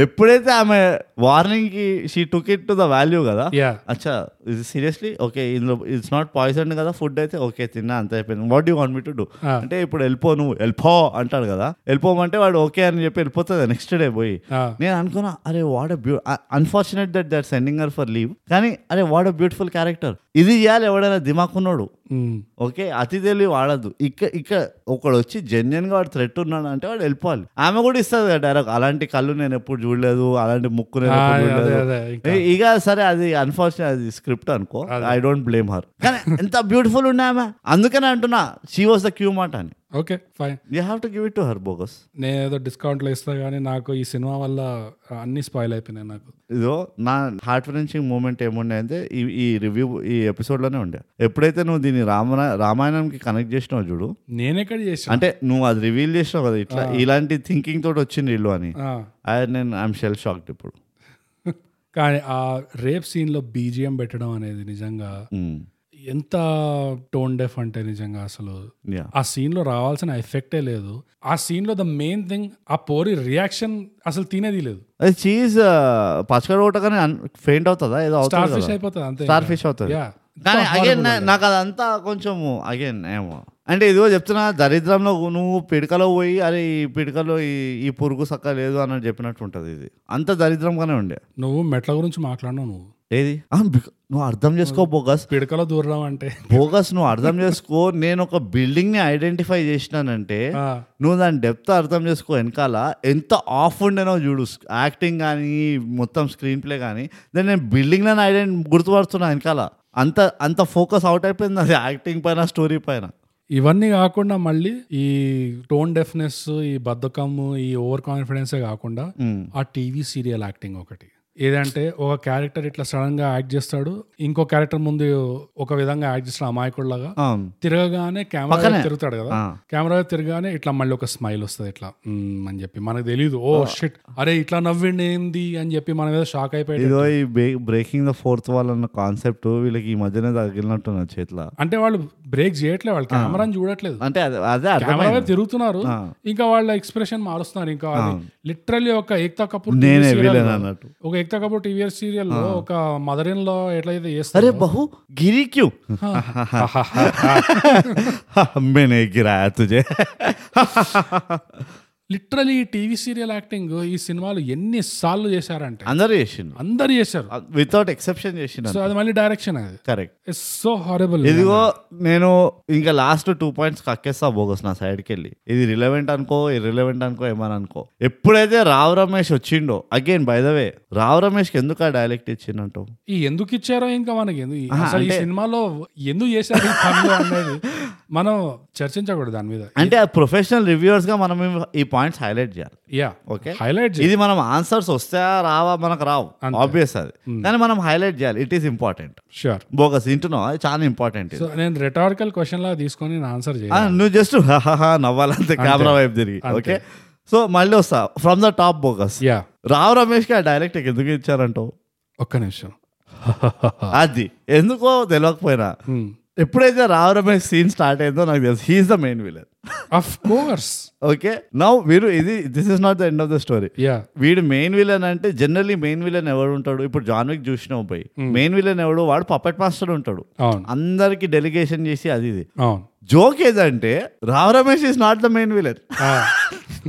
ఎప్పుడైతే ఆమె వార్నింగ్ కి she took it to the value కదా
యా
అచ్చా ఇది సీరియస్లీ ఓకే ఇందులో ఇట్స్ నాట్ పాయిజన్ కదా ఫుడ్ అయితే ఓకే తిన్నా అంత అయిపోయింది what you want me to do
ఆ.
అంటే ఇప్పుడు వెళ్ళిపో నువ్వు వెళ్ళిపో అంటాడు కదా వెళ్ళిపోమంటే వాడు ఓకే అని చెప్పి వెళ్ళిపోతుంది నెక్స్ట్ డే పోయి
ఆ.
నేను అనుకున్నా అరే వాట్ బ్యూ unfortunate that that sending her for leave కానీ అరే వాట్ బ్యూటిఫుల్ క్యారెక్టర్ ఇది చేయాలి ఎవడైనా దిమాకున్నాడు
ఉమ్.
ఓకే అతి తెలివి వాడద్దు ఇక్క ఇక్క ఒకడు వచ్చి జెన్యున్ గా వాడు థ్రెట్ ఉన్నాడు అంటే వాడు వెళ్ళిపోవాలి ఆమె కూడా ఇస్తుంది కదా డైరెక్ట్ అలాంటి కళ్ళు నేను ఎప్పుడు చూడలేదు అలాంటి ముక్కు నేను
ఆ,
ఎప్పుడు
అదే
చూడలేదు
అదే ఇంకా.
ఏ- ఇక సరే అది అన్ఫార్చునేట్ అది స్క్రిప్ట్ అనుకో ఐ డోంట్ బ్లేమ్ హర్ కానీ ఎంత బ్యూటిఫుల్ ఉండే ఆమె అందుకనే అంటున్నా షీ వాస్ ద క్యూ మాట అని
okay fine
you have to give it to her bogus
నేను ఏదో డిస్కౌంట్లో ఇస్తా కానీ నాకు ఈ సినిమా వల్ల అన్ని స్పాయిల్ అయిపోయినాయి నాకు
ఇదో నా హార్ట్ ఫ్రెంచింగ్ మూమెంట్ ఏముండే అంటే ఈ ఈ రివ్యూ ఈ ఎపిసోడ్లోనే ఉండే ఎప్పుడైతే నువ్వు దీన్ని రామ రామాయణంకి కనెక్ట్ చేసినావు చూడు
నేనెక్కడ చేసిన
అంటే నువ్వు అది రివీల్ చేసినావు కదా ఇట్లా ఇలాంటి థింకింగ్ తోటి వచ్చింది ఇల్లు అని
ఆ.
అది నేను ఐఎమ్ షెల్ షాక్డ్ ఇప్పుడు
కానీ ఆ రేప్ సీన్లో బీజిఎం పెట్టడం అనేది నిజంగా ఎంత టోన్ డెఫ్ అంటే నిజంగా అసలు
యా
ఆ సీన్లో రావాల్సిన ఎఫెక్టే లేదు ఆ సీన్లో ద మెయిన్ థింగ్ ఆ పోరి రియాక్షన్ అసలు తినేది లేదు
అది చీజ్ పచ్చడి కొట్టగానే ఫెయింట్ అవుతుందా ఏదో
స్టార్
అవుతుంది
ఫిష్ అయిపోతుంది అంతే
స్టార్ ఫిష్ అవుతుంది
యా
కానీ అగైన్ నాకు అదంతా కొంచెం అగైన్ ఏమో అంటే ఇదిగో చెప్తున్నా దరిద్రంలో నువ్వు పిడకలో పోయి అరే ఈ పిడకలో ఈ ఈ పురుగు సక్క లేదు అని చెప్పినట్టు ఉంటుంది ఇది అంత దరిద్రంగానే ఉండే
నువ్వు మెట్ల గురించి మాట్లాడినావు నువ్వు
ఏది ఆ, బిక- నువ్వు అర్థం చేసుకో బోగస్
పిడకలో దూరడం అంటే
బోగస్ నువ్వు అర్థం చేసుకో నేను ఒక బిల్డింగ్ ని ఐడెంటిఫై చేసినానంటే
ఆ,
నువ్వు దాని డెప్త్ అర్థం చేసుకో వెనకాల ఎంత ఆఫ్ ఉండేనో చూడు యాక్టింగ్ కానీ మొత్తం స్క్రీన్ ప్లే కానీ దాన్ని నేను బిల్డింగ్ ఐడెంట్ గుర్తుపడుతున్నా వెనకాల అంత అంత ఫోకస్ అవుట్ అయిపోయింది అది యాక్టింగ్ పైన స్టోరీ పైన
ఇవన్నీ కాకుండా మళ్ళీ ఈ టోన్ డెఫ్నెస్ ఈ బద్ధకము ఈ ఓవర్ కాన్ఫిడెన్స్ కాకుండా
మ్మ్.
ఆ టీవీ సీరియల్ యాక్టింగ్ ఒకటి ఏదంటే ఒక క్యారెక్టర్ ఇట్లా సడన్ గా యాక్ట్ చేస్తాడు ఇంకో క్యారెక్టర్ ముందు ఒక విధంగా యాక్ట్ చేస్తాడు అమాయకుడిలాగా
అవును.
తిరగగానే కెమెరా
పక్కనే.
తిరుగుతాడు కదా
ఆ.
కెమెరా తిరగానే ఇట్లా మళ్ళీ ఒక స్మైల్ వస్తుంది ఇట్లా "మ్మ్" అని చెప్పి మనకు తెలియదు ఓ షిట్ అరే ఇట్లా నవ్విండి ఏంది అని చెప్పి మనం ఏదో షాక్ అయిపోయాడు
ఇదో ఈ బ్రేకింగ్ ద ఫోర్త్ వాల్ అన్న కాన్సెప్ట్ వీళ్ళకి ఈ మధ్యనే తగిలినట్టున్న చేతిలో
అంటే వాళ్ళు బ్రేక్ చేయట్లేదు వాళ్ళు కెమెరాని చూడట్లేదు
అంటే అదే అదే
కెమెరా
అర్థమైంది
వైపు తిరుగుతున్నారు ఇంకా వాళ్ళ ఎక్స్ప్రెషన్ మారుస్తున్నారు ఇంకా లిటరల్లీ ఒక ఏక్తా కపూర్ TV
నేనే
serial
వీళ్ళని
లో,
అన్నట్టు.
ఒక ఏక్తా కపూర్ టీవీఎస్ సీరియల్ లో ఒక మదర్ ఇన్ లో ఎట్లయితే
అరే
చేస్తారు
బహు గిరి క్యూ మేనే గిరాయా తుజే
లిటరలీ టీవీ సీరియల్ యాక్టింగ్ ఈ సినిమాలు ఎన్ని సార్లు చేశారంటే
అందరూ చేసిండు
అందరు చేశారు
వితౌట్ ఎక్సెప్షన్ చేసిండు
సో అది మళ్ళీ డైరెక్షన్ అది
కరెక్ట్
ఇట్స్ సో హారబుల్
ఇదిగో నేను ఇంకా లాస్ట్ టూ పాయింట్స్ కక్కేస్తా బోగస్ నా సైడ్కి వెళ్ళి ఇది రిలవెంట్ అనుకో ఇర్రిలవెంట్ అనుకో ఏమని అనుకో ఎప్పుడైతే రావ్ రమేష్ వచ్చిండో again by the way Rao రమేష్కి ఎందుకు ఆ డైలెక్ట్ ఇచ్చిండంటావు
ఈ ఎందుకు ఇచ్చారో ఇంకా మనకి ఎందుకు అసలు ఈ సినిమాలో ఎందుకు చేశారు ఈ పనులు అనేది మనం చర్చించకూడదు దాని మీద
అంటే ఆ ప్రొఫెషనల్ రివ్యూవర్స్గా మనం ఇవి- ఈ పాయింట్స్ హైలైట్ చేయాలి
యా
ఓకే
హైలైట్
ఇది మనం ఆన్సర్స్ వస్తాయా రావా మనకు రావు ఆబ్వియస్ అది కానీ మనం హైలైట్ చేయాలి it is important
sure
bogus వింటున్నావు అది చాలా ఇంపార్టెంట్
సో నేను రెటారికల్ క్వశ్చన్ లా తీసుకొని నేను ఆన్సర్
ఆ,
చేయాలి
నువ్వు జస్ట్ హాహా నవ్వాలంతే కెమెరా వైపు తిరిగి ఓకే సో మళ్ళీ వస్తా from the top bogus
yeah
Rao రమేష్కి ఆ డైరెక్ట్ ఎందుకు ఇచ్చారంటావు
ఒక్క నిమిషం Hmm.
అది ఎందుకో తెలియకపోయినా ఎప్పుడైతే రావడమే సీన్ స్టార్ట్ అయిందో నాకు తెలుసు he is the main villain
of course
okay now వీరు ఇది this is not the end of the story
yeah
వీడు మెయిన్ విలన్ అంటే జనరల్లీ మెయిన్ విలన్ ఎవడు ఉంటాడు ఇప్పుడు జాన్ విక్ చూసినావు పోయి మెయిన్ విలన్ ఎవడు వాడు పపెట్ మాస్టర్ ఉంటాడు
అవును
అందరికి డెలిగేషన్ చేసి అది ఇది
అవును
జోక్ ఏదంటే Rao Ramesh is not the main villain
ఆ,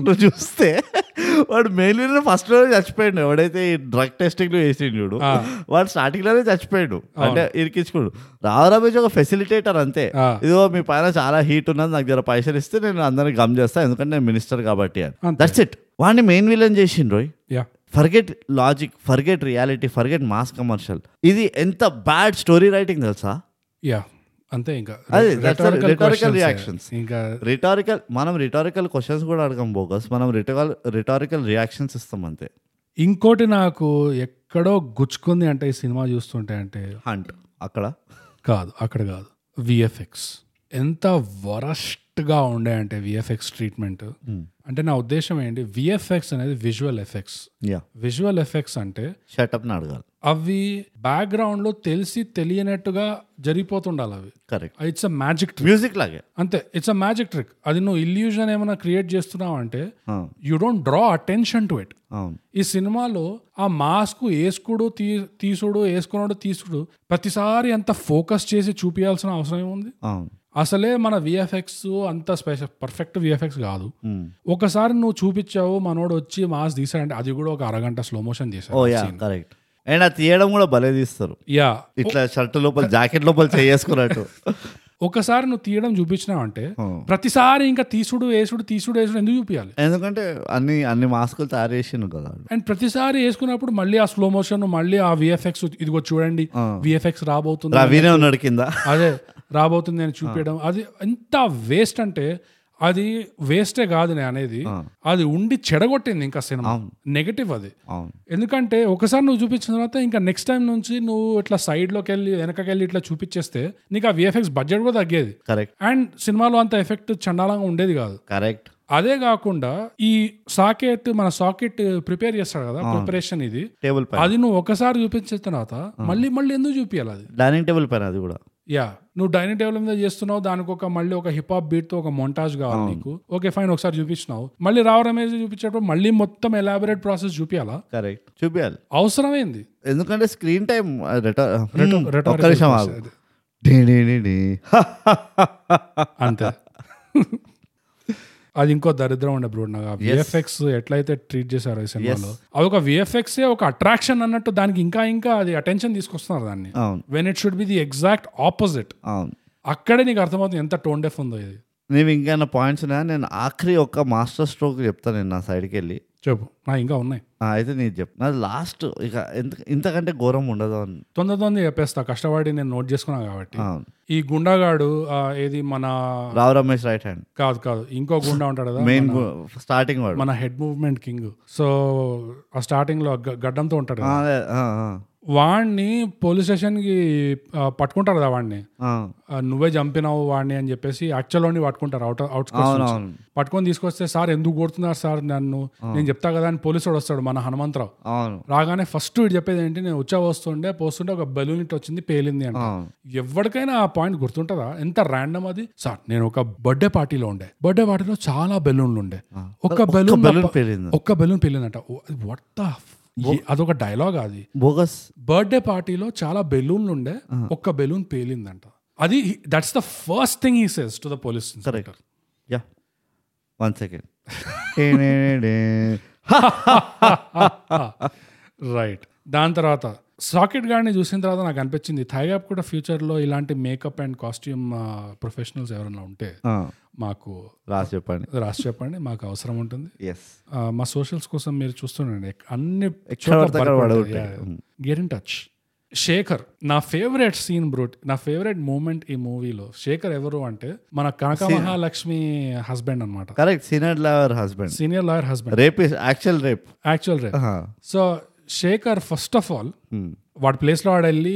నువ్వు చూస్తే వాడు మెయిన్ విలన్ ఫస్ట్ లోనే చచ్చిపోయాడు ఎవడైతే ఈ డ్రగ్ టెస్టింగ్ వేసిండు చూడు
ఆ.
వాడు స్టార్టింగ్ లోనే చచ్చిపోయాడు అంటే ఇరికించుకోడు రావ్ రమేష్ ఒక ఫెసిలిటేటర్ అంతే
ఆ.
ఇదిగో మీ పైన చాలా హీట్ ఉన్నది నాకు జర పైసలు ఇస్తే నేను అందరిని గమ్ చేస్తా ఎందుకంటే నేను మినిస్టర్ కాబట్టి అని
అంతే.
దట్స్ ఇట్ వాడిని మెయిన్ విలన్ చేసిండు రోయ్
yeah
forget logic forget reality forget mass commercial ఇది ఎంత బ్యాడ్ స్టోరీ రైటింగ్ తెలుసా
యా అంతే ఇంకా
అదే, that's a
Rhetorical
rhetorical
questions, yeah.
reactions.
ఇంకా
రిటారికల్ మనం రిటారికల్ క్వశ్చన్స్ కూడా అడగం బోగస్ మనం రిటకల్ రిటారికల్ రియాక్షన్స్ ఇస్తాం అంతే
ఇంకోటి నాకు ఎక్కడో గుచ్చుకుంది అంటే ఈ సినిమా చూస్తుంటే అంటే
హంట్ అక్కడ
కాదు అక్కడ కాదు విఎఫ్ఎక్స్ ఎంత వరస్ట్ గా ఉండే అంటే విఎఫ్ఎక్స్ ట్రీట్మెంట్
Hmm.
అంటే నా ఉద్దేశం ఏంటి విఎఫ్ఎక్స్ అనేది visual effects
yeah
visual effects అంటే
షటప్ ని అడగాలి
అవి బ్యాక్గ్రౌండ్ లో తెలిసి తెలియనట్టుగా జరిగిపోతుండాలి అవి
correct
it's a magic trick
music లాగే
అంతే ఇట్స్ అ మ్యాజిక్ ట్రిక్ అది నువ్వు ఇల్యూజన్ ఏమైనా క్రియేట్ చేస్తున్నావు అంటే
ఆ,
you don't draw attention to it
అవును
ఈ సినిమాలో ఆ మాస్క్ వేసుకుడు తీ తీసుడు వేసుకున్నాడు తీసుడు ప్రతిసారి అంత ఫోకస్ చేసి చూపించాల్సిన అవసరం ఏముంది
అవును
అసలే మన విఎఫ్ఎక్స్ అంత స్పెషల్ పర్ఫెక్ట్ విఎఫ్ఎక్స్ కాదు
Hmm.
ఒకసారి నువ్వు చూపించావు మనోడు వచ్చి మాస్క్ తీసాడంటే అది కూడా ఒక అరగంట స్లో మోషన్
ఓ
చేశాడు
యా కరెక్ట్ అండ్ అది తీయడం కూడా భలే తీస్తారు
యా
ఇట్లా షర్ట్ లోపల జాకెట్ లోపల చేసుకున్నట్టు
ఒకసారి నువ్వు తీయడం చూపించినావు అంటే ప్రతిసారి ఇంకా తీసుడు వేసుడు తీసుడు వేసుడు ఎందుకు చూపించాలి
ఎందుకంటే అన్ని అన్ని మాస్కులు తయారు చేసిండు కదా వాళ్ళు.
అండ్ ప్రతిసారి వేసుకున్నప్పుడు మళ్ళీ ఆ స్లో మోషన్ మళ్ళీ ఆ విఎఫ్ఎక్స్ ఇదిగో చూడండి విఎఫ్ఎక్స్ రాబోతుంది
రవినే ఉన్నాడు కింద
అదే రాబోతుంది అని చూపించడం అది ఎంత వేస్ట్ అంటే అది వేస్టే కాదు నేను అనేది అది ఉండి చెడగొట్టింది ఇంకా సినిమా నెగటివ్ అది
అవును
ఎందుకంటే ఒకసారి నువ్వు చూపించిన తర్వాత ఇంకా నెక్స్ట్ టైం నుంచి నువ్వు ఇట్లా side లోకి వెళ్ళి వెనకకి వెళ్ళి ఇట్లా చూపించేస్తే నీకు ఆ విఎఫ్ఎక్స్ బడ్జెట్ కూడా తగ్గేది
కరెక్ట్
అండ్ సినిమాలో అంత ఎఫెక్ట్ చండాలంగా ఉండేది కాదు
కరెక్ట్
అదే కాకుండా ఈ సాకెట్ మన సాకెట్ ప్రిపేర్ చేస్తాడు కదా ప్రిపరేషన్ ఇది
టేబుల్ పైన
అది నువ్వు ఒకసారి చూపించిన తర్వాత మళ్ళీ మళ్ళీ ఎందుకు చూపించాలి అది
డైనింగ్ టేబుల్ పైన అది కూడా
యా నువ్వు డైనింగ్ టేబుల్ మీద చేస్తున్నావు దానికి ఒక మళ్ళీ ఒక హిప్ హాప్ బీట్ తో ఒక మొంటాజ్ కావాలి నీకు ఓకే ఫైన్ ఒకసారి చూపించినావు మళ్ళీ రావు రమేష్ చూపించేటప్పుడు మళ్ళీ మొత్తం ఎలాబరేట్ ప్రాసెస్ చూపించాలా
కరెక్ట్ చూపించాలి
అవసరమైంది
ఎందుకంటే స్క్రీన్ టైం Hmm,
rhetorical
ఒక్క నిమిషం ఆగు.
process.
డి డి డి డి.
అంతే అది ఇంకో దరిద్రం ఉండే బ్రో నాకు విఎఫ్ఎక్స్ ఎట్లయితే ట్రీట్ చేశారు ఈ సినిమాలో అది ఒక విఎఫ్ఎక్స్ ఒక అట్రాక్షన్ అన్నట్టు దానికి ఇంకా ఇంకా అది అటెన్షన్ తీసుకొస్తున్నారు దాన్ని
అవును
when it should be the exact opposite
అవును
అక్కడే నీకు అర్థమవుతుంది ఎంత టోన్ డెఫ్ ఉందో ఇది
నీవు ఇంకైనా పాయింట్స్ ఉన్నాయా నేను ఆఖరి ఒక్క మాస్టర్ స్ట్రోక్ చెప్తాను నేను నా సైడ్కి వెళ్ళి
చెప్పు నా ఇంకా ఉన్నాయి
ఆ, అయితే నేను చెప్ నాది లాస్ట్ ఇక ఎంత ఇంతకంటే ఘోరం ఉండదు అని
తొందర తొందర చెప్పేస్తా కష్టపడి నేను నోట్ చేసుకున్నా కాబట్టి
అవును
ఈ గుండాగాడు ఆ, ఏది మన
రావు రమేష్ రైట్ హ్యాండ్
కాదు కాదు ఇంకో గుండా ఉంటాడు కదా
మెయిన్ స్టార్టింగ్ వాడు
మన హెడ్ మూవ్మెంట్ కింగ్ సో ఆ స్టార్టింగ్ లో గ- గడ్డంతో ఉంటాడు
ఆ,
కదా.
అదే, ఆ, ఆ,
వాణ్ణి పోలీస్ స్టేషన్ కి ఆ, పట్టుకుంటారు కదా వాడిని
ఆ.
ఆ, నువ్వే చంపినావు వాడిని అని చెప్పేసి యాక్చువల్ వాడిని పట్టుకుంటారు అవుట్ అవుట్
అవును అవును
పట్టుకొని తీసుకొస్తే సార్ ఎందుకు కొడుతున్నారు సార్ నన్ను నేను చెప్తా కదా అని పోలీసు వాడు వస్తాడు మన హనుమంతరావు
అవును
రాగానే ఫస్ట్ వీడు చెప్పేది ఏంటి నేను వచ్చా వస్తుండే పోస్తుండే ఒక బెలూన్ ఇట్ వచ్చింది పేలింది అంటే
అవును
ఎవరికైనా ఆ పాయింట్ గుర్తుంటుందా ఎంత ర్యాండమ్ అది సార్ నేను ఒక బర్త్డే పార్టీలో ఉండే బర్త్డే పార్టీలో చాలా బెలూన్లు ఉండే ఒక్క బెలూన్
balloon పేలింది.
ఒక్క బెలూన్ పేలిందంట వాట్ ద అదొక డైలాగ్ అది
బోగస్
బర్త్డే పార్టీలో చాలా బెలూన్లు ఉండే ఒక్క బెలూన్ పేలిందంట అది that's the first thing he says to the police
correct yeah one second
right దాని తర్వాత సాకెట్ గార్డ్ని చూసిన తర్వాత నాకు అనిపించింది థైగాప్ కూడా ఫ్యూచర్లో ఇలాంటి మేకప్ అండ్ కాస్ట్యూమ్ ప్రొఫెషనల్స్ ఎవరైనా ఉంటే మాకు
రాసి చెప్పండి
రాసి చెప్పండి మాకు అవసరం ఉంటుంది
ఎస్
ఆ, మా సోషల్స్ కోసం మీరు చూస్తుండండి ఎక్- అన్ని
ఎక్కడ పడితే అక్కడ పడగొట్టే.
గెట్ ఇన్ టచ్ శేఖర్ నా ఫేవరెట్ సీన్ బ్రోట్ నా ఫేవరెట్ మూమెంట్ ఈ మూవీలో శేఖర్ ఎవరు అంటే మన కనక మహాలక్ష్మి హస్బెండ్ అన్నమాట
correct senior lover husband
senior lawyer husband
rape actual rape Hmm.
Actual రే so Shekhar first of all వాడి ప్లేస్ లో వాడు వెళ్ళి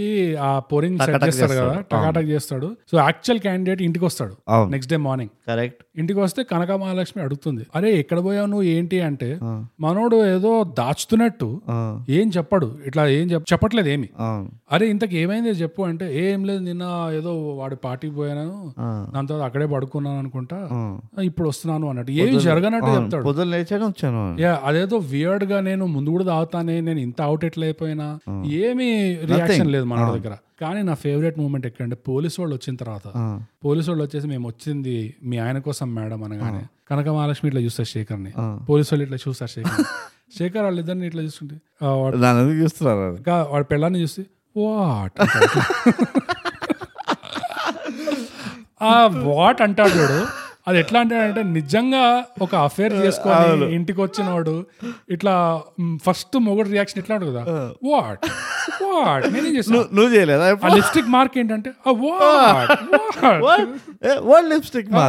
ఆ పోరింగ్ సెట్ చేస్తాడు కదా టకాటక్ చేస్తాడు సో యాక్చువల్ క్యాండిడేట్ ఇంటికి వస్తాడు
అవును.
నెక్స్ట్ డే మార్నింగ్
కరెక్ట్
ఇంటికి వస్తే కనక మహాలక్ష్మి అడుగుతుంది అరే ఎక్కడ పోయావు నువ్వు ఏంటి అంటే మనోడు ఏదో దాచుతున్నట్టు ఏం చెప్పడు ఇట్లా ఏం చెప్ప చెప్పట్లేదు ఏమి
అవును
అరే ఇంతకు ఏమైంది చెప్పు అంటే ఏం లేదు నిన్న ఏదో వాడి పార్టీకి పోయాను
ఆ.
దాని తర్వాత అక్కడే పడుకున్నాను అనుకుంటా
ఆ.
ఇప్పుడు వస్తున్నాను అన్నట్టు ఏమి జరగనట్టు చెప్తాడు
పొద్దున్న లేచాను వచ్చాను
యా అదేదో వియర్డ్ గా నేను ముందు కూడా తాగుతానే నేను ఇంత అవుట్ ఎట్లా అయిపోయినా ఏమీ రియాక్షన్ లేదు మన దగ్గర కానీ నా ఫేవరెట్ మూమెంట్ ఎక్కడంటే పోలీస్ వాళ్ళు వచ్చిన తర్వాత పోలీస్ వాళ్ళు వచ్చేసి మేము వచ్చింది మీ ఆయన కోసం మేడం అనగానే కనక మహాలక్ష్మి ఇట్లా చూస్తారు శేఖర్ ని పోలీస్ వాళ్ళు ఇట్లా చూస్తారు శేఖర్ శేఖర్ వాళ్ళిద్దరిని ఇట్లా చూస్తుంటే ఆ, వాడు
దాని ఎందుకు చూస్తున్నారు
ఇంకా వాడి పిల్లాన్ని చూసి వాట్ ఆ వాట్ అంటాడు చూడు అది ఎట్లా అంటాడంటే నిజంగా ఒక అఫేర్ చేసుకొని ఇంటికి వచ్చిన వాడు ఇట్లా ఫస్ట్ మొగుడు రియాక్షన్ ఎట్లా ఉంటుంది కదా వాట్ వాట్ నేనేం చేసాను
నువ్వు- నువ్వు చేయలేదా
ఆ లిప్స్టిక్ మార్క్ ఏంటంటే వాట్ వాట్
వన్ లిప్స్టిక్ మా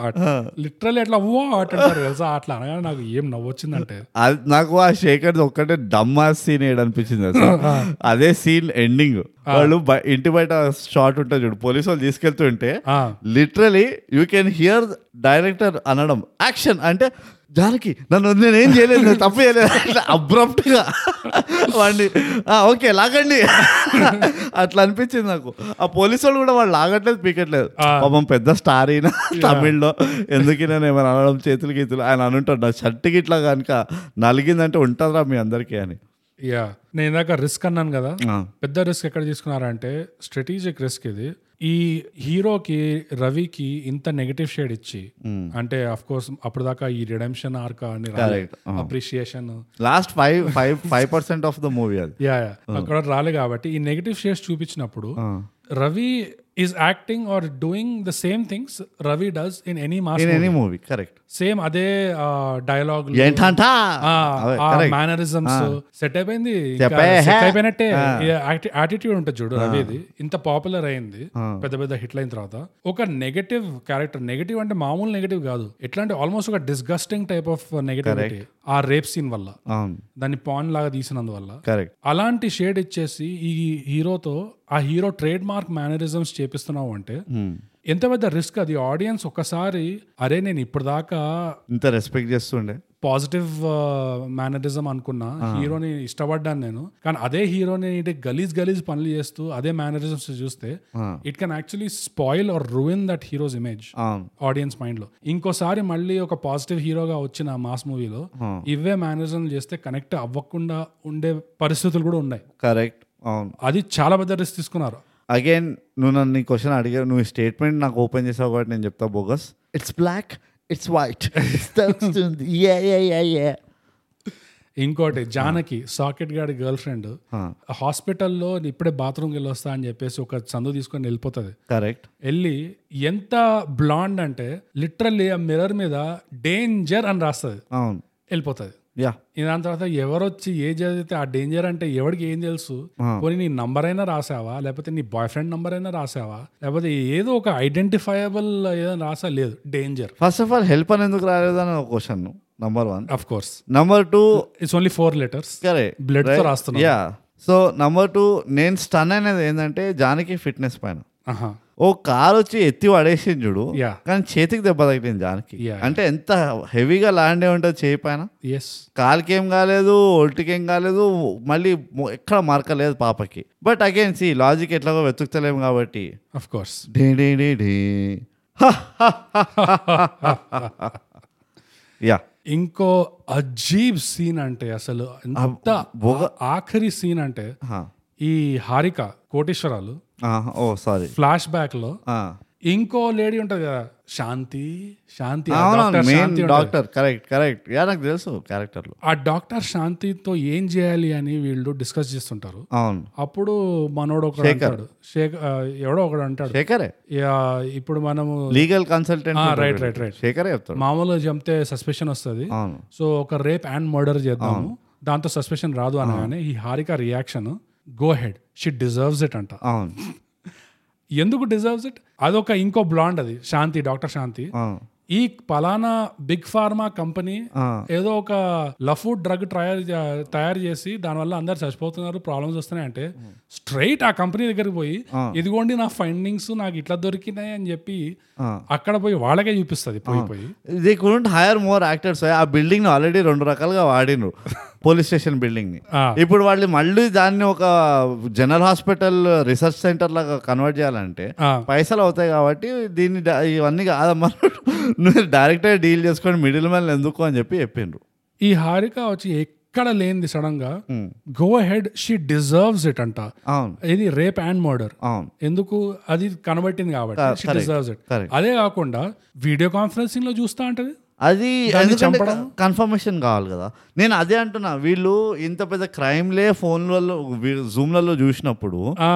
వాట్ లిటరల్ ఎట్లా వాట్ అంటారు తెలుసా అట్లా అనగానే నాకు ఏం నవ్వొచ్చిందంటే
అది నాకు ఆ శేఖర్ ఒక్కటే డమ్మా సీన్ అనిపించింది అసలు అదే సీన్ ఎండింగ్ వాళ్ళు బయ- ఇంటి బయట షార్ట్ ఉంటుంది చూడు పోలీసు వాళ్ళు తీసుకెళ్తుంటే
ఆ.
Literally you can hear director అనడం యాక్షన్ అంటే జానకి నన్ను నేనేం చేయలేదు నేను తప్పు చేయలేదు అట్లా abrupt గా వాడిని ఓకే లాగండి అట్లా అనిపించింది నాకు ఆ పోలీసు వాళ్ళు కూడా వాళ్ళు లాగట్లేదు పీకట్లేదు పాపం పెద్ద స్టార్ అయినా తమిళ్లో ఎందుకు నేను ఏమైనా అనడం చేతులు గీతులు ఆయన అనుంటాడు నా షర్ట్కి ఇట్లా కనుక నలిగిందంటే ఉంటుందిరా మీ అందరికీ అని
యా నేను ఇందాక రిస్క్ అన్నాను కదా
ఆ.
పెద్ద రిస్క్ ఎక్కడ తీసుకున్నారంటే స్ట్రాటజిక్ రిస్క్ ఇది ఈ హీరోకి రవికి ఇంత నెగటివ్ షేడ్ ఇచ్చి అంటే అఫ్ కోర్స్ అప్పుడు దాకా ఈ రిడెంప్షన్ ఆర్క్ అని
Correct. ఆ.
Appreciation
last five five five percent of the movie అది
యా యా అక్కడ రాలే కాబట్టి ఈ నెగటివ్ షేడ్స్ చూపించినప్పుడు Ravi is acting are doing the same things Ravi does in any mass
in any movie correct
same అదే uh, dialogue
ఏంటంట అవే, correct.
Mannerisms set అయిపోయింది
చెప్పే,
సెట్
హే.
అయిపోయినట్టే యాటిట్యూడ్ ఉంటుంది చూడు రవిది ఇంత పాపులర్ అయింది పెద్ద పెద్ద హిట్లు అయిన తర్వాత ఒక నెగటివ్ క్యారెక్టర్ నెగటివ్ అంటే మామూలు నెగటివ్ కాదు ఎట్లా అంటే ఆల్మోస్ట్ ఒక డిస్గస్టింగ్ టైప్ ఆఫ్ నెగటివిటీ ఆ రేప్ సీన్ వల్ల
అవును
దాన్ని పాన్ లాగా తీసినందువల్ల
కరెక్ట్
అలాంటి షేడ్ ఇచ్చేసి ఈ హీరోతో ఆ హీరో ట్రేడ్ మార్క్ మేనరిజమ్స్ చేపిస్తున్నావు అంటే ఎంత పెద్ద రిస్క్ అది ఆడియన్స్ ఒక్కసారి అరే నేను ఇప్పటిదాకా
ఇంత రెస్పెక్ట్ చేస్తుండే
పాజిటివ్ మేనరిజం uh, అనుకున్నా హీరోని ఇష్టపడ్డాను నేను కానీ అదే హీరోని ఇటు గలీజ్ గలీజ్ పనులు చేస్తూ అదే మేనరిజమ్స్ చూస్తే it can actually spoil or ruin that heroes image
అవును
ఆడియన్స్ మైండ్ లో ఇంకోసారి మళ్ళీ ఒక పాజిటివ్ హీరోగా వచ్చిన మాస్ మూవీలో ఇవే మేనరిజం చేస్తే కనెక్ట్ అవ్వకుండా ఉండే పరిస్థితులు కూడా ఉన్నాయి
కరెక్ట్ అవును
అది చాలా పెద్ద రిస్క్ తీసుకున్నారు
అగైన్ నువ్వు నన్ను క్వశ్చన్ అడిగావు నువ్వు స్టేట్మెంట్ నాకు ఓపెన్ చేసావు కాబట్టి నేను చెప్తా bogus it's black it's white
ఇంకోటి జానకి సాకెట్ గాడి గర్ల్ ఫ్రెండ్ హాస్పిటల్లో ఇప్పుడే బాత్రూమ్కి వెళ్ళొస్తా అని చెప్పేసి ఒక చందు తీసుకొని వెళ్ళిపోతుంది
కరెక్ట్
వెళ్ళి ఎంత బ్లాండ్ అంటే లిటరల్లీ ఆ మిర్రర్ మీద డేంజర్ అని రాస్తుంది
అవును
వెళ్ళిపోతుంది
యా
ఈ దాని తర్వాత ఎవరొచ్చి ఏ చదివితే ఆ డేంజర్ అంటే ఎవరికి ఏం తెలుసు పోనీ నీ నంబర్ అయినా రాసావా లేకపోతే నీ బాయ్ ఫ్రెండ్ నంబర్ అయినా రాసావా లేకపోతే ఏదో ఒక ఐడెంటిఫైయబుల్ ఏదైనా రాసా లేదు danger
first of all help అని ఎందుకు రాలేదు అని ఒక question number one
of course
number two
it's only four letters
correct
blood తో రాస్తున్నా
యా సో నంబర్ టూ నేను స్టన్ అనేది ఏంటంటే జానకి ఫిట్నెస్ పైన
ఆహా
ఓ కార్ వచ్చి ఎత్తి పడేసింది చూడు
Yeah.
కానీ చేతికి దెబ్బ తగిలింది జానకి
Yeah.
అంటే ఎంత హెవీగా ల్యాండ్ అయి ఉంటుంది చేయి పైన
ఎస్
కాలుకి ఏం కాలేదు ఒల్టికి ఏం కాలేదు మళ్ళీ మొ- ఎక్కడ మరకలేదు పాపకి బట్ అగైన్ సి లాజిక్ ఎట్లాగో వెతుకుతలేము కాబట్టి
of course
Dhee Dhee Dhee Dhee yeah
ఇంకో అజీబ్ సీన్ అంటే అసలు ఎంత ఆఖరి సీన్ అంటే ఈ Harika Koteswaralu
oh sorry
flash back లో ఇంకో లేడీ ఉంటది కదా శాంతి శాంతి ఆ
అవునవును
డాక్టర్
మెయిన్
శాంతి ఉంటది.
డాక్టర్ కరెక్ట్ కరెక్ట్ యా నాకు తెలుసు క్యారెక్టర్లు
ఆ డాక్టర్ శాంతితో ఏం చేయాలి అని వీళ్ళు డిస్కస్ చేస్తుంటారు
అవును
అప్పుడు మనోడు ఒకడు అంటాడు శేఖ ఆ, ఎవడో ఒకడు అంటాడు
శేఖరే
"యా, ఇప్పుడు మనము
legal consultant
right right right
శేఖరే చెప్తాడు
మామూలుగా చంపితే సస్పెషన్ వస్తుంది
అవును
సో ఒక రేప్ అండ్ మర్డర్ చేద్దాము దాంతో సస్పెషన్ రాదు అనగానే ఈ Harika reaction go ahead she deserves it అంట
అవును
ఎందుకు డిజర్వ్స్ ఇట్ అదొక ఇంకో బ్లాండ్ అది శాంతి డాక్టర్ శాంతి
అవును
ఈ పలానా బిగ్ ఫార్మా కంపెనీ ఏదో ఒక లఫూడ్ డ్రగ్ తయారు తయారు చేసి దానివల్ల అందరు చచ్చిపోతున్నారు ప్రాబ్లమ్స్ వస్తున్నాయి అంటే స్ట్రైట్ ఆ కంపెనీ దగ్గరికి పోయి ఇదిగోండి నా ఫైండింగ్స్ నాకు ఇట్లా దొరికినాయి అని చెప్పి అక్కడ పోయి వాళ్ళకే చూపిస్తుంది పోయి పోయి
they couldn't hire more actors ఆ బిల్డింగ్ ఆల్రెడీ రెండు రకాలుగా వాడినరు పోలీస్ స్టేషన్ బిల్డింగ్ ని
ఆ.
ఇప్పుడు వాళ్ళు మళ్ళీ దాన్ని ఒక జనరల్ హాస్పిటల్ రీసెర్చ్ సెంటర్ లాగా కన్వర్ట్ చేయాలంటే
ఆ.
పైసలు అవుతాయి కాబట్టి దీన్ని డా- ఇవన్నీ కాదమ్మా నువ్వు డైరెక్ట్ డీల్ చేసుకొని మిడిల్ మ్యాన్ ఎందుకు అని చెప్పి చెప్పిండ్రు
ఈ హారిక వచ్చి ఎక్కడ లేనిది సడన్ గా go ahead she deserves it అంట
అవును
ఇది రేప్ అండ్ మర్డర్
అవును
ఎందుకు అది కనబట్టింది కాబట్టి she deserves it.
correct.
అదే కాకుండా వీడియో కాన్ఫరెన్సింగ్ లో చూస్తా అంటది
అది
దాన్ని
ఎందుకంటే
చంపడం?
కన్ఫర్మేషన్ కావాలి కదా నేను అదే అంటున్నా వీళ్ళు ఇంత పెద్ద క్రైమ్లే ఫోన్లలో జూమ్లలో చూసినప్పుడు
ఆ,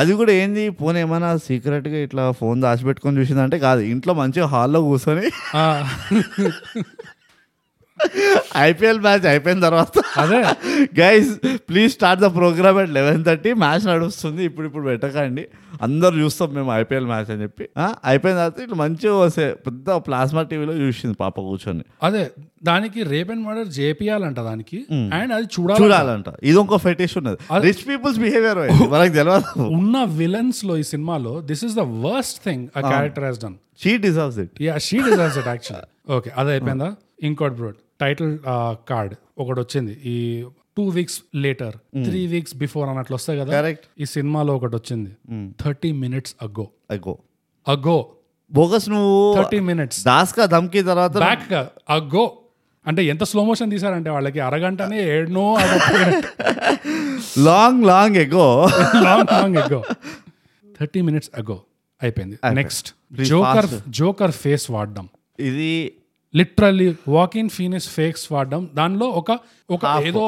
అది కూడా ఏంది ఫోన్ ఏమైనా సీక్రెట్గా ఇట్లా ఫోన్ దాచిపెట్టుకొని చూసిందంటే కాదు ఇంట్లో మంచిగా హాల్లో కూర్చొని
ఆ,
ఐపీఎల్ మ్యాచ్ అయిపోయిన తర్వాత
అదే
guys please start the programme at eleven thirty match నడుస్తుంది ఇప్పుడు ఇప్పుడు పెట్టకండి అందరు చూస్తాం మేము ఐపీఎల్ మ్యాచ్ అని చెప్పి ఆ, అయిపోయిన తర్వాత ఇట్లా మంచిగా వస్తే పెద్ద ప్లాస్మా టీవీలో చూసింది పాప కూర్చొని
అదే దానికి రేప్ అండ్ మర్డర్ చేపియాలంట దానికి అండ్ అది చూడాలి
చూడాలంట ఇది ఇంకో ఫెటిష్ ఉన్నది రిచ్ పీపుల్స్ బిహేవియర్ మనకు తెలియదు
ఉన్న విలన్స్ లో ఈ సినిమాలో this is the worst thing ఆ character has done
she deserves it
yeah she deserves it actually okay అది అయిపోయిందా ఇంకోటి బ్రోడ్ టైటిల్ కార్డ్ ఒకటి వచ్చింది ఈ two weeks later three weeks before అన్నట్లు వస్తాయి కదా
కరెక్ట్
ఈ సినిమాలో ఒకటి వచ్చింది thirty minutes ago
ago
ago
bogus నువ్వు
థర్టీ మినిట్స్
దాస్ కా ధమ్కి తర్వాత
బ్యాక్ అగో అంటే ఎంత స్లో మోషన్ తీసారంటే వాళ్ళకి అరగంటనే ఏడ్నో
long long ago
long long ago thirty minutes ago అయిపోయింది నెక్స్ట్ జోకర్ జోకర్ ఫేస్ వాడడం
ఇది
లిటరల్లీ వాకిన్ ఫీనిస్ ఫేక్స్ వాడడం దానిలో ఒక ఒక ఏదో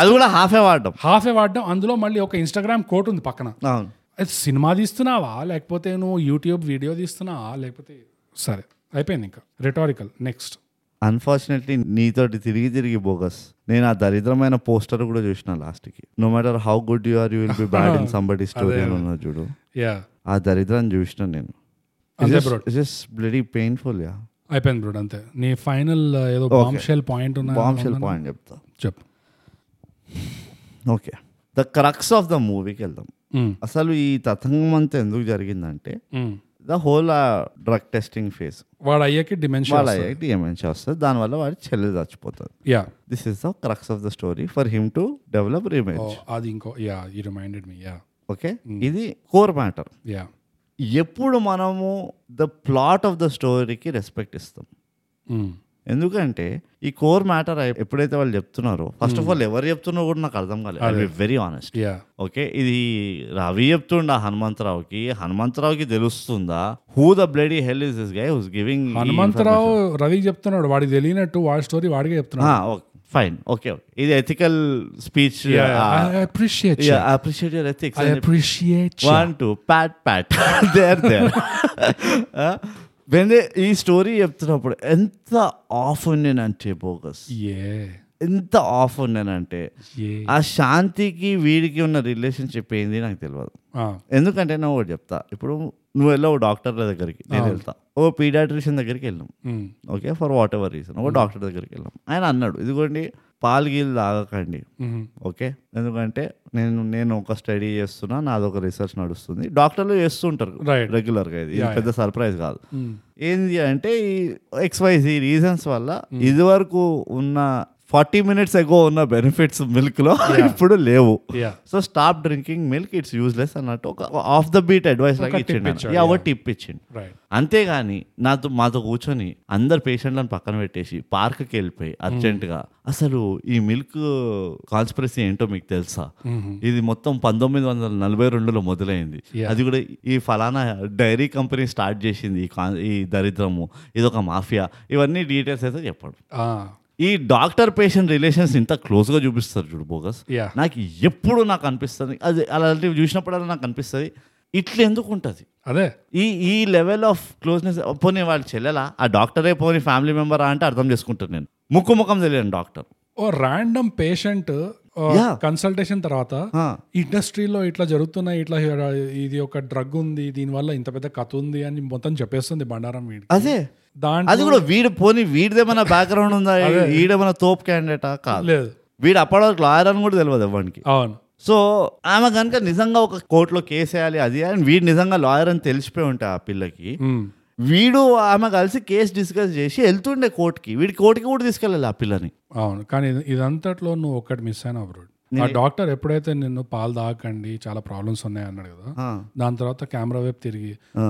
అది కూడా హాఫే వాడడం
హాఫ్ వాడడం అందులో మళ్ళీ ఒక ఇన్స్టాగ్రామ్ కోట్ ఉంది పక్కన
అవును
అది సినిమా తీస్తున్నావా లేకపోతే నువ్వు యూట్యూబ్ వీడియో తీస్తున్నావా లేకపోతే సరే అయిపోయింది ఇంకా రిటారికల్ నెక్స్ట్
అన్ఫార్చునేట్లీ నీతోటి తిరిగి తిరిగి బోగస్ నేను ఆ దరిద్రమైన పోస్టర్ కూడా చూసిన లాస్ట్కి no matter how good you are you will be bad in somebody story అని ఉన్నది చూడు
యా
ఆ దరిద్రాన్ని చూసిన నేను
అంతే bro
just bloody painful yeah
అయిపోయింది బ్రో అంతే నీ ఫైనల్ ఏదో బాంబ్షెల్ పాయింట్ ఉన్నా
బాంబ్షెల్ పాయింట్ చెప్తా
చెప్పు
okay the crux of the మూవీకి వెళ్దాం
Mm.
అసలు ఈ తతంగం అంతా ఎందుకు జరిగిందంటే uh,
Mm.
ద హోల్ ఆ డ్రగ్ టెస్టింగ్ ఫేజ్
వాడు అయ్యాకి డిమెన్షన్
వాళ్ళ ఐఐటి ఏమైనా వస్తుంది దానివల్ల వాడి చెల్లి చచ్చిపోతుంది
yeah
this is the crux of the story for him to develop రిమేజ్
అది ఇంకో యా ఈ రిమైండెడ్ మీ యా
ఓకే ఇది కోర్ మ్యాటర్
యా
ఎప్పుడు మనము ద ప్లాట్ ఆఫ్ ద స్టోరీకి రెస్పెక్ట్ ఇస్తాం ఎందుకంటే ఈ కోర్ మ్యాటర్ ఎప్పుడైతే వాళ్ళు చెప్తున్నారో ఫస్ట్ ఆఫ్ ఆల్ ఎవరు చెప్తున్నారో కూడా నాకు అర్థం కాలేదు I very honest
yeah
okay ఇది రవి చెప్తుండా హనుమంతరావుకి హనుమంతరావుకి తెలుస్తుందా who the bloody hell is this guy who's giving
Hanumantharao రవికి చెప్తున్నాడు వాడికి తెలియనట్టు వాడి స్టోరీ వాడికే చెప్తున్నాడు
Ah, ఫైన్ ఓకే ఇది ah, ethical speech
I appreciate
appreciate your ethics
I appreciate
one two pat pat there there వెందే Uh, ఈ స్టోరీ చెప్తున్నప్పుడు ఎంత ఆఫ్ ఉన్నానంటే బోగస్
ఏ
ఎంత ఆఫ్ ఉన్నానంటే
ఏ
ఆ శాంతికి వీడికి ఉన్న రిలేషన్షిప్ ఏంది నాకు తెలియదు ఎందుకంటే నేను ఒకటి చెప్తా ఇప్పుడు నువ్వు వెళ్ళావు డాక్టర్ల దగ్గరికి నేను వెళ్తా ఓ పీడియాట్రిషియన్ దగ్గరికి వెళ్ళాం okay for whatever reason ఒక డాక్టర్ దగ్గరికి వెళ్ళాం ఆయన అన్నాడు ఇదిగోండి పాలు గీలు తాగకండి ఓకే ఎందుకంటే నేను నేను ఒక స్టడీ చేస్తున్నా నాదొక రీసెర్చ్ నడుస్తుంది డాక్టర్లు చేస్తుంటారు
Right.
రెగ్యులర్గా ఇది ఇది పెద్ద సర్ప్రైజ్ కాదు ఏంది అంటే ఈ ఎక్స్వైజ్ ఈ రీజన్స్ వల్ల ఇదివరకు ఉన్న ఫార్టీ మినిట్స్ ఎగో ఉన్న బెనిఫిట్స్ మిల్క్లో ఇప్పుడు లేవు
yeah
so stop drinking milk it's useless అన్నట్టు ఒక ఆఫ్ ద బీట్ అడ్వైస్ లాగా ఇచ్చిండు ఆయన. యా, ఒక టిప్ ఇచ్చిండు
రైట్
అంతేగాని నాతో మాతో కూర్చొని అందరు పేషెంట్లను పక్కన పెట్టేసి పార్క్కి వెళ్ళిపోయి అర్జెంటుగా అసలు ఈ మిల్క్ కాన్స్పిరసీ ఏంటో మీకు తెలుసా ఇది మొత్తం పంతొమ్మిది వందల నలభై రెండులో మొదలైంది
Yeah.
అది కూడా ఈ ఫలానా డైరీ కంపెనీ స్టార్ట్ చేసింది ఈ కాన్- ఈ దరిద్రము ఇది ఒక మాఫియా ఇవన్నీ డీటెయిల్స్ అయితే చెప్పాడు ఈ డాక్టర్ పేషెంట్ రిలేషన్స్ ఇంత క్లోజ్గా చూపిస్తారు చూడు బోగస్
యా
నాకు ఎప్పుడు నాకు అనిపిస్తుంది అది అలాంటివి చూసినప్పుడల్లా నాకు అనిపిస్తుంది ఇట్లా ఎందుకు ఉంటుంది
అదే
ఈ ఈ లెవెల్ ఆఫ్ క్లోజ్నెస్ పోనీ వాళ్ళ చెల్లెలా ఆ డాక్టరే పోనీ ఫ్యామిలీ మెంబరా అంటే అర్థం చేసుకుంటాను నేను ముక్కు ముఖం తెలియను డాక్టర్
ఓ ర్యాండమ్ పేషెంట్
Yeah.
కన్సల్టేషన్ తర్వాత ఇండస్ట్రీలో ఇట్లా జరుగుతున్నాయి ఇట్లా ఇది ఒక డ్రగ్ ఉంది దీనివల్ల ఇంత పెద్ద కథ ఉంది అని మొత్తం చెప్పేస్తుంది బండారం వీడికి
అదే
దాంట్లో
అది కూడా వీడు పోనీ వీడిదేమన్నా బ్యాక్గ్రౌండ్ ఉందా వీడేమన్నా తోపు క్యాండిడేటా కాదు
లేదు
వీడు అప్పటి వరకు లాయర్ అని కూడా తెలియదు ఎవరికి
అవును
సో ఆమె కనుక నిజంగా ఒక కోర్టులో కేసు వేయాలి అది అని వీడు నిజంగా లాయర్ అని తెలిసిపోయి ఉంటా ఆ పిల్లకి
మ్మ్.
వీడు ఆమె కలిసి కేసు డిస్కస్ చేసి వెళ్తుండే కోర్టుకి వీడి కోర్టుకి కూడా తీసుకెళ్ళాలి ఆ పిల్లని
అవును కానీ ఇది- ఇదంతట్లో నువ్వు ఒక్కటి మిస్ అయినా బ్రోడ్ ఆ డాక్టర్ ఎప్పుడైతే నిన్ను పాలు తాగకండి చాలా ప్రాబ్లమ్స్ ఉన్నాయి అన్నాడు కదా
ఆ.
దాని తర్వాత కెమెరా వైపు తిరిగి
ఆ.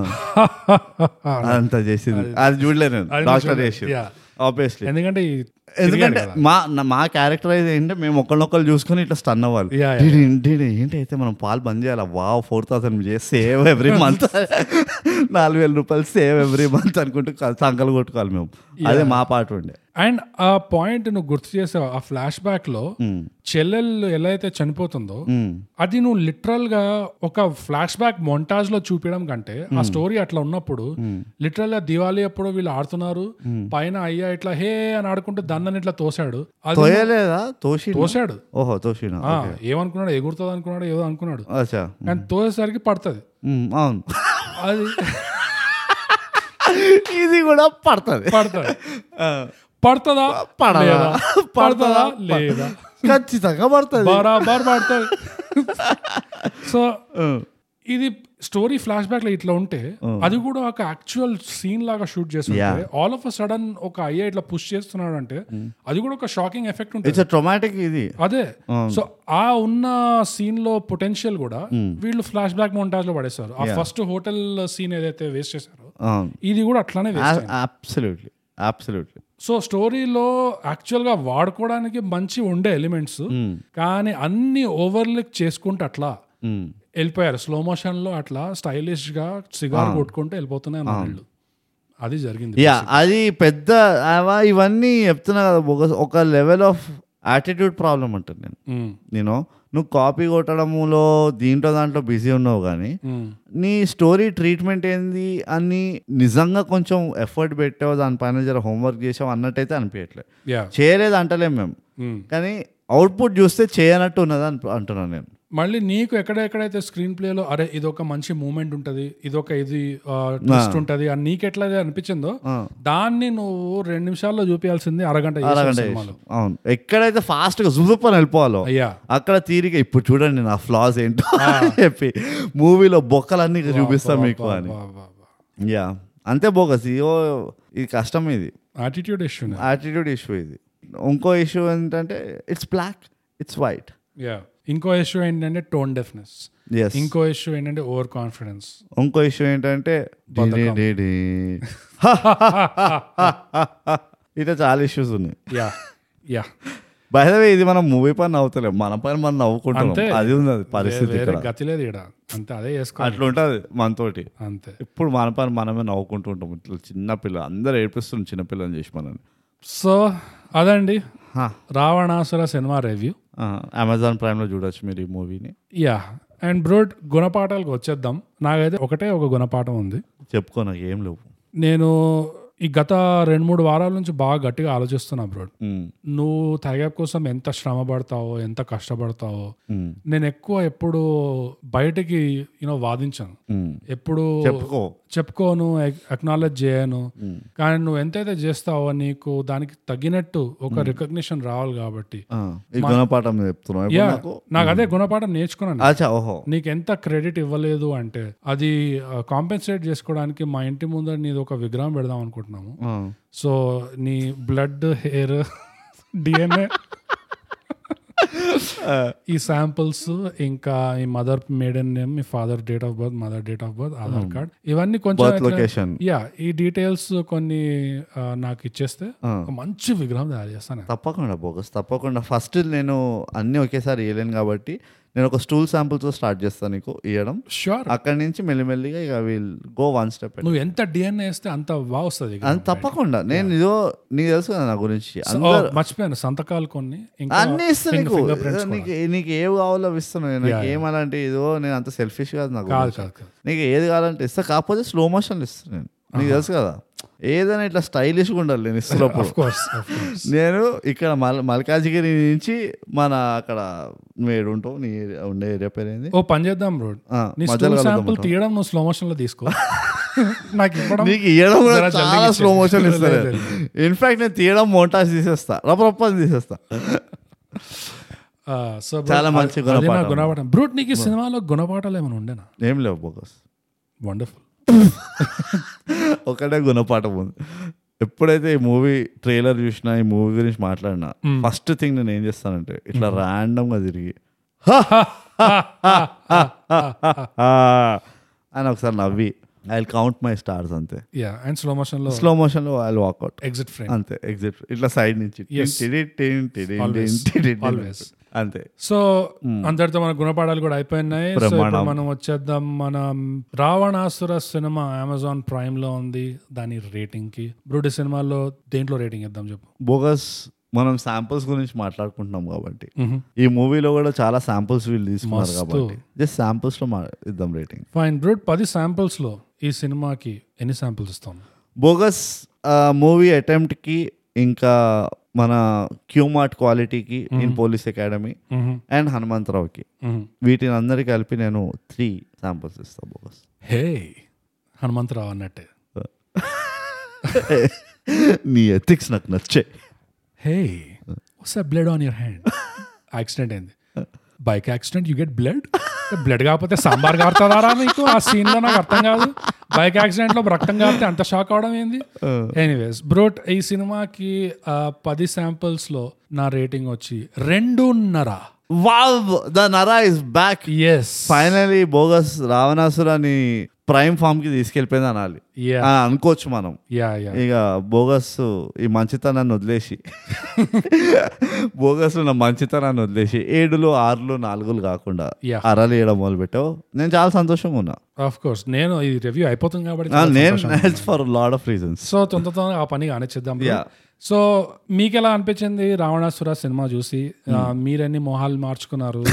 అదంతా చేసింది అది చూడలే నేను
అది
డాక్టర్
చూడలే.
చేసి
Yeah.
ఆబ్వియస్లీ
ఎందుకంటే ఈ-
ఎందుకంటే మా నా- మా క్యారెక్టరైజ్ ఏంటంటే మేము ఒకళ్ళొకళ్ళు చూసుకొని ఇట్లా స్టన్ అవ్వాలి
Yeah, yeah.
డీడీ, డీడీ, ఏంటి అయితే మనం పాలు బంద్ చేయాలి వావ్ ఫోర్ థౌసండ్ చేసి సేవ్ ఎవ్రీ మంత్ నాలుగు వేల రూపాయలు సేవ్ ఎవ్రీ మంత్ అనుకుంటూ క- సంకలు కొట్టుకోవాలి మేము అదే మా పాట ఉండే
అండ్ ఆ పాయింట్ నువ్వు గుర్తు చేసావు ఆ ఫ్లాష్ బ్యాక్ లో చెల్లెళ్ళు ఎలా అయితే చనిపోతుందో
Mm.
అది నువ్వు లిటరల్ గా ఒక ఫ్లాష్ బ్యాక్ మొంటాజ్ లో చూపించడం కంటే ఆ
Hmm.
స్టోరీ అట్లా ఉన్నప్పుడు లిటరల్ గా దివాళీ అప్పుడు వీళ్ళు ఆడుతున్నారు
Hmm.
పైన అయ్యా ఇట్లా హే అని ఆడుకుంటూ దాన్ని ఇట్లా తోశాడు అది
తోయలేదా తోషి
తోశాడు
ఓహో తోషినా
ఆ, ఏమనుకున్నాడు ఎగురుతుంది అనుకున్నాడు ఏదో అనుకున్నాడు
అచ్చా
కానీ తోసేసరికి పడుతుంది
ఉమ్, అవును
అది
ఇది కూడా పడుతుంది
పడుతుంది పడుతుందా
పడదా?
లేదా? పడుతుందా
పడదా?
లేదా
ఖచ్చితంగా పడుతుంది
బరాబర్ పడుతుంది సో ఇది స్టోరీ ఫ్లాష్ బ్యాక్ లో ఇట్లా ఉంటే అది కూడా ఒక యాక్చువల్ సీన్ లాగా షూట్ చేస్తుంటే ఆల్ ఆఫ్ అ సడన్ ఒక అయ్య ఇట్లా పుష్ చేస్తున్నాడు అంటే అది కూడా ఒక షాకింగ్ ఎఫెక్ట్ ఉంటుంది
ఇట్స్ ట్రొమాటిక్ ఇది
అదే సో ఆ ఉన్న సీన్ లో పొటెన్షియల్ కూడా వీళ్ళు ఫ్లాష్ బ్యాక్ మోంటాజ్ లో పడేశారు ఆ ఫస్ట్ హోటల్ సీన్ ఏదైతే వేస్ట్ చేశారో
అవును
ఇది కూడా అట్లానే వేస్ట్
అబ్సల్యూట్లీ అబ్సల్యూట్లీ
సో స్టోరీలో యాక్చువల్ గా వాడుకోవడానికి మంచి ఉండే ఎలిమెంట్స్ కానీ అన్ని ఓవర్లిక్ చేసుకుంటూ అట్లా వెళ్ళిపోయారు స్లో మోషన్ లో అట్లా స్టైలిష్ గా సిగార్ కొట్టుకుంటూ వెళ్ళిపోతున్నాయి అన్న వాళ్ళు అది జరిగింది
యా అది పెద్ద అవ- ఇవన్నీ చెప్తున్నా కదా ఒక ఒక లెవెల్ ఆఫ్ యాటిట్యూడ్ ప్రాబ్లం అంటాను నేను
మ్మ్.
నేను నువ్వు కాపీ కొట్టడములో దీంట్లో దాంట్లో బిజీ ఉన్నావు కానీ
మ్మ్.
నీ స్టోరీ ట్రీట్మెంట్ ఏంది అని నిజంగా కొంచెం ఎఫర్ట్ పెట్టావు దానిపైన జర హోంవర్క్ చేసావు అన్నట్టయితే అనిపించట్లేదు
యా
చేయలేదు అంటలేం మేము
మ్మ్.
కానీ అవుట్పుట్ చూస్తే చేయనట్టు ఉన్నది అని అంటున్నాను నేను
మళ్ళీ నీకు ఎక్కడెక్కడైతే స్క్రీన్ ప్లేలో అరే ఇది ఒక మంచి మూమెంట్ ఉంటది ఇది ఒక ఇది ట్విస్ట్ ఉంటది అని నీకెట్లా అనిపించిందో దాన్ని నువ్వు రెండు నిమిషాల్లో చూపించాల్సింది అరగంట చేసావు
అలాగంటే
సినిమాలో.
అవును ఎక్కడైతే ఫాస్ట్గా జుజుప్పని వెళ్ళిపోవాలో
అయ్యా
అక్కడ తీరిక ఇప్పుడు చూడండి నా ఫ్లాస్ ఏంటో అని చెప్పి మూవీలో బొక్కలన్నీ ఇక చూపిస్తా మీకు అని
బా, బా, బా.
యా అంతే బోగస్ ఇది ఓ- ఇది కష్టం ఇది
యాటిట్యూడ్ ఇష్యూ
యాటిట్యూడ్ ఇష్యూ ఇది ఇంకో ఇష్యూ ఏంటంటే it's black it's white
yeah ఇంకో ఇష్యూ ఏంటంటే టోన్ డెఫ్నెస్
ఎస్
ఇంకో ఇష్యూ ఏంటంటే ఓవర్ కాన్ఫిడెన్స్
ఇంకో ఇష్యూ ఏంటంటే డి- డి- డి- డి. ఇట్లా చాలా ఇష్యూస్ ఉన్నాయి
యా యా
బయదవే ఇది మనం మూవీ పైన నవ్వుతలేం మన పైన మనం నవ్వుకుంటాం
అంతే.
అది ఉంది అది పరిస్థితి
వేరే
ఇక్కడ
గతి లేదు ఇక్కడ అంతే అదే చేసుకోవాలి
అట్లా ఉంటుంది మనతోటి
అంతే
ఇప్పుడు మన పని మనమే నవ్వుకుంటూ ఉంటాం ఇట్లా చిన్నపిల్ల అందరూ ఏడిపిస్తున్నాం చిన్నపిల్లని చేసి మనని
సో అదండి రావణాసుర సినిమా రివ్యూ
అమెజాన్ ప్రైమ్లో చూడొచ్చు మీరు ఈ మూవీని
యా అండ్ బ్రోడ్ గుణపాఠాలకు వచ్చేద్దాం నాకైతే ఒకటే ఒక గుణపాఠం ఉంది
చెప్పుకో నాకు ఏం లేవు
నేను ఈ గత రెండు మూడు వారాల నుంచి బాగా గట్టిగా ఆలోచిస్తున్నా బ్రోడ్
ఉమ్,
నువ్వు తెగ కోసం ఎంత శ్రమ పడతావో ఎంత కష్టపడతావో
ఉమ్,
నేను ఎక్కువ ఎప్పుడు బయటకి యూనో వాదించాను
ఉమ్.
ఎప్పుడు
చెప్పుకో
చెప్పుకోను అక్నాలెడ్జ్ చేయను కానీ నువ్వు ఎంతైతే చేస్తావో నీకు దానికి తగినట్టు ఒక రికగ్నిషన్ రావాలి కాబట్టి
ఆ, ఈ గుణపాఠం చెప్తున్నావు ఇప్పుడు
యా
నాకు
నాకు అదే గుణపాఠం నేర్చుకున్నాను
అచ్చా ఓహో
నీకు ఎంత క్రెడిట్ ఇవ్వలేదు అంటే అది కాంపెన్సేట్ చేసుకోవడానికి మా ఇంటి ముందర నీది ఒక విగ్రహం పెడదాం అనుకుంటున్నాము
ఆ,
సో నీ బ్లడ్ హెయిర్ డిఎన్ఏ ఈ శాంపుల్స్ ఇంకా ఈ మదర్ మేడన్ నేమ్ మీ father date of birth mother date of birth Aadhaar card ఇవన్నీ కొంచెం
బర్త్ లొకేషన్
యా ఈ డీటెయిల్స్ కొన్ని ఆ, నాకు ఇచ్చేస్తే ఒక మంచి విగ్రహం తయారు చేస్తాను నేను.
తప్పకుండా బోగస్ తప్పకుండా ఫస్ట్ నేను అన్నీ ఒకేసారి వేయలేను కాబట్టి నేను ఒక స్టూల్ శాంపుల్తో స్టార్ట్ చేస్తాను నీకు ఇవ్వడం
షూర్
అక్కడి నుంచి మెల్లిమెల్లిగా ఇక విల్ గో వన్ స్టెప్
నువ్వు ఎంత డిఎన్ఏ వేస్తే అంత బాగా వస్తుంది
అది తప్పకుండా నేను ఇదో నీకు తెలుసు కదా నా గురించి
ఓ, oh, మర్చిపోయాను సంతకాలు కొన్ని ఇంకా
అన్నీ ఇస్తా
finger-
నీకు
fingerprints కూడా.
నీకు నీకు ఏవి కావాలో అవి ఇస్తాను నేను. నాకు ఏం అలాంటి ఇదో నేను అంత సెల్ఫిష్ కాదు నాకు
కాదు కాదు కాదు
నీకు ఏది కావాలంటే ఇస్తా కాకపోతే స్లో మోషన్ ఇస్తాను నేను నీకు తెలుసు కదా ఏదైనా ఇట్లా స్టైలిష్గా ఉండాలి నేను ఇస్తున్నప్పుడు
ఆఫ్ కోర్స్ ఆఫ్ కోర్స్
నేను ఇక్కడ మల్ మల్కాజిగిరి నుంచి మన అక్కడ మీరు ఉంటావు నీ ఉండే ఏరియా పేరు ఏంది
ఓ Oh, పని చేద్దాం రోడ్
ఆ,
నీ
మధ్యలో
స్టూల్
కలుద్దాం
శాంపుల్
అంటావు.
తీయడం నువ్వు స్లో మోషన్ లో తీసుకో నాకు ఇవ్వడం
నీకు ఇవ్వడం కూడా
జరా జల్దీగా
చాలా
ఇచ్చేయి.
స్లో మోషన్ ఇస్తారు
లేదు,
ఇన్ఫాక్ట్ నేను తీయడం మోటాస్ తీసేస్తా రప్ప రప్ప అని తీసేస్తా
ఆ, సో bro,
చాలా మంచి
అది- అది నా
గుణపాఠం.
గుణపాఠం బ్రూట్ నీకు ఈ సినిమాలో గుణపాఠాలు ఏమైనా ఉండేనా
ఏం లేవు బోకస్
వండర్ఫుల్
ఒకటే గుణపాఠం ఉంది ఎప్పుడైతే ఈ మూవీ ట్రైలర్ చూసినా ఈ మూవీ గురించి మాట్లాడినా ఫస్ట్ థింగ్ నేను ఏం చేస్తానంటే ఇట్లా random గా తిరిగి "హా, హా, హా, హా, హా, హా, హా" అని ఒకసారి నవ్వి ఐ కౌంట్ మై స్టార్స్ అంతే
యా అండ్ స్లో మోషన్ లో
స్లో మోషన్లో ఐ వాక్అవుట్
ఎగ్జిట్ ఫ్రేమ్
అంతే ఎగ్జిట్ ఇట్లా సైడ్ నుంచి
Yes.
టిడిన్, టిడిన్, టిడిన్,
Always.
టిడిన్, టిడిన్.
Always.
అంతే
సో అందరితో మన గుణపాఠాలు కూడా అయిపోయినాయి సో ఇప్పుడు మనం వచ్చేద్దాం మన రావణాసుర సినిమా అమెజాన్ ప్రైమ్ లో ఉంది దాని రేటింగ్ కి బ్రూటి సినిమాలో దేంట్లో రేటింగ్ ఇద్దాం చెప్పు
బోగస్ మనం శాంపుల్స్ గురించి మాట్లాడుకుంటున్నాం కాబట్టి ఈ మూవీలో కూడా చాలా శాంపుల్స్ వీళ్ళు తీసుకున్నారు కాబట్టి జస్ట్ శాంపుల్స్ లో మా- ఇద్దాం రేటింగ్
ఫైన్ బ్రూట్ పది శాంపుల్స్ లో ఈ సినిమాకి ఎన్ని శాంపుల్స్ ఇస్తాం
బోగస్ మూవీ అటెంప్ట్ కి ఇంకా మన క్యూమార్ట్ క్వాలిటీకి ఇన్ పోలీస్ అకాడమీ అండ్ హనుమంతరావుకి వీటిని అందరి కలిపి నేను త్రీ శాంపుల్స్ ఇస్తాను బోగస్
హే హనుమంతరావు అన్నట్టే
నీ ఎథిక్స్ నాకు నచ్చే
హే వస్తే blood on your hand accident అయింది bike accident you get blood blood కాకపోతే సాంబార్ కారుతుందారా నీకు ఆ సీన్ లో నాకు అర్థం కాదు బైక్ యాక్సిడెంట్ లో రక్తం కారితే అంత షాక్ అవడం ఏంది ఎనీవేస్ బ్రోట్ ఈ సినిమాకి ఆ, పది శాంపుల్స్ లో నా రేటింగ్ వచ్చి రెండున్నర
wow the నరా is back
yes
finally bogus రావణాసురాని ప్రైమ్ ఫామ్ కి తీసుకెళ్ళిపోయింది అనాలి
Yeah.
ఆ, అనుకోవచ్చు మనం
యా యా
ఇక బోగస్ ఈ మంచితనాన్ని వదిలేసి బోగస్ ఉన్న మంచితనాన్ని వదిలేసి ఏడులు ఆరులు నాలుగులు కాకుండా
Yeah.
అరలు వేయడం మొదలు పెట్టావు నేను చాలా సంతోషంగా ఉన్నా
ఆఫ్ కోర్స్ నేను ఈ రివ్యూ అయిపోతుంది కాబట్టి
ఆ,
చాలా సంతోషంగా
నేను for lot of reasons
so తొందర తొందరగా ఆ పని కానిచ్చేద్దాం
Yeah.
సో మీకు ఎలా అనిపించింది రావణాసుర సినిమా చూసి ఆ,
Hmm.
మీరెన్ని మొహాలు మార్చుకున్నారు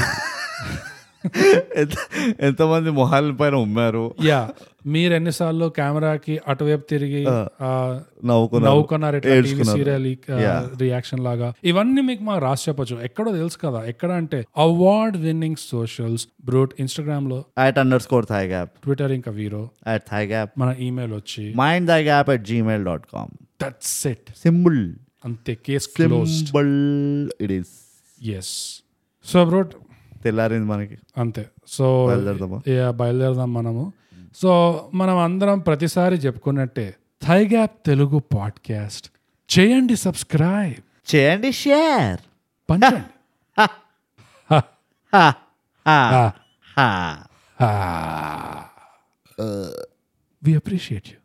ఎంతమంది మొహాల పైన ఉమ్మారు
యా మీరు ఎన్నిసార్లు కెమెరాకి అటువైపు తిరిగి ఆ,
నవ్వుకున్నారు
నవ్వుకున్నారు ఇట్లా టీవీ
ఏడ్చుకున్నారు.
సీరియల్ రియాక్షన్ లాగా ఇవన్నీ మీకు మాకు రాసి చెప్పొచ్చు ఎక్కడో తెలుసు కదా ఎక్కడ అంటే award winning socials brute Instagram లో
at underscore thigh gap
Twitter ఇంకా వీరో
అట్ థై గ్యాప్
మన ఈమెయిల్ వచ్చి
mind thigh gap at Gmail dot com
that's it
simple
అంతే case close
simple it is
yes so brute
తెల్లారింది మనకి
అంతే so
బయలుదేరదామా?
Yeah, బయలుదేరదాం మనము సో మనం అందరం ప్రతిసారి చెప్పుకున్నట్టే థై గ్యాప్ తెలుగు పాడ్కాస్ట్ చేయండి సబ్స్క్రైబ్
చేయండి షేర్
పంచండి హ, హ.
హా
Ah. We appreciate you